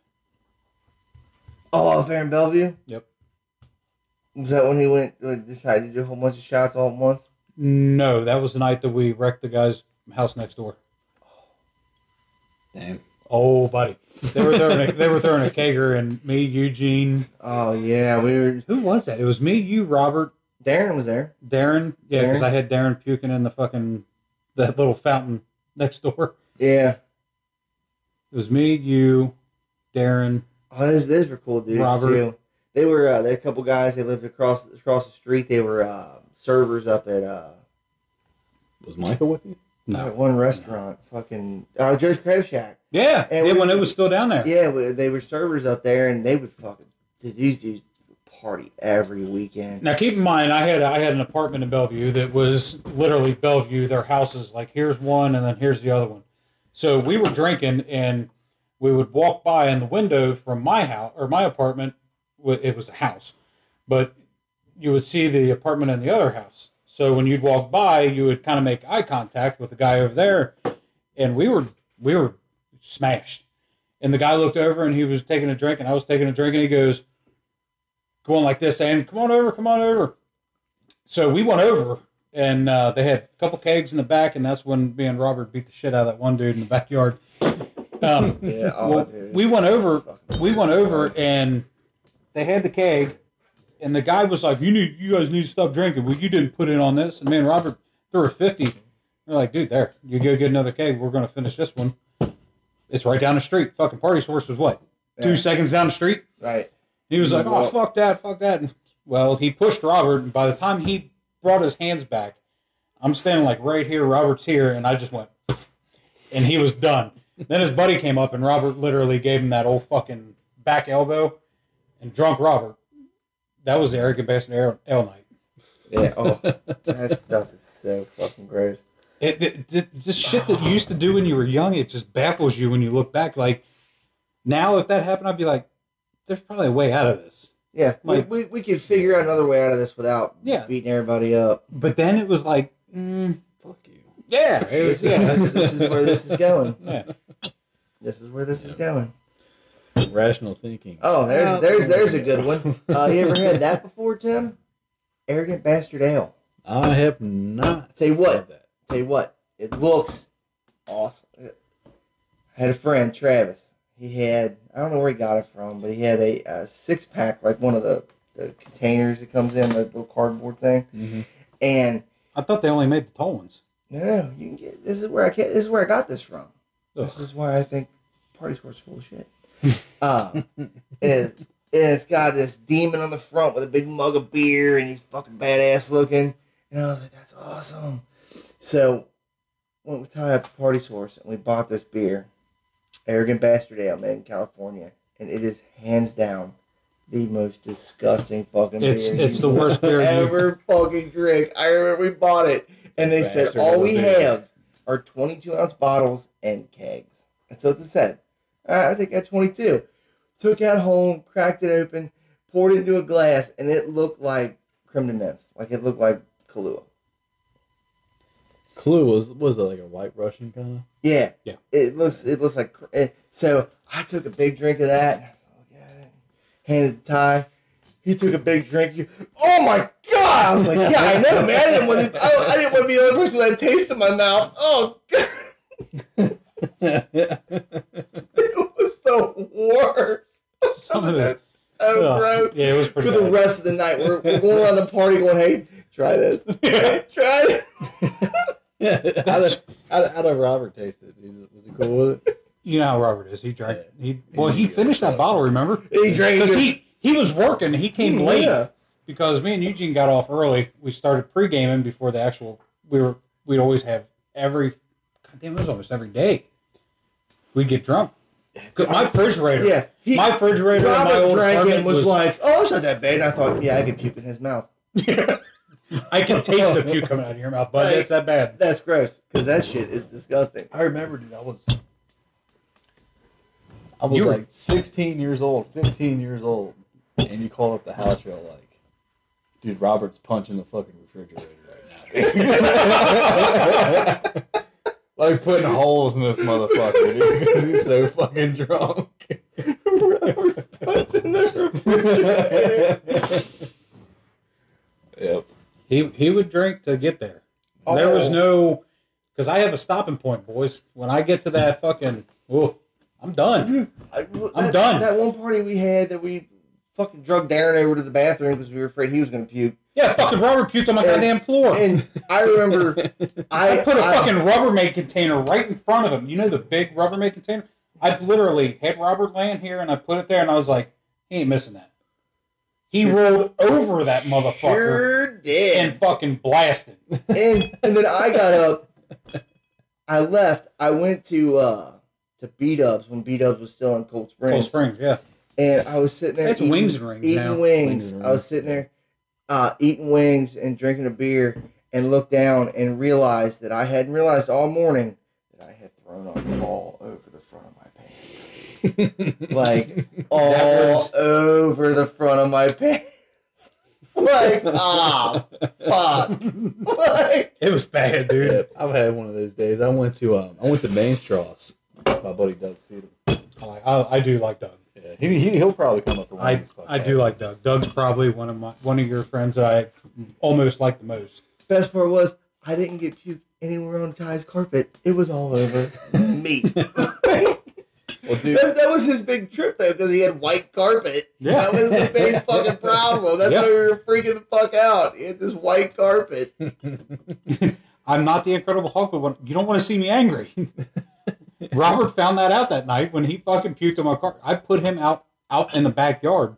Speaker 3: Oh, up there in Bellevue.
Speaker 1: Yep.
Speaker 3: Was that when he went uh, decided to do a whole bunch of shots all at once?
Speaker 1: No, that was the night that we wrecked the guy's house next door.
Speaker 2: Damn.
Speaker 1: Oh, buddy, they were throwing a, they were throwing a kegger and me, Eugene.
Speaker 3: Oh yeah, we were.
Speaker 1: Who was that? It was me, you, Robert,
Speaker 3: Darren was there.
Speaker 1: Darren. Yeah, because
Speaker 3: Darren?
Speaker 1: I had Darren puking in the fucking that little fountain next door.
Speaker 3: Yeah.
Speaker 1: It was me, you, Darren.
Speaker 3: Oh, those, those were cool dudes
Speaker 1: Robert.
Speaker 3: too. They were uh, they were a couple guys. They lived across across the street. They were uh, servers up at uh,
Speaker 2: Was Michael with you?
Speaker 1: No.
Speaker 3: at one restaurant. Fucking uh, Joe's Crab Shack.
Speaker 1: Yeah,
Speaker 3: And
Speaker 1: yeah,
Speaker 3: we-
Speaker 1: when it was still down there.
Speaker 3: Yeah, we- they were servers up there, and they would fucking dude, these dudes party every weekend.
Speaker 1: Now keep in mind, I had I had an apartment in Bellevue that was literally Bellevue. Their houses, like here's one, and then here's the other one. So we were drinking, and we would walk by, and the window from my house or my apartment, wa- it was a house, but you would see the apartment in the other house. So when you'd walk by, you would kind of make eye contact with the guy over there, and we were we were smashed. And the guy looked over, and he was taking a drink, and I was taking a drink, and he goes going like this, saying, "Come on over, come on over." So we went over, and uh, they had a couple kegs in the back, and that's when me and Robert beat the shit out of that one dude in the backyard. Um,
Speaker 3: Yeah, oh,
Speaker 1: well,
Speaker 3: dude.
Speaker 1: we went over, we went over, and they had the keg, and the guy was like, "You need, you guys need to stop drinking. Well, you didn't put in on this." And me and Robert threw a fifty. They're like, "Dude, there, you go get another keg. We're gonna finish this one." It's right down the street. Fucking party source was what
Speaker 3: Yeah.
Speaker 1: two seconds down the street.
Speaker 3: right.
Speaker 1: He was like, "Oh,
Speaker 3: Well-
Speaker 1: fuck that, fuck that." And, well, he pushed Robert, and by the time he brought his hands back, I'm standing like right here. Robert's here, and I just went, and he was done. then his buddy came up, and Robert literally gave him that old fucking back elbow, and drunk Robert. That was the arrogant bastard L- L night.
Speaker 3: Yeah. Oh, that stuff is so fucking gross.
Speaker 1: It, it, it- this shit that you used to do when you were young, it just baffles you when you look back. Like now, if that happened, I'd be like, "There's probably a way out of this."
Speaker 3: Yeah, we,
Speaker 1: Like-
Speaker 3: we, we could figure out another way out of this without
Speaker 1: Yeah.
Speaker 3: beating everybody up.
Speaker 1: But then it was like, mm,
Speaker 2: Fuck you.
Speaker 1: yeah, it was,
Speaker 3: This, yeah,
Speaker 1: yeah,
Speaker 3: this, this is where this is going.
Speaker 1: yeah.
Speaker 3: This is where this is going.
Speaker 2: Rational thinking.
Speaker 3: Oh, there's
Speaker 1: Oh,
Speaker 3: there's
Speaker 1: there
Speaker 3: there's
Speaker 1: we
Speaker 3: a good one. Uh, you ever had that before, Tim? Arrogant bastard ale.
Speaker 2: I have not.
Speaker 3: Tell you what.
Speaker 2: had that.
Speaker 3: Tell you what, it looks awesome. I had a friend, Travis. He had I don't know where he got it from, but he had a, a six pack, like one of the, the containers that comes in the little cardboard thing.
Speaker 2: Mhm.
Speaker 3: And
Speaker 1: I thought they only made the tall ones.
Speaker 3: no, no, you can get this is where I ca- this is where I got this from. This
Speaker 1: Ugh.
Speaker 3: is why I think Party Sports full of shit. uh, is it's got this demon on the front with a big mug of beer and he's fucking badass looking. And I was like, that's awesome. So when we tied up to Party Source and we bought this beer, Arrogant Bastard Ale made in California, and it is hands down the most disgusting fucking
Speaker 1: It's
Speaker 3: beer
Speaker 1: it's
Speaker 3: you
Speaker 1: the worst beer ever.
Speaker 3: ever fucking drink. I remember we bought it, and they said
Speaker 2: Bastard
Speaker 3: all
Speaker 2: of a
Speaker 3: we
Speaker 2: beer.
Speaker 3: have are 22 ounce bottles and kegs. That's what it said. I I think I had 22. Took out home, cracked it open, poured it into a glass, and it looked like creme de menthe. Like it looked like Kahlua.
Speaker 2: Clue was was it like a white Russian kind
Speaker 3: Yeah.
Speaker 1: Yeah.
Speaker 3: It looks it looks like cr- eh, so I took a big drink of that. and I was like, "Oh, God." Handed to Ty. He took a big drink. He, oh my god! I was like, yeah, I know, man. I didn't want to. I, I didn't want to be the only person with that taste in my mouth. Oh god,
Speaker 2: of?
Speaker 3: it was the worst.
Speaker 1: Some of that.
Speaker 3: So
Speaker 1: Ugh.
Speaker 3: gross.
Speaker 1: Yeah, it was
Speaker 3: For
Speaker 1: pretty
Speaker 3: the
Speaker 1: bad.
Speaker 3: rest of the night, we're, we're going around the party going, hey, try this, try this.
Speaker 2: how, did, how, did, how did Robert taste it? Is it- Was he cool with it?
Speaker 1: you know how Robert is. He drank.
Speaker 2: Yeah.
Speaker 1: He well, he finished that bottle. Remember?
Speaker 3: He drank it.
Speaker 1: Because he he was working. He came late
Speaker 3: Yeah.
Speaker 1: because me and Eugene got off early. We started pre gaming before the actual. We were we'd always have every. God damn, it was almost every day. We'd get drunk. 'Cause My refrigerator.
Speaker 3: Yeah, he-
Speaker 1: my refrigerator. and my
Speaker 3: Robert
Speaker 1: old
Speaker 3: drank it
Speaker 1: apartment
Speaker 3: and was, like, oh, it's not that bad. And I thought, yeah, I could puke in his mouth.
Speaker 1: I can taste the puke coming out of your mouth, but
Speaker 3: Like-
Speaker 1: it's that bad.
Speaker 3: That's gross because that shit is disgusting.
Speaker 2: I remember, dude. I was I was
Speaker 1: You were-
Speaker 2: like 16 years old, 15 years old, and you called up the house show like, dude, Robert's punching the fucking refrigerator right now. dude." like putting holes in this motherfucker dude, because he's so fucking drunk.
Speaker 3: Punching the refrigerator.
Speaker 2: yep.
Speaker 1: He he would drink to get there. There was
Speaker 3: Oh.
Speaker 1: no, because I have a stopping point, boys. When I get to that fucking, oh, I'm done.
Speaker 3: I- w-
Speaker 1: I'm
Speaker 3: that-
Speaker 1: done.
Speaker 3: That one party we had that we fucking drug Darren over to the bathroom because we were afraid he was going to puke.
Speaker 1: Yeah, fucking Robert puked on my
Speaker 3: And-
Speaker 1: goddamn floor.
Speaker 3: And I remember I,
Speaker 1: I put a
Speaker 3: I-
Speaker 1: fucking Rubbermaid container right in front of him. You know the big Rubbermaid container? I literally had Robert laying here and I put it there and I was like, he ain't missing that. He rolled over that motherfucker
Speaker 3: Sure did.
Speaker 1: and fucking blasted.
Speaker 3: and and then I got up. I left. I went to uh to B Dubs when B Dubs was still in Cold Springs.
Speaker 1: Cold Springs, yeah.
Speaker 3: And I was sitting there.
Speaker 1: It's
Speaker 3: eating-
Speaker 1: Wings and Rings
Speaker 3: Eating
Speaker 1: now.
Speaker 3: wings.
Speaker 2: Wings and
Speaker 3: I was
Speaker 2: Rings.
Speaker 3: sitting there uh, eating wings and drinking a beer and looked down and realized that I hadn't realized all morning that I had thrown up all over the front of my pants. Like all
Speaker 1: was-
Speaker 3: over the front of my pants. like ah fuck. like
Speaker 1: It was bad,
Speaker 2: Yeah,
Speaker 1: dude.
Speaker 2: I've had one of those days. I went to um, I went to Mainstraws. My buddy Doug Cedar.
Speaker 1: I, like- I, I do like Doug.
Speaker 2: Yeah, he, he he'll probably come up for one. of
Speaker 1: I,
Speaker 2: these
Speaker 1: I do
Speaker 2: podcasts.
Speaker 1: like Doug. Doug's probably one of my one of your friends that I almost like the most.
Speaker 3: best part was I didn't get puked anywhere on Ty's carpet. It was all over me.
Speaker 2: Well, dude,
Speaker 3: That's, that was his big trip though, because he had white carpet.
Speaker 1: Yeah.
Speaker 3: That was the big fucking problem. That's why we were freaking the fuck out. He had this white carpet.
Speaker 1: I'm not the Incredible Hulk, but when, you don't want to see me angry. Robert found that out that night when he fucking puked on my car. I put him out out in the backyard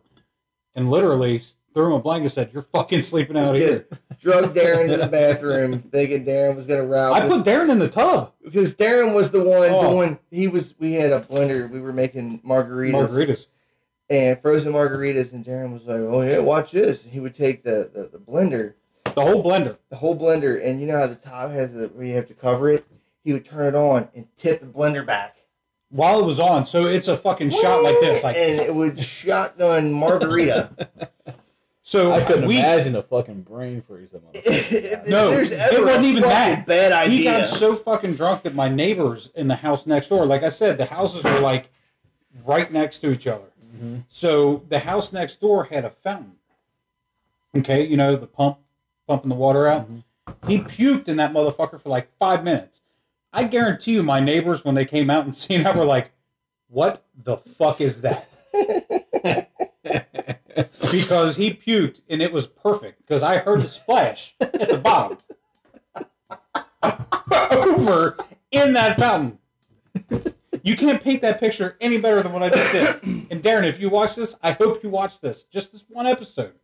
Speaker 1: and literally threw him a blanket and said, "You're fucking sleeping out
Speaker 3: Did
Speaker 1: here."
Speaker 3: drug Darren to the bathroom, thinking Darren was gonna route
Speaker 1: I put
Speaker 3: us.
Speaker 1: Darren in the tub.
Speaker 3: Because Darren was the one
Speaker 1: Oh.
Speaker 3: doing. He was. We had a blender. We were making margaritas,
Speaker 1: Margaritas.
Speaker 3: and frozen margaritas. And Darren was like, "Oh yeah, watch this." And he would take the, the, the blender
Speaker 1: The whole blender.
Speaker 3: the whole blender, and you know how the top has the where you have to cover it. He would turn it on and tip the blender back.
Speaker 1: While it was on, so it's a fucking shot like this.
Speaker 3: and
Speaker 1: Like
Speaker 3: it would shotgun margarita
Speaker 1: So
Speaker 2: I couldn't
Speaker 1: we,
Speaker 2: imagine a fucking brain freeze that motherfucker. had.
Speaker 1: No,
Speaker 3: There's
Speaker 1: it
Speaker 3: ever
Speaker 1: wasn't
Speaker 3: a
Speaker 1: even
Speaker 3: fucking
Speaker 1: that.
Speaker 3: Bad
Speaker 1: He got
Speaker 3: idea.
Speaker 1: so fucking drunk that my neighbors in the house next door, like I said, the houses are like right next to each other. So the house next door had a fountain. Okay, you know, the pump pumping the water out. He puked in that motherfucker for like five minutes. I guarantee you my neighbors when they came out and seen that were like, What the fuck is that? because he puked and it was perfect because I heard the splash at the bottom over in that fountain. You can't paint that picture any better than what I just did. And Darren, if you watch this, I hope you watch this. Just this one episode.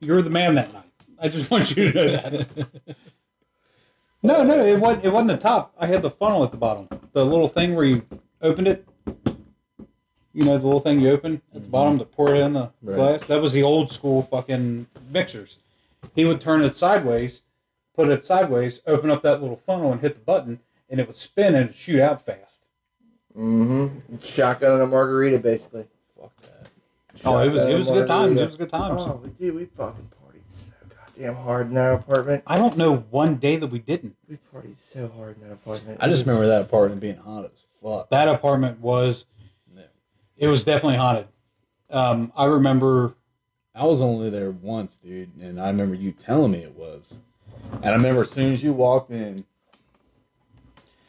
Speaker 1: You're the man that night. I just want you to know that. No, no, it wasn't it wasn't the top. I had the funnel at the bottom. The little thing where you opened it. You know, the little thing you open at the bottom to pour it in the
Speaker 2: Right.
Speaker 1: glass. That was the old school fucking mixers. He would turn it sideways put it sideways, open up that little funnel, and hit the button, and it would spin and shoot out fast.
Speaker 3: Mm-hmm. Shotgun and a margarita, basically.
Speaker 2: Fuck that.
Speaker 1: Oh, it was
Speaker 3: Shotgun
Speaker 1: it was good
Speaker 3: and a
Speaker 1: times.
Speaker 3: margarita.
Speaker 1: It was good times.
Speaker 3: Oh, we did. We fucking partied so goddamn hard in that apartment.
Speaker 1: I don't know one day that we didn't.
Speaker 3: We partied so hard in that apartment.
Speaker 2: I just remember that apartment being hot as fuck.
Speaker 1: That apartment was, it was definitely haunted. Um, I remember
Speaker 2: I was only there once, dude, and I remember you telling me it was. And I remember as soon as you walked in,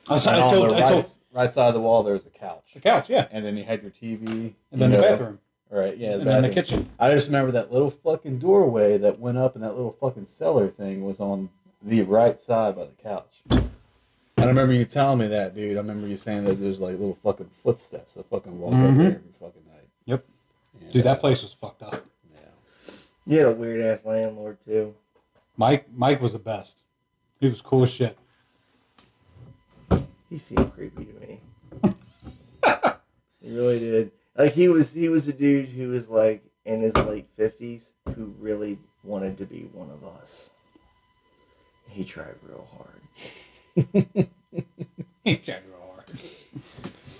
Speaker 1: I, s- I
Speaker 2: and on
Speaker 1: told,
Speaker 2: the
Speaker 1: I
Speaker 2: right,
Speaker 1: told
Speaker 2: right side of the wall, there was a couch,
Speaker 1: the couch, yeah,
Speaker 2: and then you had your TV,
Speaker 1: and then
Speaker 2: you
Speaker 1: the
Speaker 2: know,
Speaker 1: bathroom,
Speaker 2: right? Yeah,
Speaker 1: and then the
Speaker 2: bathroom.
Speaker 1: kitchen.
Speaker 2: I just remember that little fucking doorway that went up, and that little fucking cellar thing was on the right side by the couch. And I remember you telling me that, dude. I remember you saying that there's like little fucking footsteps that fucking walk up there every fucking night.
Speaker 1: Yep.
Speaker 2: Yeah.
Speaker 1: Dude, that place was fucked up.
Speaker 2: Yeah.
Speaker 3: You had a weird ass landlord too.
Speaker 1: Mike, Mike was the best. He was cool as shit.
Speaker 3: He seemed creepy to me. he really did. Like he was, he was a dude who was like in his late fifties who really wanted to be one of us. He tried real hard.
Speaker 1: He tried real hard.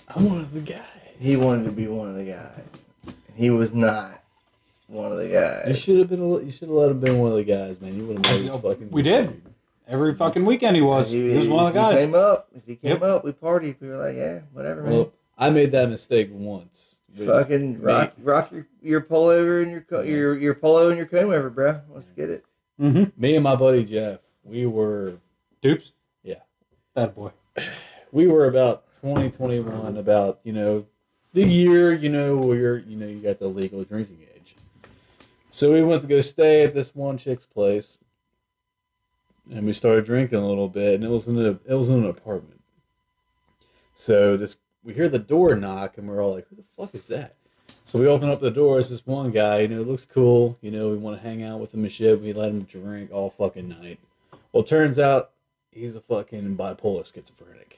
Speaker 2: I'm one of the guys.
Speaker 3: He wanted to be one of the guys. He was not one of the
Speaker 2: You
Speaker 3: guys.
Speaker 2: should have been. a li- You should have let him been one of the guys, man. You would have made
Speaker 1: No,
Speaker 2: his fucking.
Speaker 1: we did. Every fucking weekend he was. He, was one of the
Speaker 3: If he
Speaker 1: guys.
Speaker 3: came up, if he came
Speaker 1: Yep.
Speaker 3: up, we partied. We were like, yeah, whatever, man.
Speaker 2: Well, I made that mistake once. Dude,
Speaker 3: Fucking rock, rock your your pullover and your co- your your polo and your comb over, bro. Let's get it.
Speaker 1: Mm-hmm.
Speaker 2: Me and my buddy Jeff, we were
Speaker 1: Dupes.
Speaker 2: Yeah.
Speaker 1: That boy.
Speaker 2: we were about 2021 about you know the year you know where you know you got the legal drinking age so we went to go stay at this one chick's place and we started drinking a little bit and it was in a it was in an apartment so this we hear the door knock and we're all like who the fuck is that so we open up the door it's this one guy you know looks cool you know we want to hang out with him and shit we let him drink all fucking night well turns out he's a fucking bipolar schizophrenic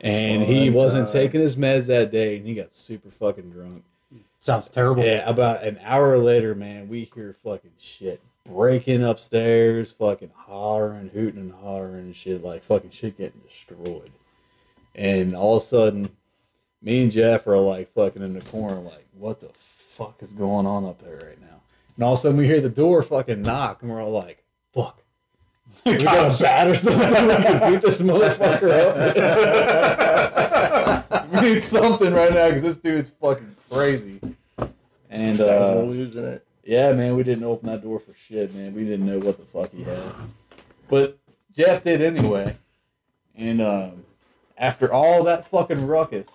Speaker 2: and he
Speaker 3: Fun
Speaker 2: wasn't
Speaker 3: times.
Speaker 2: taking his meds that day and he got super fucking drunk
Speaker 1: Sounds terrible.
Speaker 2: yeah, about an hour later, man, we hear fucking shit breaking upstairs, fucking hollering, hooting and hollering and shit, like fucking shit getting destroyed. And all of a sudden, me and Jeff are like fucking in the corner, like, what the fuck is going on up there right now? And all of a sudden, we hear the door fucking knock, and we're all like, fuck. We got a bat or something. We can beat this motherfucker up. we need something right now because this dude's fucking crazy. And
Speaker 3: These guys are
Speaker 2: uh,
Speaker 3: losing it.
Speaker 2: yeah, man, we didn't open that door for shit, man. We didn't know what the fuck he had. But Jeff did anyway. And um, after all that fucking ruckus,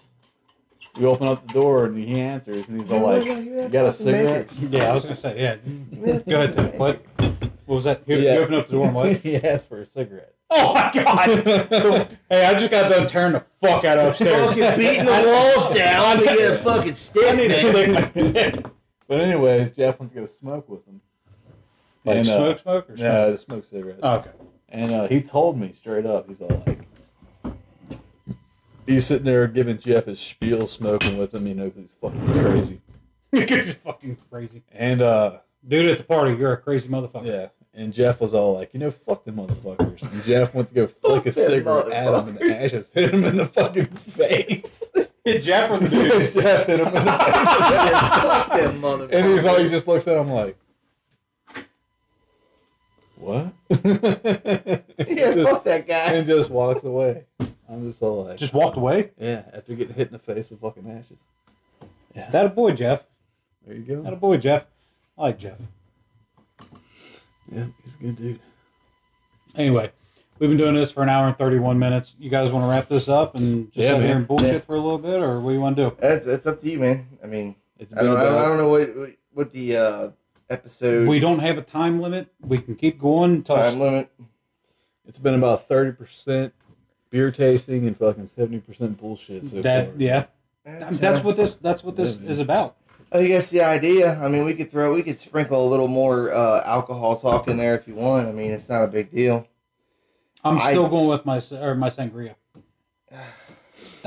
Speaker 2: we open up the door and he answers and he's all like, You got a cigarette?
Speaker 1: Yeah, I was gonna say, yeah. Go ahead, Tim. What? What was that? You,
Speaker 2: Yeah.
Speaker 1: you opened up the door and what?
Speaker 2: he asked for a cigarette.
Speaker 1: oh my god! hey, I just got done tearing the fuck out of upstairs.
Speaker 3: Fucking beating the walls down to get a fucking stick.
Speaker 1: I need a
Speaker 3: man.
Speaker 1: stick.
Speaker 2: But anyways, Jeff went to go smoke with him.
Speaker 1: Like
Speaker 2: And, uh,
Speaker 1: smoke, smoke, or smoke?
Speaker 2: No, the smoke cigarette.
Speaker 1: Oh, okay.
Speaker 2: And uh, he told me straight up, he's all like, he's sitting there giving Jeff his spiel, smoking with him, you know, 'cause he's fucking crazy.
Speaker 1: Because it's fucking crazy.
Speaker 2: And uh,
Speaker 1: Dude at the party, you're a crazy motherfucker.
Speaker 2: yeah, and Jeff was all like, you know, fuck them motherfuckers. And Jeff went to go flick a
Speaker 3: them
Speaker 2: cigarette at him, and
Speaker 3: motherfuckers.
Speaker 2: Ash just hit him in the fucking face.
Speaker 1: Hit Jeff or the dude.
Speaker 2: Jeff hit him in the face.
Speaker 3: Fuck them motherfuckers.
Speaker 2: And he's all, he just looks at him like, what?
Speaker 3: Yeah,
Speaker 2: just,
Speaker 3: fuck that guy.
Speaker 2: and just walks away. I'm just all like,
Speaker 1: Just walked away.
Speaker 2: yeah, after getting hit in the face with fucking ashes.
Speaker 1: That a boy, Jeff.
Speaker 2: There you go.
Speaker 1: That a boy, Jeff. I like Jeff.
Speaker 2: Yeah, he's a good dude.
Speaker 1: Anyway, we've been doing this for an hour and 31 minutes. You guys want to wrap this up and just
Speaker 2: Yeah,
Speaker 1: sit
Speaker 2: man.
Speaker 1: here and bullshit
Speaker 3: Yeah.
Speaker 1: for a little bit, or what do you want to do?
Speaker 3: That's that's up to you, man. I mean,
Speaker 2: It's
Speaker 3: I don't,
Speaker 2: been
Speaker 3: I don't, I
Speaker 2: about
Speaker 3: don't know what what- what the uh, episode
Speaker 1: We don't have a time limit. We can keep going until
Speaker 3: time limit.
Speaker 2: it's been about thirty percent beer tasting and fucking seventy percent bullshit so
Speaker 1: that.
Speaker 2: far.
Speaker 1: Yeah, that's
Speaker 3: uh,
Speaker 1: what this. That's what this
Speaker 2: Yeah, man.
Speaker 1: is about.
Speaker 3: I think that's the idea. I mean, we could throw, we could sprinkle a little more uh, alcohol talk in there if you want. I mean, it's not a big deal.
Speaker 1: I'm
Speaker 3: I-
Speaker 1: still going with my s- or my sangria.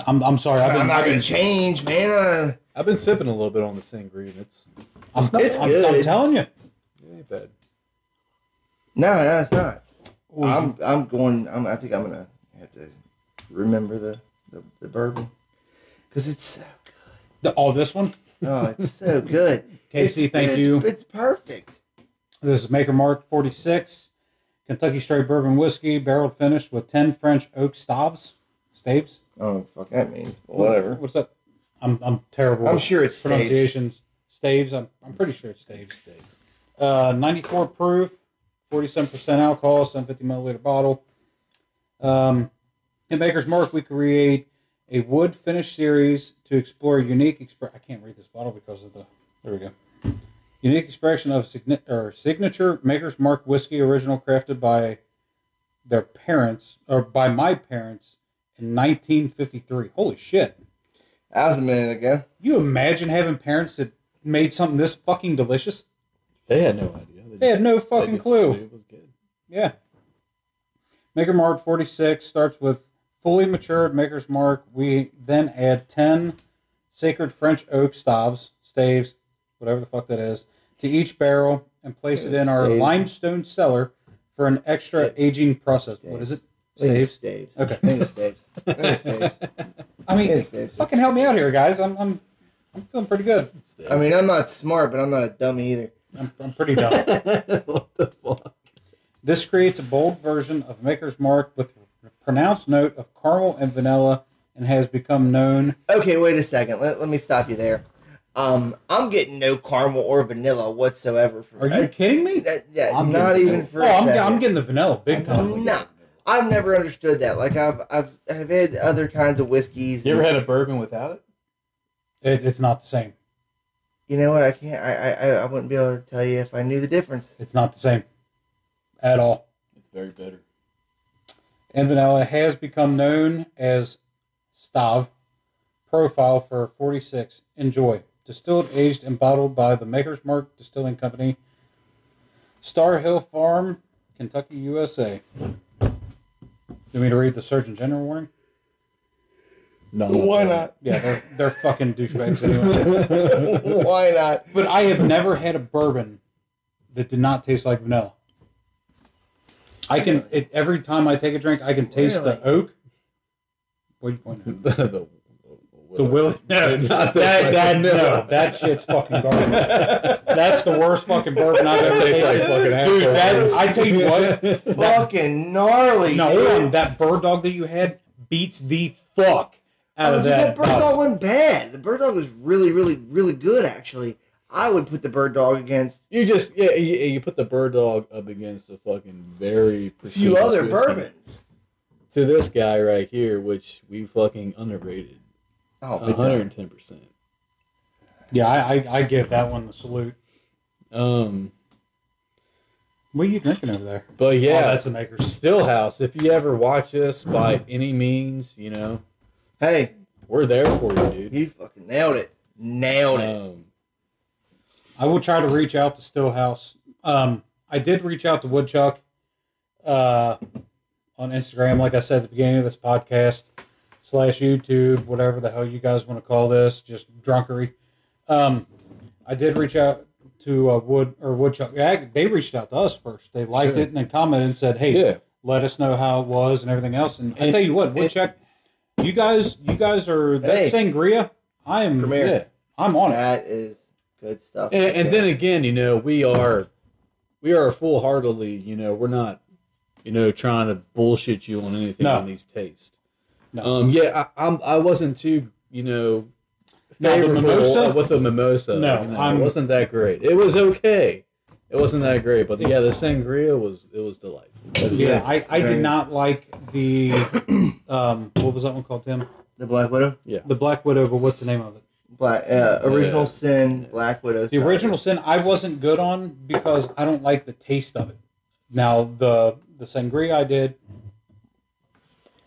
Speaker 1: I'm, I'm sorry. I've been,
Speaker 3: I'm not going to change, man. Uh,
Speaker 2: I've been sipping a little bit on the sangria. and It's
Speaker 1: I'm, not-
Speaker 3: it's
Speaker 1: I'm- I'm
Speaker 3: good.
Speaker 1: telling you.
Speaker 2: it ain't bad.
Speaker 3: no, no, it's not.
Speaker 1: Ooh,
Speaker 3: I'm, I'm going. I'm, I think I'm gonna have to remember the the, the bourbon because it's so good.
Speaker 1: the- oh, this one.
Speaker 3: Oh, it's so good.
Speaker 1: Casey,
Speaker 3: It's-
Speaker 1: thank
Speaker 3: it's-
Speaker 1: you.
Speaker 3: It's perfect.
Speaker 1: This is Maker Mark 46, Kentucky Straight Bourbon Whiskey, barreled finished with 10 French oak staves. Staves?
Speaker 3: I don't know what the Oh, fuck that means, but whatever.
Speaker 1: What's up? I'm, I'm terrible.
Speaker 3: I'm
Speaker 1: with
Speaker 3: sure it's pronunciation.
Speaker 1: pronunciations. Staves. I'm, I'm pretty sure it's staves.
Speaker 2: Steaks.
Speaker 1: Uh, 94 proof, 47% alcohol, 750 milliliter bottle. Um, in Maker's Mark, we create a wood finish series to explore unique. Exp- I can't read this bottle because of the. There we go. Unique expression of signi- or signature Maker's Mark whiskey original crafted by their parents or by my parents in 1953. Holy shit!
Speaker 3: That was a minute ago.
Speaker 1: You imagine having parents that made something this fucking delicious?
Speaker 2: They had no idea.
Speaker 1: They had
Speaker 2: just-
Speaker 1: no fucking
Speaker 2: just
Speaker 1: clue.
Speaker 2: knew It was good.
Speaker 1: Yeah. Maker Mark 46 starts with fully matured Maker's Mark. We then add 10 sacred French oak staves, staves, whatever the fuck that is, to each barrel and place it in our
Speaker 3: Staves.
Speaker 1: limestone cellar for an extra
Speaker 2: Staves.
Speaker 1: aging process. What is it? Staves?
Speaker 3: Staves.
Speaker 1: Okay.
Speaker 3: I think it's Staves. I think it's Staves.
Speaker 1: I mean,
Speaker 3: It's staves.
Speaker 1: fucking help me out here, guys. I'm, I'm, I'm feeling pretty good.
Speaker 2: Steaks.
Speaker 3: I mean, I'm not smart, but I'm not a dummy either.
Speaker 1: I'm, I'm pretty done.
Speaker 2: what the fuck?
Speaker 1: This creates a bold version of Maker's Mark with a pronounced note of caramel and vanilla and has become known.
Speaker 3: Okay, wait a second. Let, let me stop you there. Um, I'm getting no caramel or vanilla whatsoever. From
Speaker 1: Are you
Speaker 3: I-
Speaker 1: kidding me?
Speaker 3: that- yeah,
Speaker 2: I'm
Speaker 3: not
Speaker 2: getting
Speaker 3: even
Speaker 2: vanilla.
Speaker 3: for
Speaker 1: oh,
Speaker 3: a
Speaker 1: I'm,
Speaker 3: second.
Speaker 1: I'm getting the vanilla big time.
Speaker 3: No. I've never understood that. Like I've I've I've had other kinds of whiskeys.
Speaker 2: You ever
Speaker 3: and-
Speaker 2: had a bourbon without it?
Speaker 1: It, it's not the same.
Speaker 3: You know what? I can't. I, I I- I wouldn't be able to tell you if I knew the difference.
Speaker 1: It's not the same at all.
Speaker 2: It's very bitter.
Speaker 1: And vanilla has become known as Stav profile for 46. Enjoy. Distilled, aged, and bottled by the Maker's Mark Distilling Company, Star Hill Farm, Kentucky, USA. Do you want me to read the Surgeon General warning?
Speaker 2: No,
Speaker 3: Why not?
Speaker 1: Yeah, they're, they're fucking douchebags anyway.
Speaker 3: Why not?
Speaker 1: But I have never had a bourbon that did not taste like vanilla. I can it, every time I take a drink, I can taste
Speaker 3: Really?
Speaker 1: the oak. What are you pointing
Speaker 2: the, the,
Speaker 1: at? The will? No, that,
Speaker 2: Not the fucking
Speaker 1: that, no,
Speaker 2: vanilla.
Speaker 1: that shit's fucking garbage. That's the worst fucking bourbon I've ever
Speaker 2: tastes
Speaker 1: tasted.
Speaker 2: like fucking
Speaker 1: Dude,
Speaker 2: asshole.
Speaker 1: that, I tell you what,
Speaker 3: Fucking gnarly.
Speaker 1: no,
Speaker 3: dude.
Speaker 1: that bird dog that you had beats the fuck out
Speaker 3: Oh,
Speaker 1: of
Speaker 3: dude,
Speaker 1: that.
Speaker 3: that bird
Speaker 1: bottle.
Speaker 3: dog wasn't bad. The bird dog was really, really, really good. Actually, I would put the bird dog against
Speaker 2: You just yeah, you, you put the bird dog up against a fucking very
Speaker 3: a few other bourbons.
Speaker 2: to this guy right here, which we fucking underrated
Speaker 3: Oh, big
Speaker 2: hundred
Speaker 3: time.
Speaker 2: and ten percent.
Speaker 1: Yeah, I, I, I give that one the salute.
Speaker 2: Um,
Speaker 1: What are you drinking over there?
Speaker 2: but
Speaker 1: Oh,
Speaker 2: yeah,
Speaker 1: that's the Maker's.
Speaker 2: Stillhouse. If you ever watch us by any means, you know
Speaker 3: Hey,
Speaker 2: we're there for you, dude.
Speaker 3: you fucking nailed it. Nailed it.
Speaker 2: Um,
Speaker 1: I will try to reach out to Stillhouse. Um, I did reach out to Woodchuck uh, on Instagram, like I said at the beginning of this podcast, slash YouTube, whatever the hell you guys want to call this, just drunkery. Um, I did reach out to uh, Wood or Woodchuck. Yeah, they reached out to us first. They liked
Speaker 2: Sure.
Speaker 1: it and then commented and said, "Hey,
Speaker 2: yeah,
Speaker 1: let us know how it was and everything else." And, I
Speaker 2: And-
Speaker 1: tell you what,
Speaker 2: and-
Speaker 1: Woodchuck, you guys, you guys are that
Speaker 3: Hey.
Speaker 1: sangria. I am,
Speaker 3: Premier.
Speaker 2: yeah.
Speaker 1: I'm on it.
Speaker 3: That is good stuff.
Speaker 2: And,
Speaker 3: right
Speaker 2: and
Speaker 3: there.
Speaker 2: then again, you know, we are we are full heartedly, you know, we're not, you know, trying to bullshit you on anything
Speaker 1: No.
Speaker 2: on these tastes.
Speaker 1: No.
Speaker 2: Um, yeah, I, I'm, I wasn't too, you know,
Speaker 1: Not with
Speaker 2: favorable
Speaker 1: mimosa?
Speaker 2: with a mimosa.
Speaker 1: No,
Speaker 2: you know,
Speaker 1: I'm-
Speaker 2: it wasn't that great. It was okay. It wasn't that great, but yeah, the sangria was it was delightful.
Speaker 1: yeah, I, I
Speaker 3: Very-
Speaker 1: did not like the um what was that one called Tim?
Speaker 3: The Black Widow,
Speaker 1: The Black Widow, but what's the name of it?
Speaker 3: Black uh, Original
Speaker 2: Yeah.
Speaker 3: Sin, Black Widow.
Speaker 1: The original sin I wasn't good on because I don't like the taste of it. Now the the sangria I did,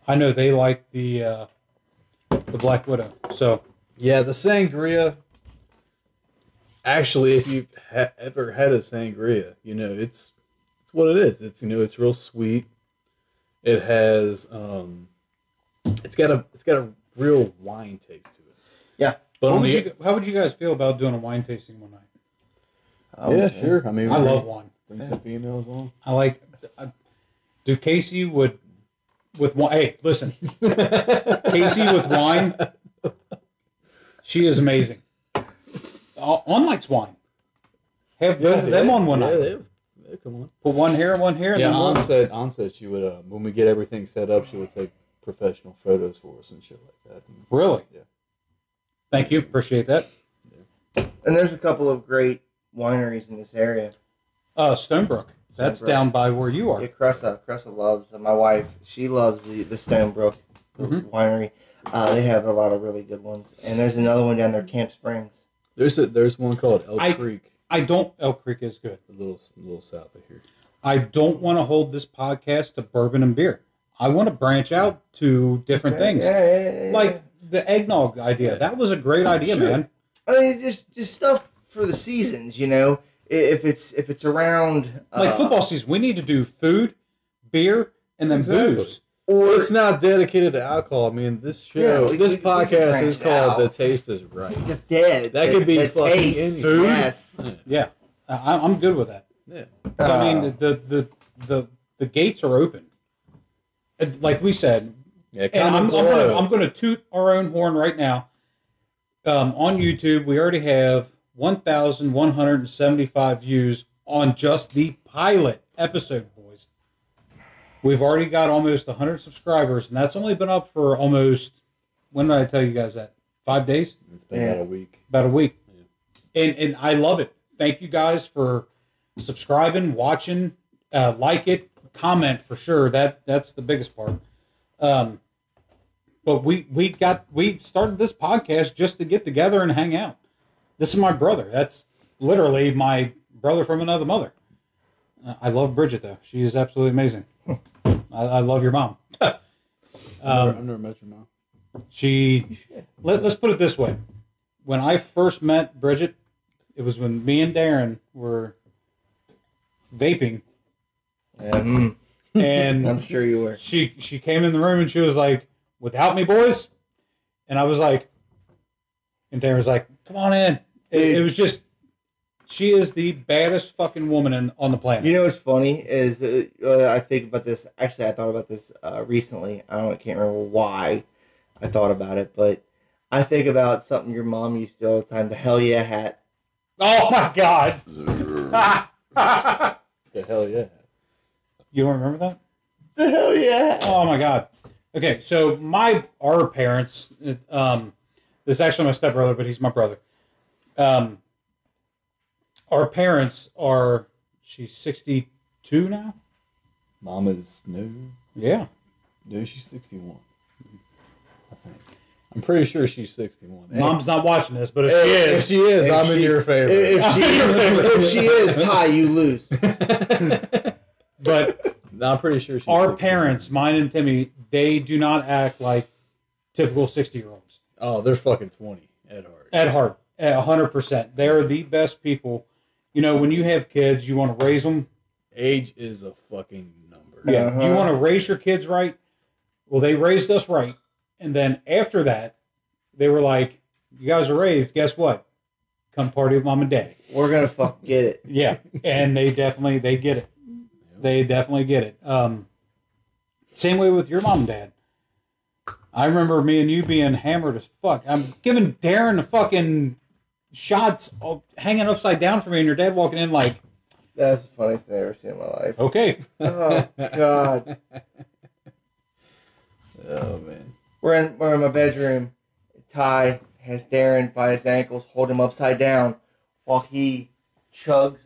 Speaker 1: I know they like the uh, the Black Widow. So
Speaker 2: Yeah, the sangria. Actually, if you've ha- ever had a sangria, you know it's it's what it is. It's you know it's real sweet. It has um, it's got a it's got a real wine taste to it.
Speaker 3: Yeah.
Speaker 2: but
Speaker 1: how
Speaker 2: on
Speaker 1: would,
Speaker 2: the, e-
Speaker 1: you, how would you guys feel about doing a wine tasting one night?
Speaker 3: Oh,
Speaker 2: yeah,
Speaker 3: okay.
Speaker 2: sure. I mean,
Speaker 1: I love wine.
Speaker 2: bring some females on.
Speaker 1: I like. I, dude, Casey would with wine. Hey, listen, Casey with wine. She is amazing. O- On likes wine. Have both of them on one
Speaker 2: yeah,
Speaker 1: night.
Speaker 2: they- they- come on.
Speaker 1: Put one here and one here. And
Speaker 2: Yeah,
Speaker 1: then one.
Speaker 2: on said on said she would uh, when we get everything set up, she would take professional photos for us and shit like that. And
Speaker 1: Really?
Speaker 2: Yeah.
Speaker 1: Thank you. Appreciate that.
Speaker 3: And there's a couple of great wineries in this area.
Speaker 1: Uh, Stonebrook. That's
Speaker 3: Stonebrook.
Speaker 1: down by where you are.
Speaker 3: Yeah, Cressa. Cressa loves my wife. She loves the the Stonebrook
Speaker 1: Mhm.
Speaker 3: Winery. Uh, they have a lot of really good ones. And there's another one down there, Camp Springs.
Speaker 2: there's a, there's one called Elk
Speaker 1: I-
Speaker 2: Creek.
Speaker 1: I don't. Elk Creek is good.
Speaker 2: a little a little south of here.
Speaker 1: I don't want to hold this podcast to bourbon and beer. I want to branch out to different things,
Speaker 3: Yeah, yeah, yeah, yeah.
Speaker 1: like the eggnog idea. That was a great idea,
Speaker 2: Sure.
Speaker 1: man.
Speaker 3: I mean, just just stuff for the seasons. You know, I- if it's if it's around uh,
Speaker 2: Uh-huh.
Speaker 1: Like football season, we need to do food, beer, and then
Speaker 2: Exactly.
Speaker 1: booze.
Speaker 3: or
Speaker 2: It's not dedicated to alcohol. I mean, this
Speaker 3: Yeah,
Speaker 2: show,
Speaker 3: we-
Speaker 2: this
Speaker 3: we- we can
Speaker 2: podcast
Speaker 3: drink
Speaker 2: is called
Speaker 3: now.
Speaker 2: "The Taste Is Right."
Speaker 3: the dead.
Speaker 2: That
Speaker 3: the-
Speaker 2: could be
Speaker 3: the
Speaker 2: fucking
Speaker 3: taste,
Speaker 2: anything.
Speaker 1: Food?
Speaker 3: Yes.
Speaker 1: Yeah, Uh, I, I'm good with that.
Speaker 2: Yeah,
Speaker 1: So, I
Speaker 3: Uh,
Speaker 1: mean, the, the the the gates are open. And Like we said,
Speaker 2: yeah.
Speaker 1: And
Speaker 2: Common
Speaker 1: I'm, I'm,
Speaker 2: blood.
Speaker 1: gonna, I'm gonna toot our own horn right now. Um, on YouTube, we already have 1,175 views on just the pilot episode, boys. We've already got almost 100 subscribers, and that's only been up for almost when did I tell you guys that? Five days,
Speaker 2: it's been about a week.
Speaker 1: about a week. And and I love it. Thank you guys for subscribing, watching, uh, like it, comment for sure. That that's the biggest part. Um, but we we got we started this podcast just to get together and hang out. This is my brother. That's literally my brother from another mother. Uh, I love Bridget though. She is absolutely amazing. I, I love your mom. Um,
Speaker 2: I've never- I've never met your mom.
Speaker 1: She let, let's put it this way. When I first met Bridget, it was when me and Darren were vaping
Speaker 3: yeah, mm, I'm
Speaker 1: and
Speaker 3: sure you were.
Speaker 1: she she came in the room and she was like, "Without me, boys." And I was like and Darren was like, "Come on in." It, it was just she is the baddest fucking woman in, on the planet.
Speaker 3: You know what's funny is uh, uh, I think about this. Actually, I thought about this uh, recently. I don't I can't remember why I thought about it, but I think about something your mom used to do all the time. The hell yeah hat.
Speaker 1: Oh my god.
Speaker 2: The hell yeah.
Speaker 1: You don't remember that?
Speaker 3: The hell yeah. Hat.
Speaker 1: Oh my god. Okay, so my our parents, it, um, this is actually my stepbrother, but he's my brother. Um, our parents are she's sixty two now.
Speaker 2: Mom is no,
Speaker 1: Yeah,
Speaker 2: no. She's sixty-one. I think. I'm pretty sure she's sixty-one. Hey,
Speaker 1: mom's not watching this, but if
Speaker 2: hey,
Speaker 1: she is,
Speaker 2: If she is,
Speaker 3: If
Speaker 2: I'm in
Speaker 3: she-
Speaker 2: your favor.
Speaker 3: If she, if she is, Ty, you lose.
Speaker 1: but
Speaker 2: No, I'm pretty sure she's.
Speaker 1: our
Speaker 2: 61.
Speaker 1: parents, mine and Timmy, they do not act like typical sixty year olds.
Speaker 2: Oh, they're fucking twenty at heart.
Speaker 1: at heart, a hundred percent. They are the best people. You know, when you have kids, you want to raise them.
Speaker 2: Age is a fucking number.
Speaker 1: Yeah,
Speaker 3: Uh-huh.
Speaker 1: you want to raise your kids right. Well, they raised us right, and then after that, they were like, "You guys are raised. Guess what? Come party with mom and daddy."
Speaker 3: We're gonna fuck get it.
Speaker 1: Yeah, and they definitely they get it. They definitely get it. Um, same way with your mom and dad. I remember me and you being hammered as fuck. I'm giving Darren the fucking shots all- hanging upside down for me, and your dad walking in like,
Speaker 3: That's the funniest thing I've ever seen in my life.
Speaker 1: Okay.
Speaker 3: Oh, God.
Speaker 2: Oh man.
Speaker 3: We're in we're in my bedroom. Ty has Darren by his ankles, hold him upside down while he chugs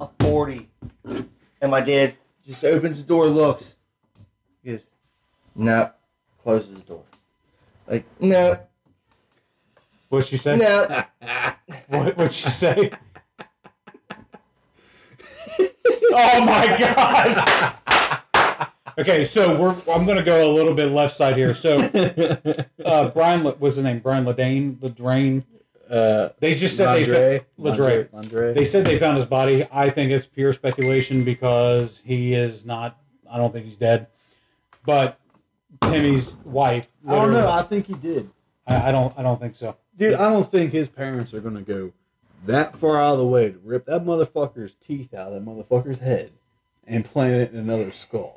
Speaker 3: a forty. And my dad just opens the door, looks. He goes, No, closes the door. Like, no,
Speaker 1: What'd she say?
Speaker 3: no.
Speaker 1: What, what'd she say? oh my God. Okay, so we're I'm gonna go a little bit left side here. So uh, Brian Le- what's his name? Brian Ledane, Ledrain.
Speaker 2: uh,
Speaker 1: They just said they fa- Landre.
Speaker 2: Landre, Landre, Landre.
Speaker 1: They said they found his body. I think it's pure speculation because he is not. I don't think he's dead. But Timmy's wife.
Speaker 2: I don't know.
Speaker 1: literally-
Speaker 2: I think he did.
Speaker 1: I, I don't. I don't think so.
Speaker 2: Dude, I don't think his parents are gonna go that far out of the way to rip that motherfucker's teeth out of that motherfucker's head and plant it in another skull.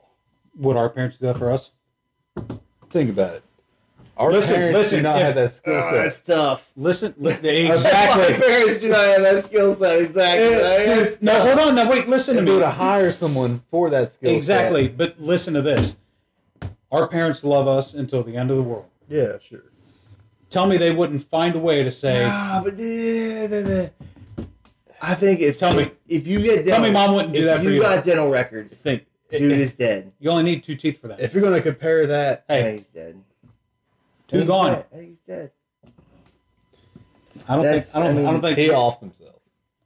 Speaker 1: Would our parents do that for us?
Speaker 2: Think about it. Our
Speaker 1: Listen,
Speaker 2: parents
Speaker 1: listen,
Speaker 2: do not
Speaker 1: if-
Speaker 2: have that skill
Speaker 3: Ah,
Speaker 2: set.
Speaker 3: that's tough.
Speaker 1: Listen, li-
Speaker 3: My parents do not have that skill set. Exactly.
Speaker 2: Yeah,
Speaker 3: That's
Speaker 1: no,
Speaker 3: tough.
Speaker 1: hold on. Now wait. Listen to
Speaker 2: And be
Speaker 1: me.
Speaker 2: able to hire someone for that skill set.
Speaker 1: Exactly. But listen to this. Our parents love us until the end of the world.
Speaker 2: Yeah, sure.
Speaker 1: Tell me they wouldn't find a way to say.
Speaker 3: Ah, but yeah, yeah, yeah. I think if
Speaker 1: Tell me-
Speaker 3: if you get
Speaker 1: Tell
Speaker 3: dental,
Speaker 1: me mom wouldn't do
Speaker 3: if
Speaker 1: that for
Speaker 3: you
Speaker 1: you.
Speaker 3: got dental records,
Speaker 2: Think
Speaker 3: dude
Speaker 2: if,
Speaker 3: is dead.
Speaker 1: You only need two teeth for that.
Speaker 2: if you're gonna compare that,
Speaker 3: Yeah,
Speaker 1: Hey,
Speaker 3: he's dead.
Speaker 1: Two
Speaker 3: He's
Speaker 1: gone.
Speaker 3: dead. He's dead.
Speaker 1: I don't think.
Speaker 3: That's-
Speaker 1: I don't.
Speaker 3: I
Speaker 1: I,
Speaker 3: mean,
Speaker 1: don't think.
Speaker 2: he offed himself.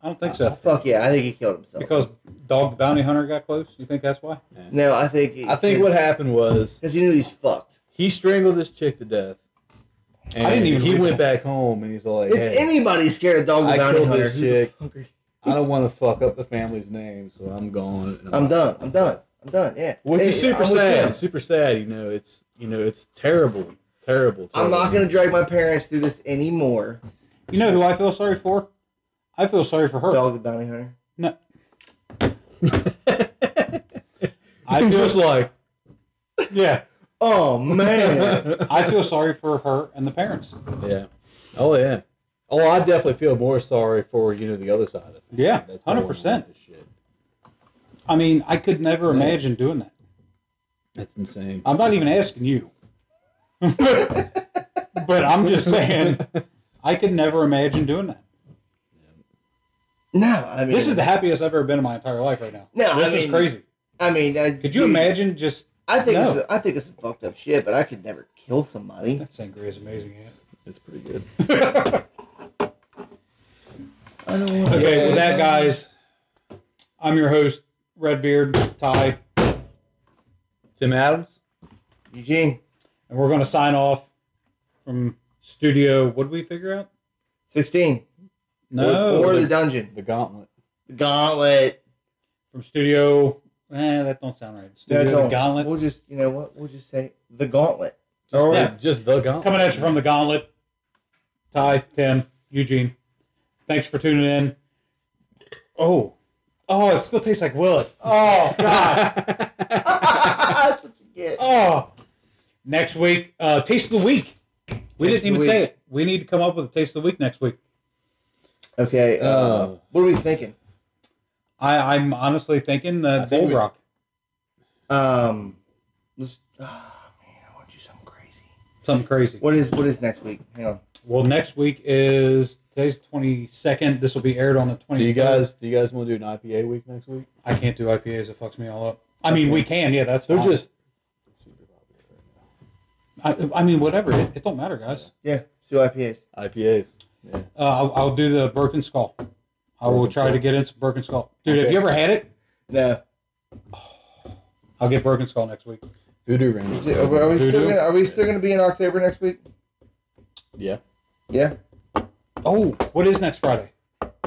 Speaker 1: I don't think so.
Speaker 3: Fuck yeah, I think he killed himself.
Speaker 1: Because Dog the Bounty Hunter got close? You think that's why?
Speaker 3: no, I think he,
Speaker 2: I think what happened was
Speaker 3: because he knew he's fucked.
Speaker 2: he strangled this chick to death. And
Speaker 1: I didn't even
Speaker 2: he
Speaker 1: read
Speaker 2: went
Speaker 1: it.
Speaker 2: back home and he's all like,
Speaker 3: If
Speaker 2: hey,
Speaker 3: anybody's scared of dog the
Speaker 2: I
Speaker 3: bounty
Speaker 2: killed
Speaker 3: hunter,
Speaker 2: this
Speaker 3: who the
Speaker 2: chick.
Speaker 3: fuck are you?
Speaker 2: I don't want to fuck up the family's name, so I'm gone. and
Speaker 3: I'm done. I'm done. I'm done. Yeah,
Speaker 2: Which is
Speaker 3: Hey, I'm
Speaker 2: super
Speaker 3: with
Speaker 2: sad.
Speaker 3: him.
Speaker 2: Super sad. You know, it's you know, it's terrible, terrible. terrible.
Speaker 3: I'm not gonna drag my parents through this anymore.
Speaker 1: You know who I feel sorry for? I feel sorry for her.
Speaker 3: Dog the bounty hunter.
Speaker 1: No,
Speaker 2: I
Speaker 1: I
Speaker 2: just
Speaker 1: feel
Speaker 2: like
Speaker 1: yeah.
Speaker 3: Oh man,
Speaker 1: I feel sorry for her and the parents.
Speaker 2: yeah. Oh yeah. Oh, I definitely feel more sorry for you know the other side of it.
Speaker 1: Yeah,
Speaker 2: more
Speaker 1: 100%.
Speaker 2: than this shit.
Speaker 1: I mean, I could never imagine doing that.
Speaker 2: That's insane.
Speaker 1: I'm not even asking you. but I'm just saying, I could never imagine doing that.
Speaker 3: no, I mean
Speaker 1: This is the happiest I've ever been in my entire life right now.
Speaker 3: No, I
Speaker 1: this is
Speaker 3: mean-
Speaker 1: crazy.
Speaker 3: I mean, that's-
Speaker 1: Could you
Speaker 3: dude,
Speaker 1: imagine just
Speaker 3: I think it's
Speaker 1: No.
Speaker 3: I think it's some fucked up shit, but I could never kill somebody.
Speaker 1: that sangria is amazing? Yeah.
Speaker 2: It's pretty good.
Speaker 3: I don't want
Speaker 1: Okay, with
Speaker 2: Yes.
Speaker 1: that, guys, I'm your host, Redbeard Ty,
Speaker 2: Tim Adams.
Speaker 3: Eugene,
Speaker 1: and we're going to sign off from Studio. What did we figure out?
Speaker 3: sixteen,
Speaker 1: No,
Speaker 3: or the dungeon,
Speaker 2: The Gauntlet.
Speaker 3: the gauntlet.
Speaker 1: from Studio. Eh, that don't sound right. Studio
Speaker 3: No,
Speaker 1: the
Speaker 3: don't.
Speaker 1: Gauntlet.
Speaker 3: We'll just, you know what? We'll just say the gauntlet.
Speaker 2: Just,
Speaker 1: Or-
Speaker 2: the, just the Gauntlet.
Speaker 1: Coming at you from the Gauntlet. Ty, Tim, Eugene. Thanks for tuning in. Oh, oh, it still tastes like Willet. Oh God.
Speaker 3: That's what you get.
Speaker 1: oh. Next week, uh, taste of the week. We
Speaker 3: Taste of
Speaker 1: didn't even
Speaker 3: the
Speaker 1: say
Speaker 3: week.
Speaker 1: it. We need to come up with a taste of the week next week.
Speaker 3: Okay. Uh,
Speaker 1: Um,
Speaker 2: Oh.
Speaker 3: what are we thinking?
Speaker 1: I, I'm honestly thinking
Speaker 2: I
Speaker 1: that
Speaker 2: think
Speaker 1: Bold
Speaker 2: we-
Speaker 1: Rock.
Speaker 3: Um, let's, ah, man, I want to do something crazy.
Speaker 1: Something crazy.
Speaker 3: What is what is next week? Hang on.
Speaker 1: Well, next week is today's twenty second. This will be aired on the twenty.
Speaker 2: Do you guys do you guys want to do an IPA week next week?
Speaker 1: I can't do IPAs. It fucks me all up. I mean, we can. Yeah, that's
Speaker 2: They're
Speaker 1: fine.
Speaker 2: just
Speaker 1: I, I mean, whatever. It, it don't matter, guys.
Speaker 3: Yeah, two IPAs.
Speaker 2: IPAs. Yeah.
Speaker 1: Uh, I'll, I'll do the Birken Skull. I will
Speaker 2: Birken
Speaker 1: try
Speaker 2: Skull.
Speaker 1: to get in some Birken Skull, dude. Have
Speaker 2: Okay.
Speaker 1: you ever had it?
Speaker 3: No.
Speaker 1: I'll get Birken Skull next week.
Speaker 2: Voodoo
Speaker 3: Is
Speaker 2: Rings.
Speaker 3: it- Are we, are we still
Speaker 1: Voodoo?
Speaker 3: gonna, are we still going to be in October next week?
Speaker 2: Yeah.
Speaker 3: Yeah.
Speaker 1: Oh, what is next Friday?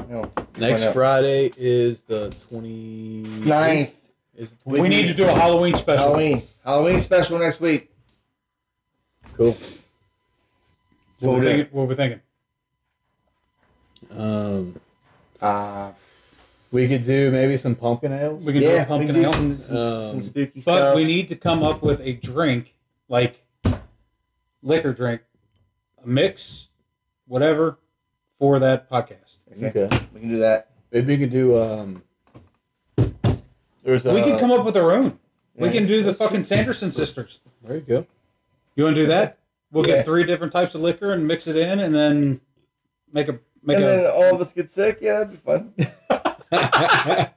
Speaker 3: No.
Speaker 2: Next
Speaker 3: Why not?
Speaker 2: Friday is the 29th.
Speaker 3: Ninth.
Speaker 2: Is it
Speaker 1: We,
Speaker 2: 20?
Speaker 1: need to do a Halloween special.
Speaker 3: Halloween. Halloween special next week.
Speaker 2: Cool.
Speaker 1: What,
Speaker 3: We'll
Speaker 1: we
Speaker 3: do.
Speaker 1: thinking, what we thinking?
Speaker 2: Um,
Speaker 3: Uh,
Speaker 2: we could do maybe some pumpkin ales.
Speaker 1: Ah. We can do
Speaker 3: yeah,
Speaker 1: a pumpkin
Speaker 3: we do
Speaker 1: ale.
Speaker 3: some, some, some
Speaker 2: Um,
Speaker 3: spooky
Speaker 1: But
Speaker 3: stuff.
Speaker 1: we need to come up with a drink, like liquor drink, a mix, whatever, for that podcast.
Speaker 3: Okay.
Speaker 2: okay.
Speaker 3: We can do that.
Speaker 2: Maybe we could do um,
Speaker 3: There's a,
Speaker 1: we can come up with our own. We
Speaker 3: yeah.
Speaker 1: can do the fucking Sanderson sisters.
Speaker 2: There you go.
Speaker 1: You want to do that? We'll
Speaker 3: Yeah.
Speaker 1: get three different types of liquor and mix it in, and then make a make
Speaker 3: and
Speaker 1: a.
Speaker 3: then all of us get sick. Yeah, that'd be fun.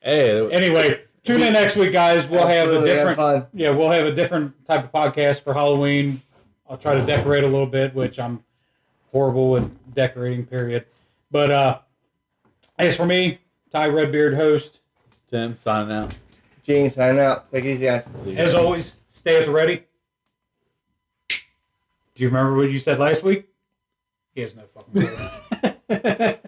Speaker 2: hey,
Speaker 1: anyway, tune in next week, guys. We'll have a
Speaker 3: Absolutely,
Speaker 1: different.
Speaker 3: fun.
Speaker 1: Yeah, we'll have a different type of podcast for Halloween. I'll try to decorate a little bit, which I'm horrible at decorating. Period. But uh, as for me, Ty Redbeard, host,
Speaker 2: Tim, signing out.
Speaker 3: Gene, sign out. Take it easy, guys.
Speaker 1: as always, stay at the ready. Do you remember what you said last week? He has no fucking. clue.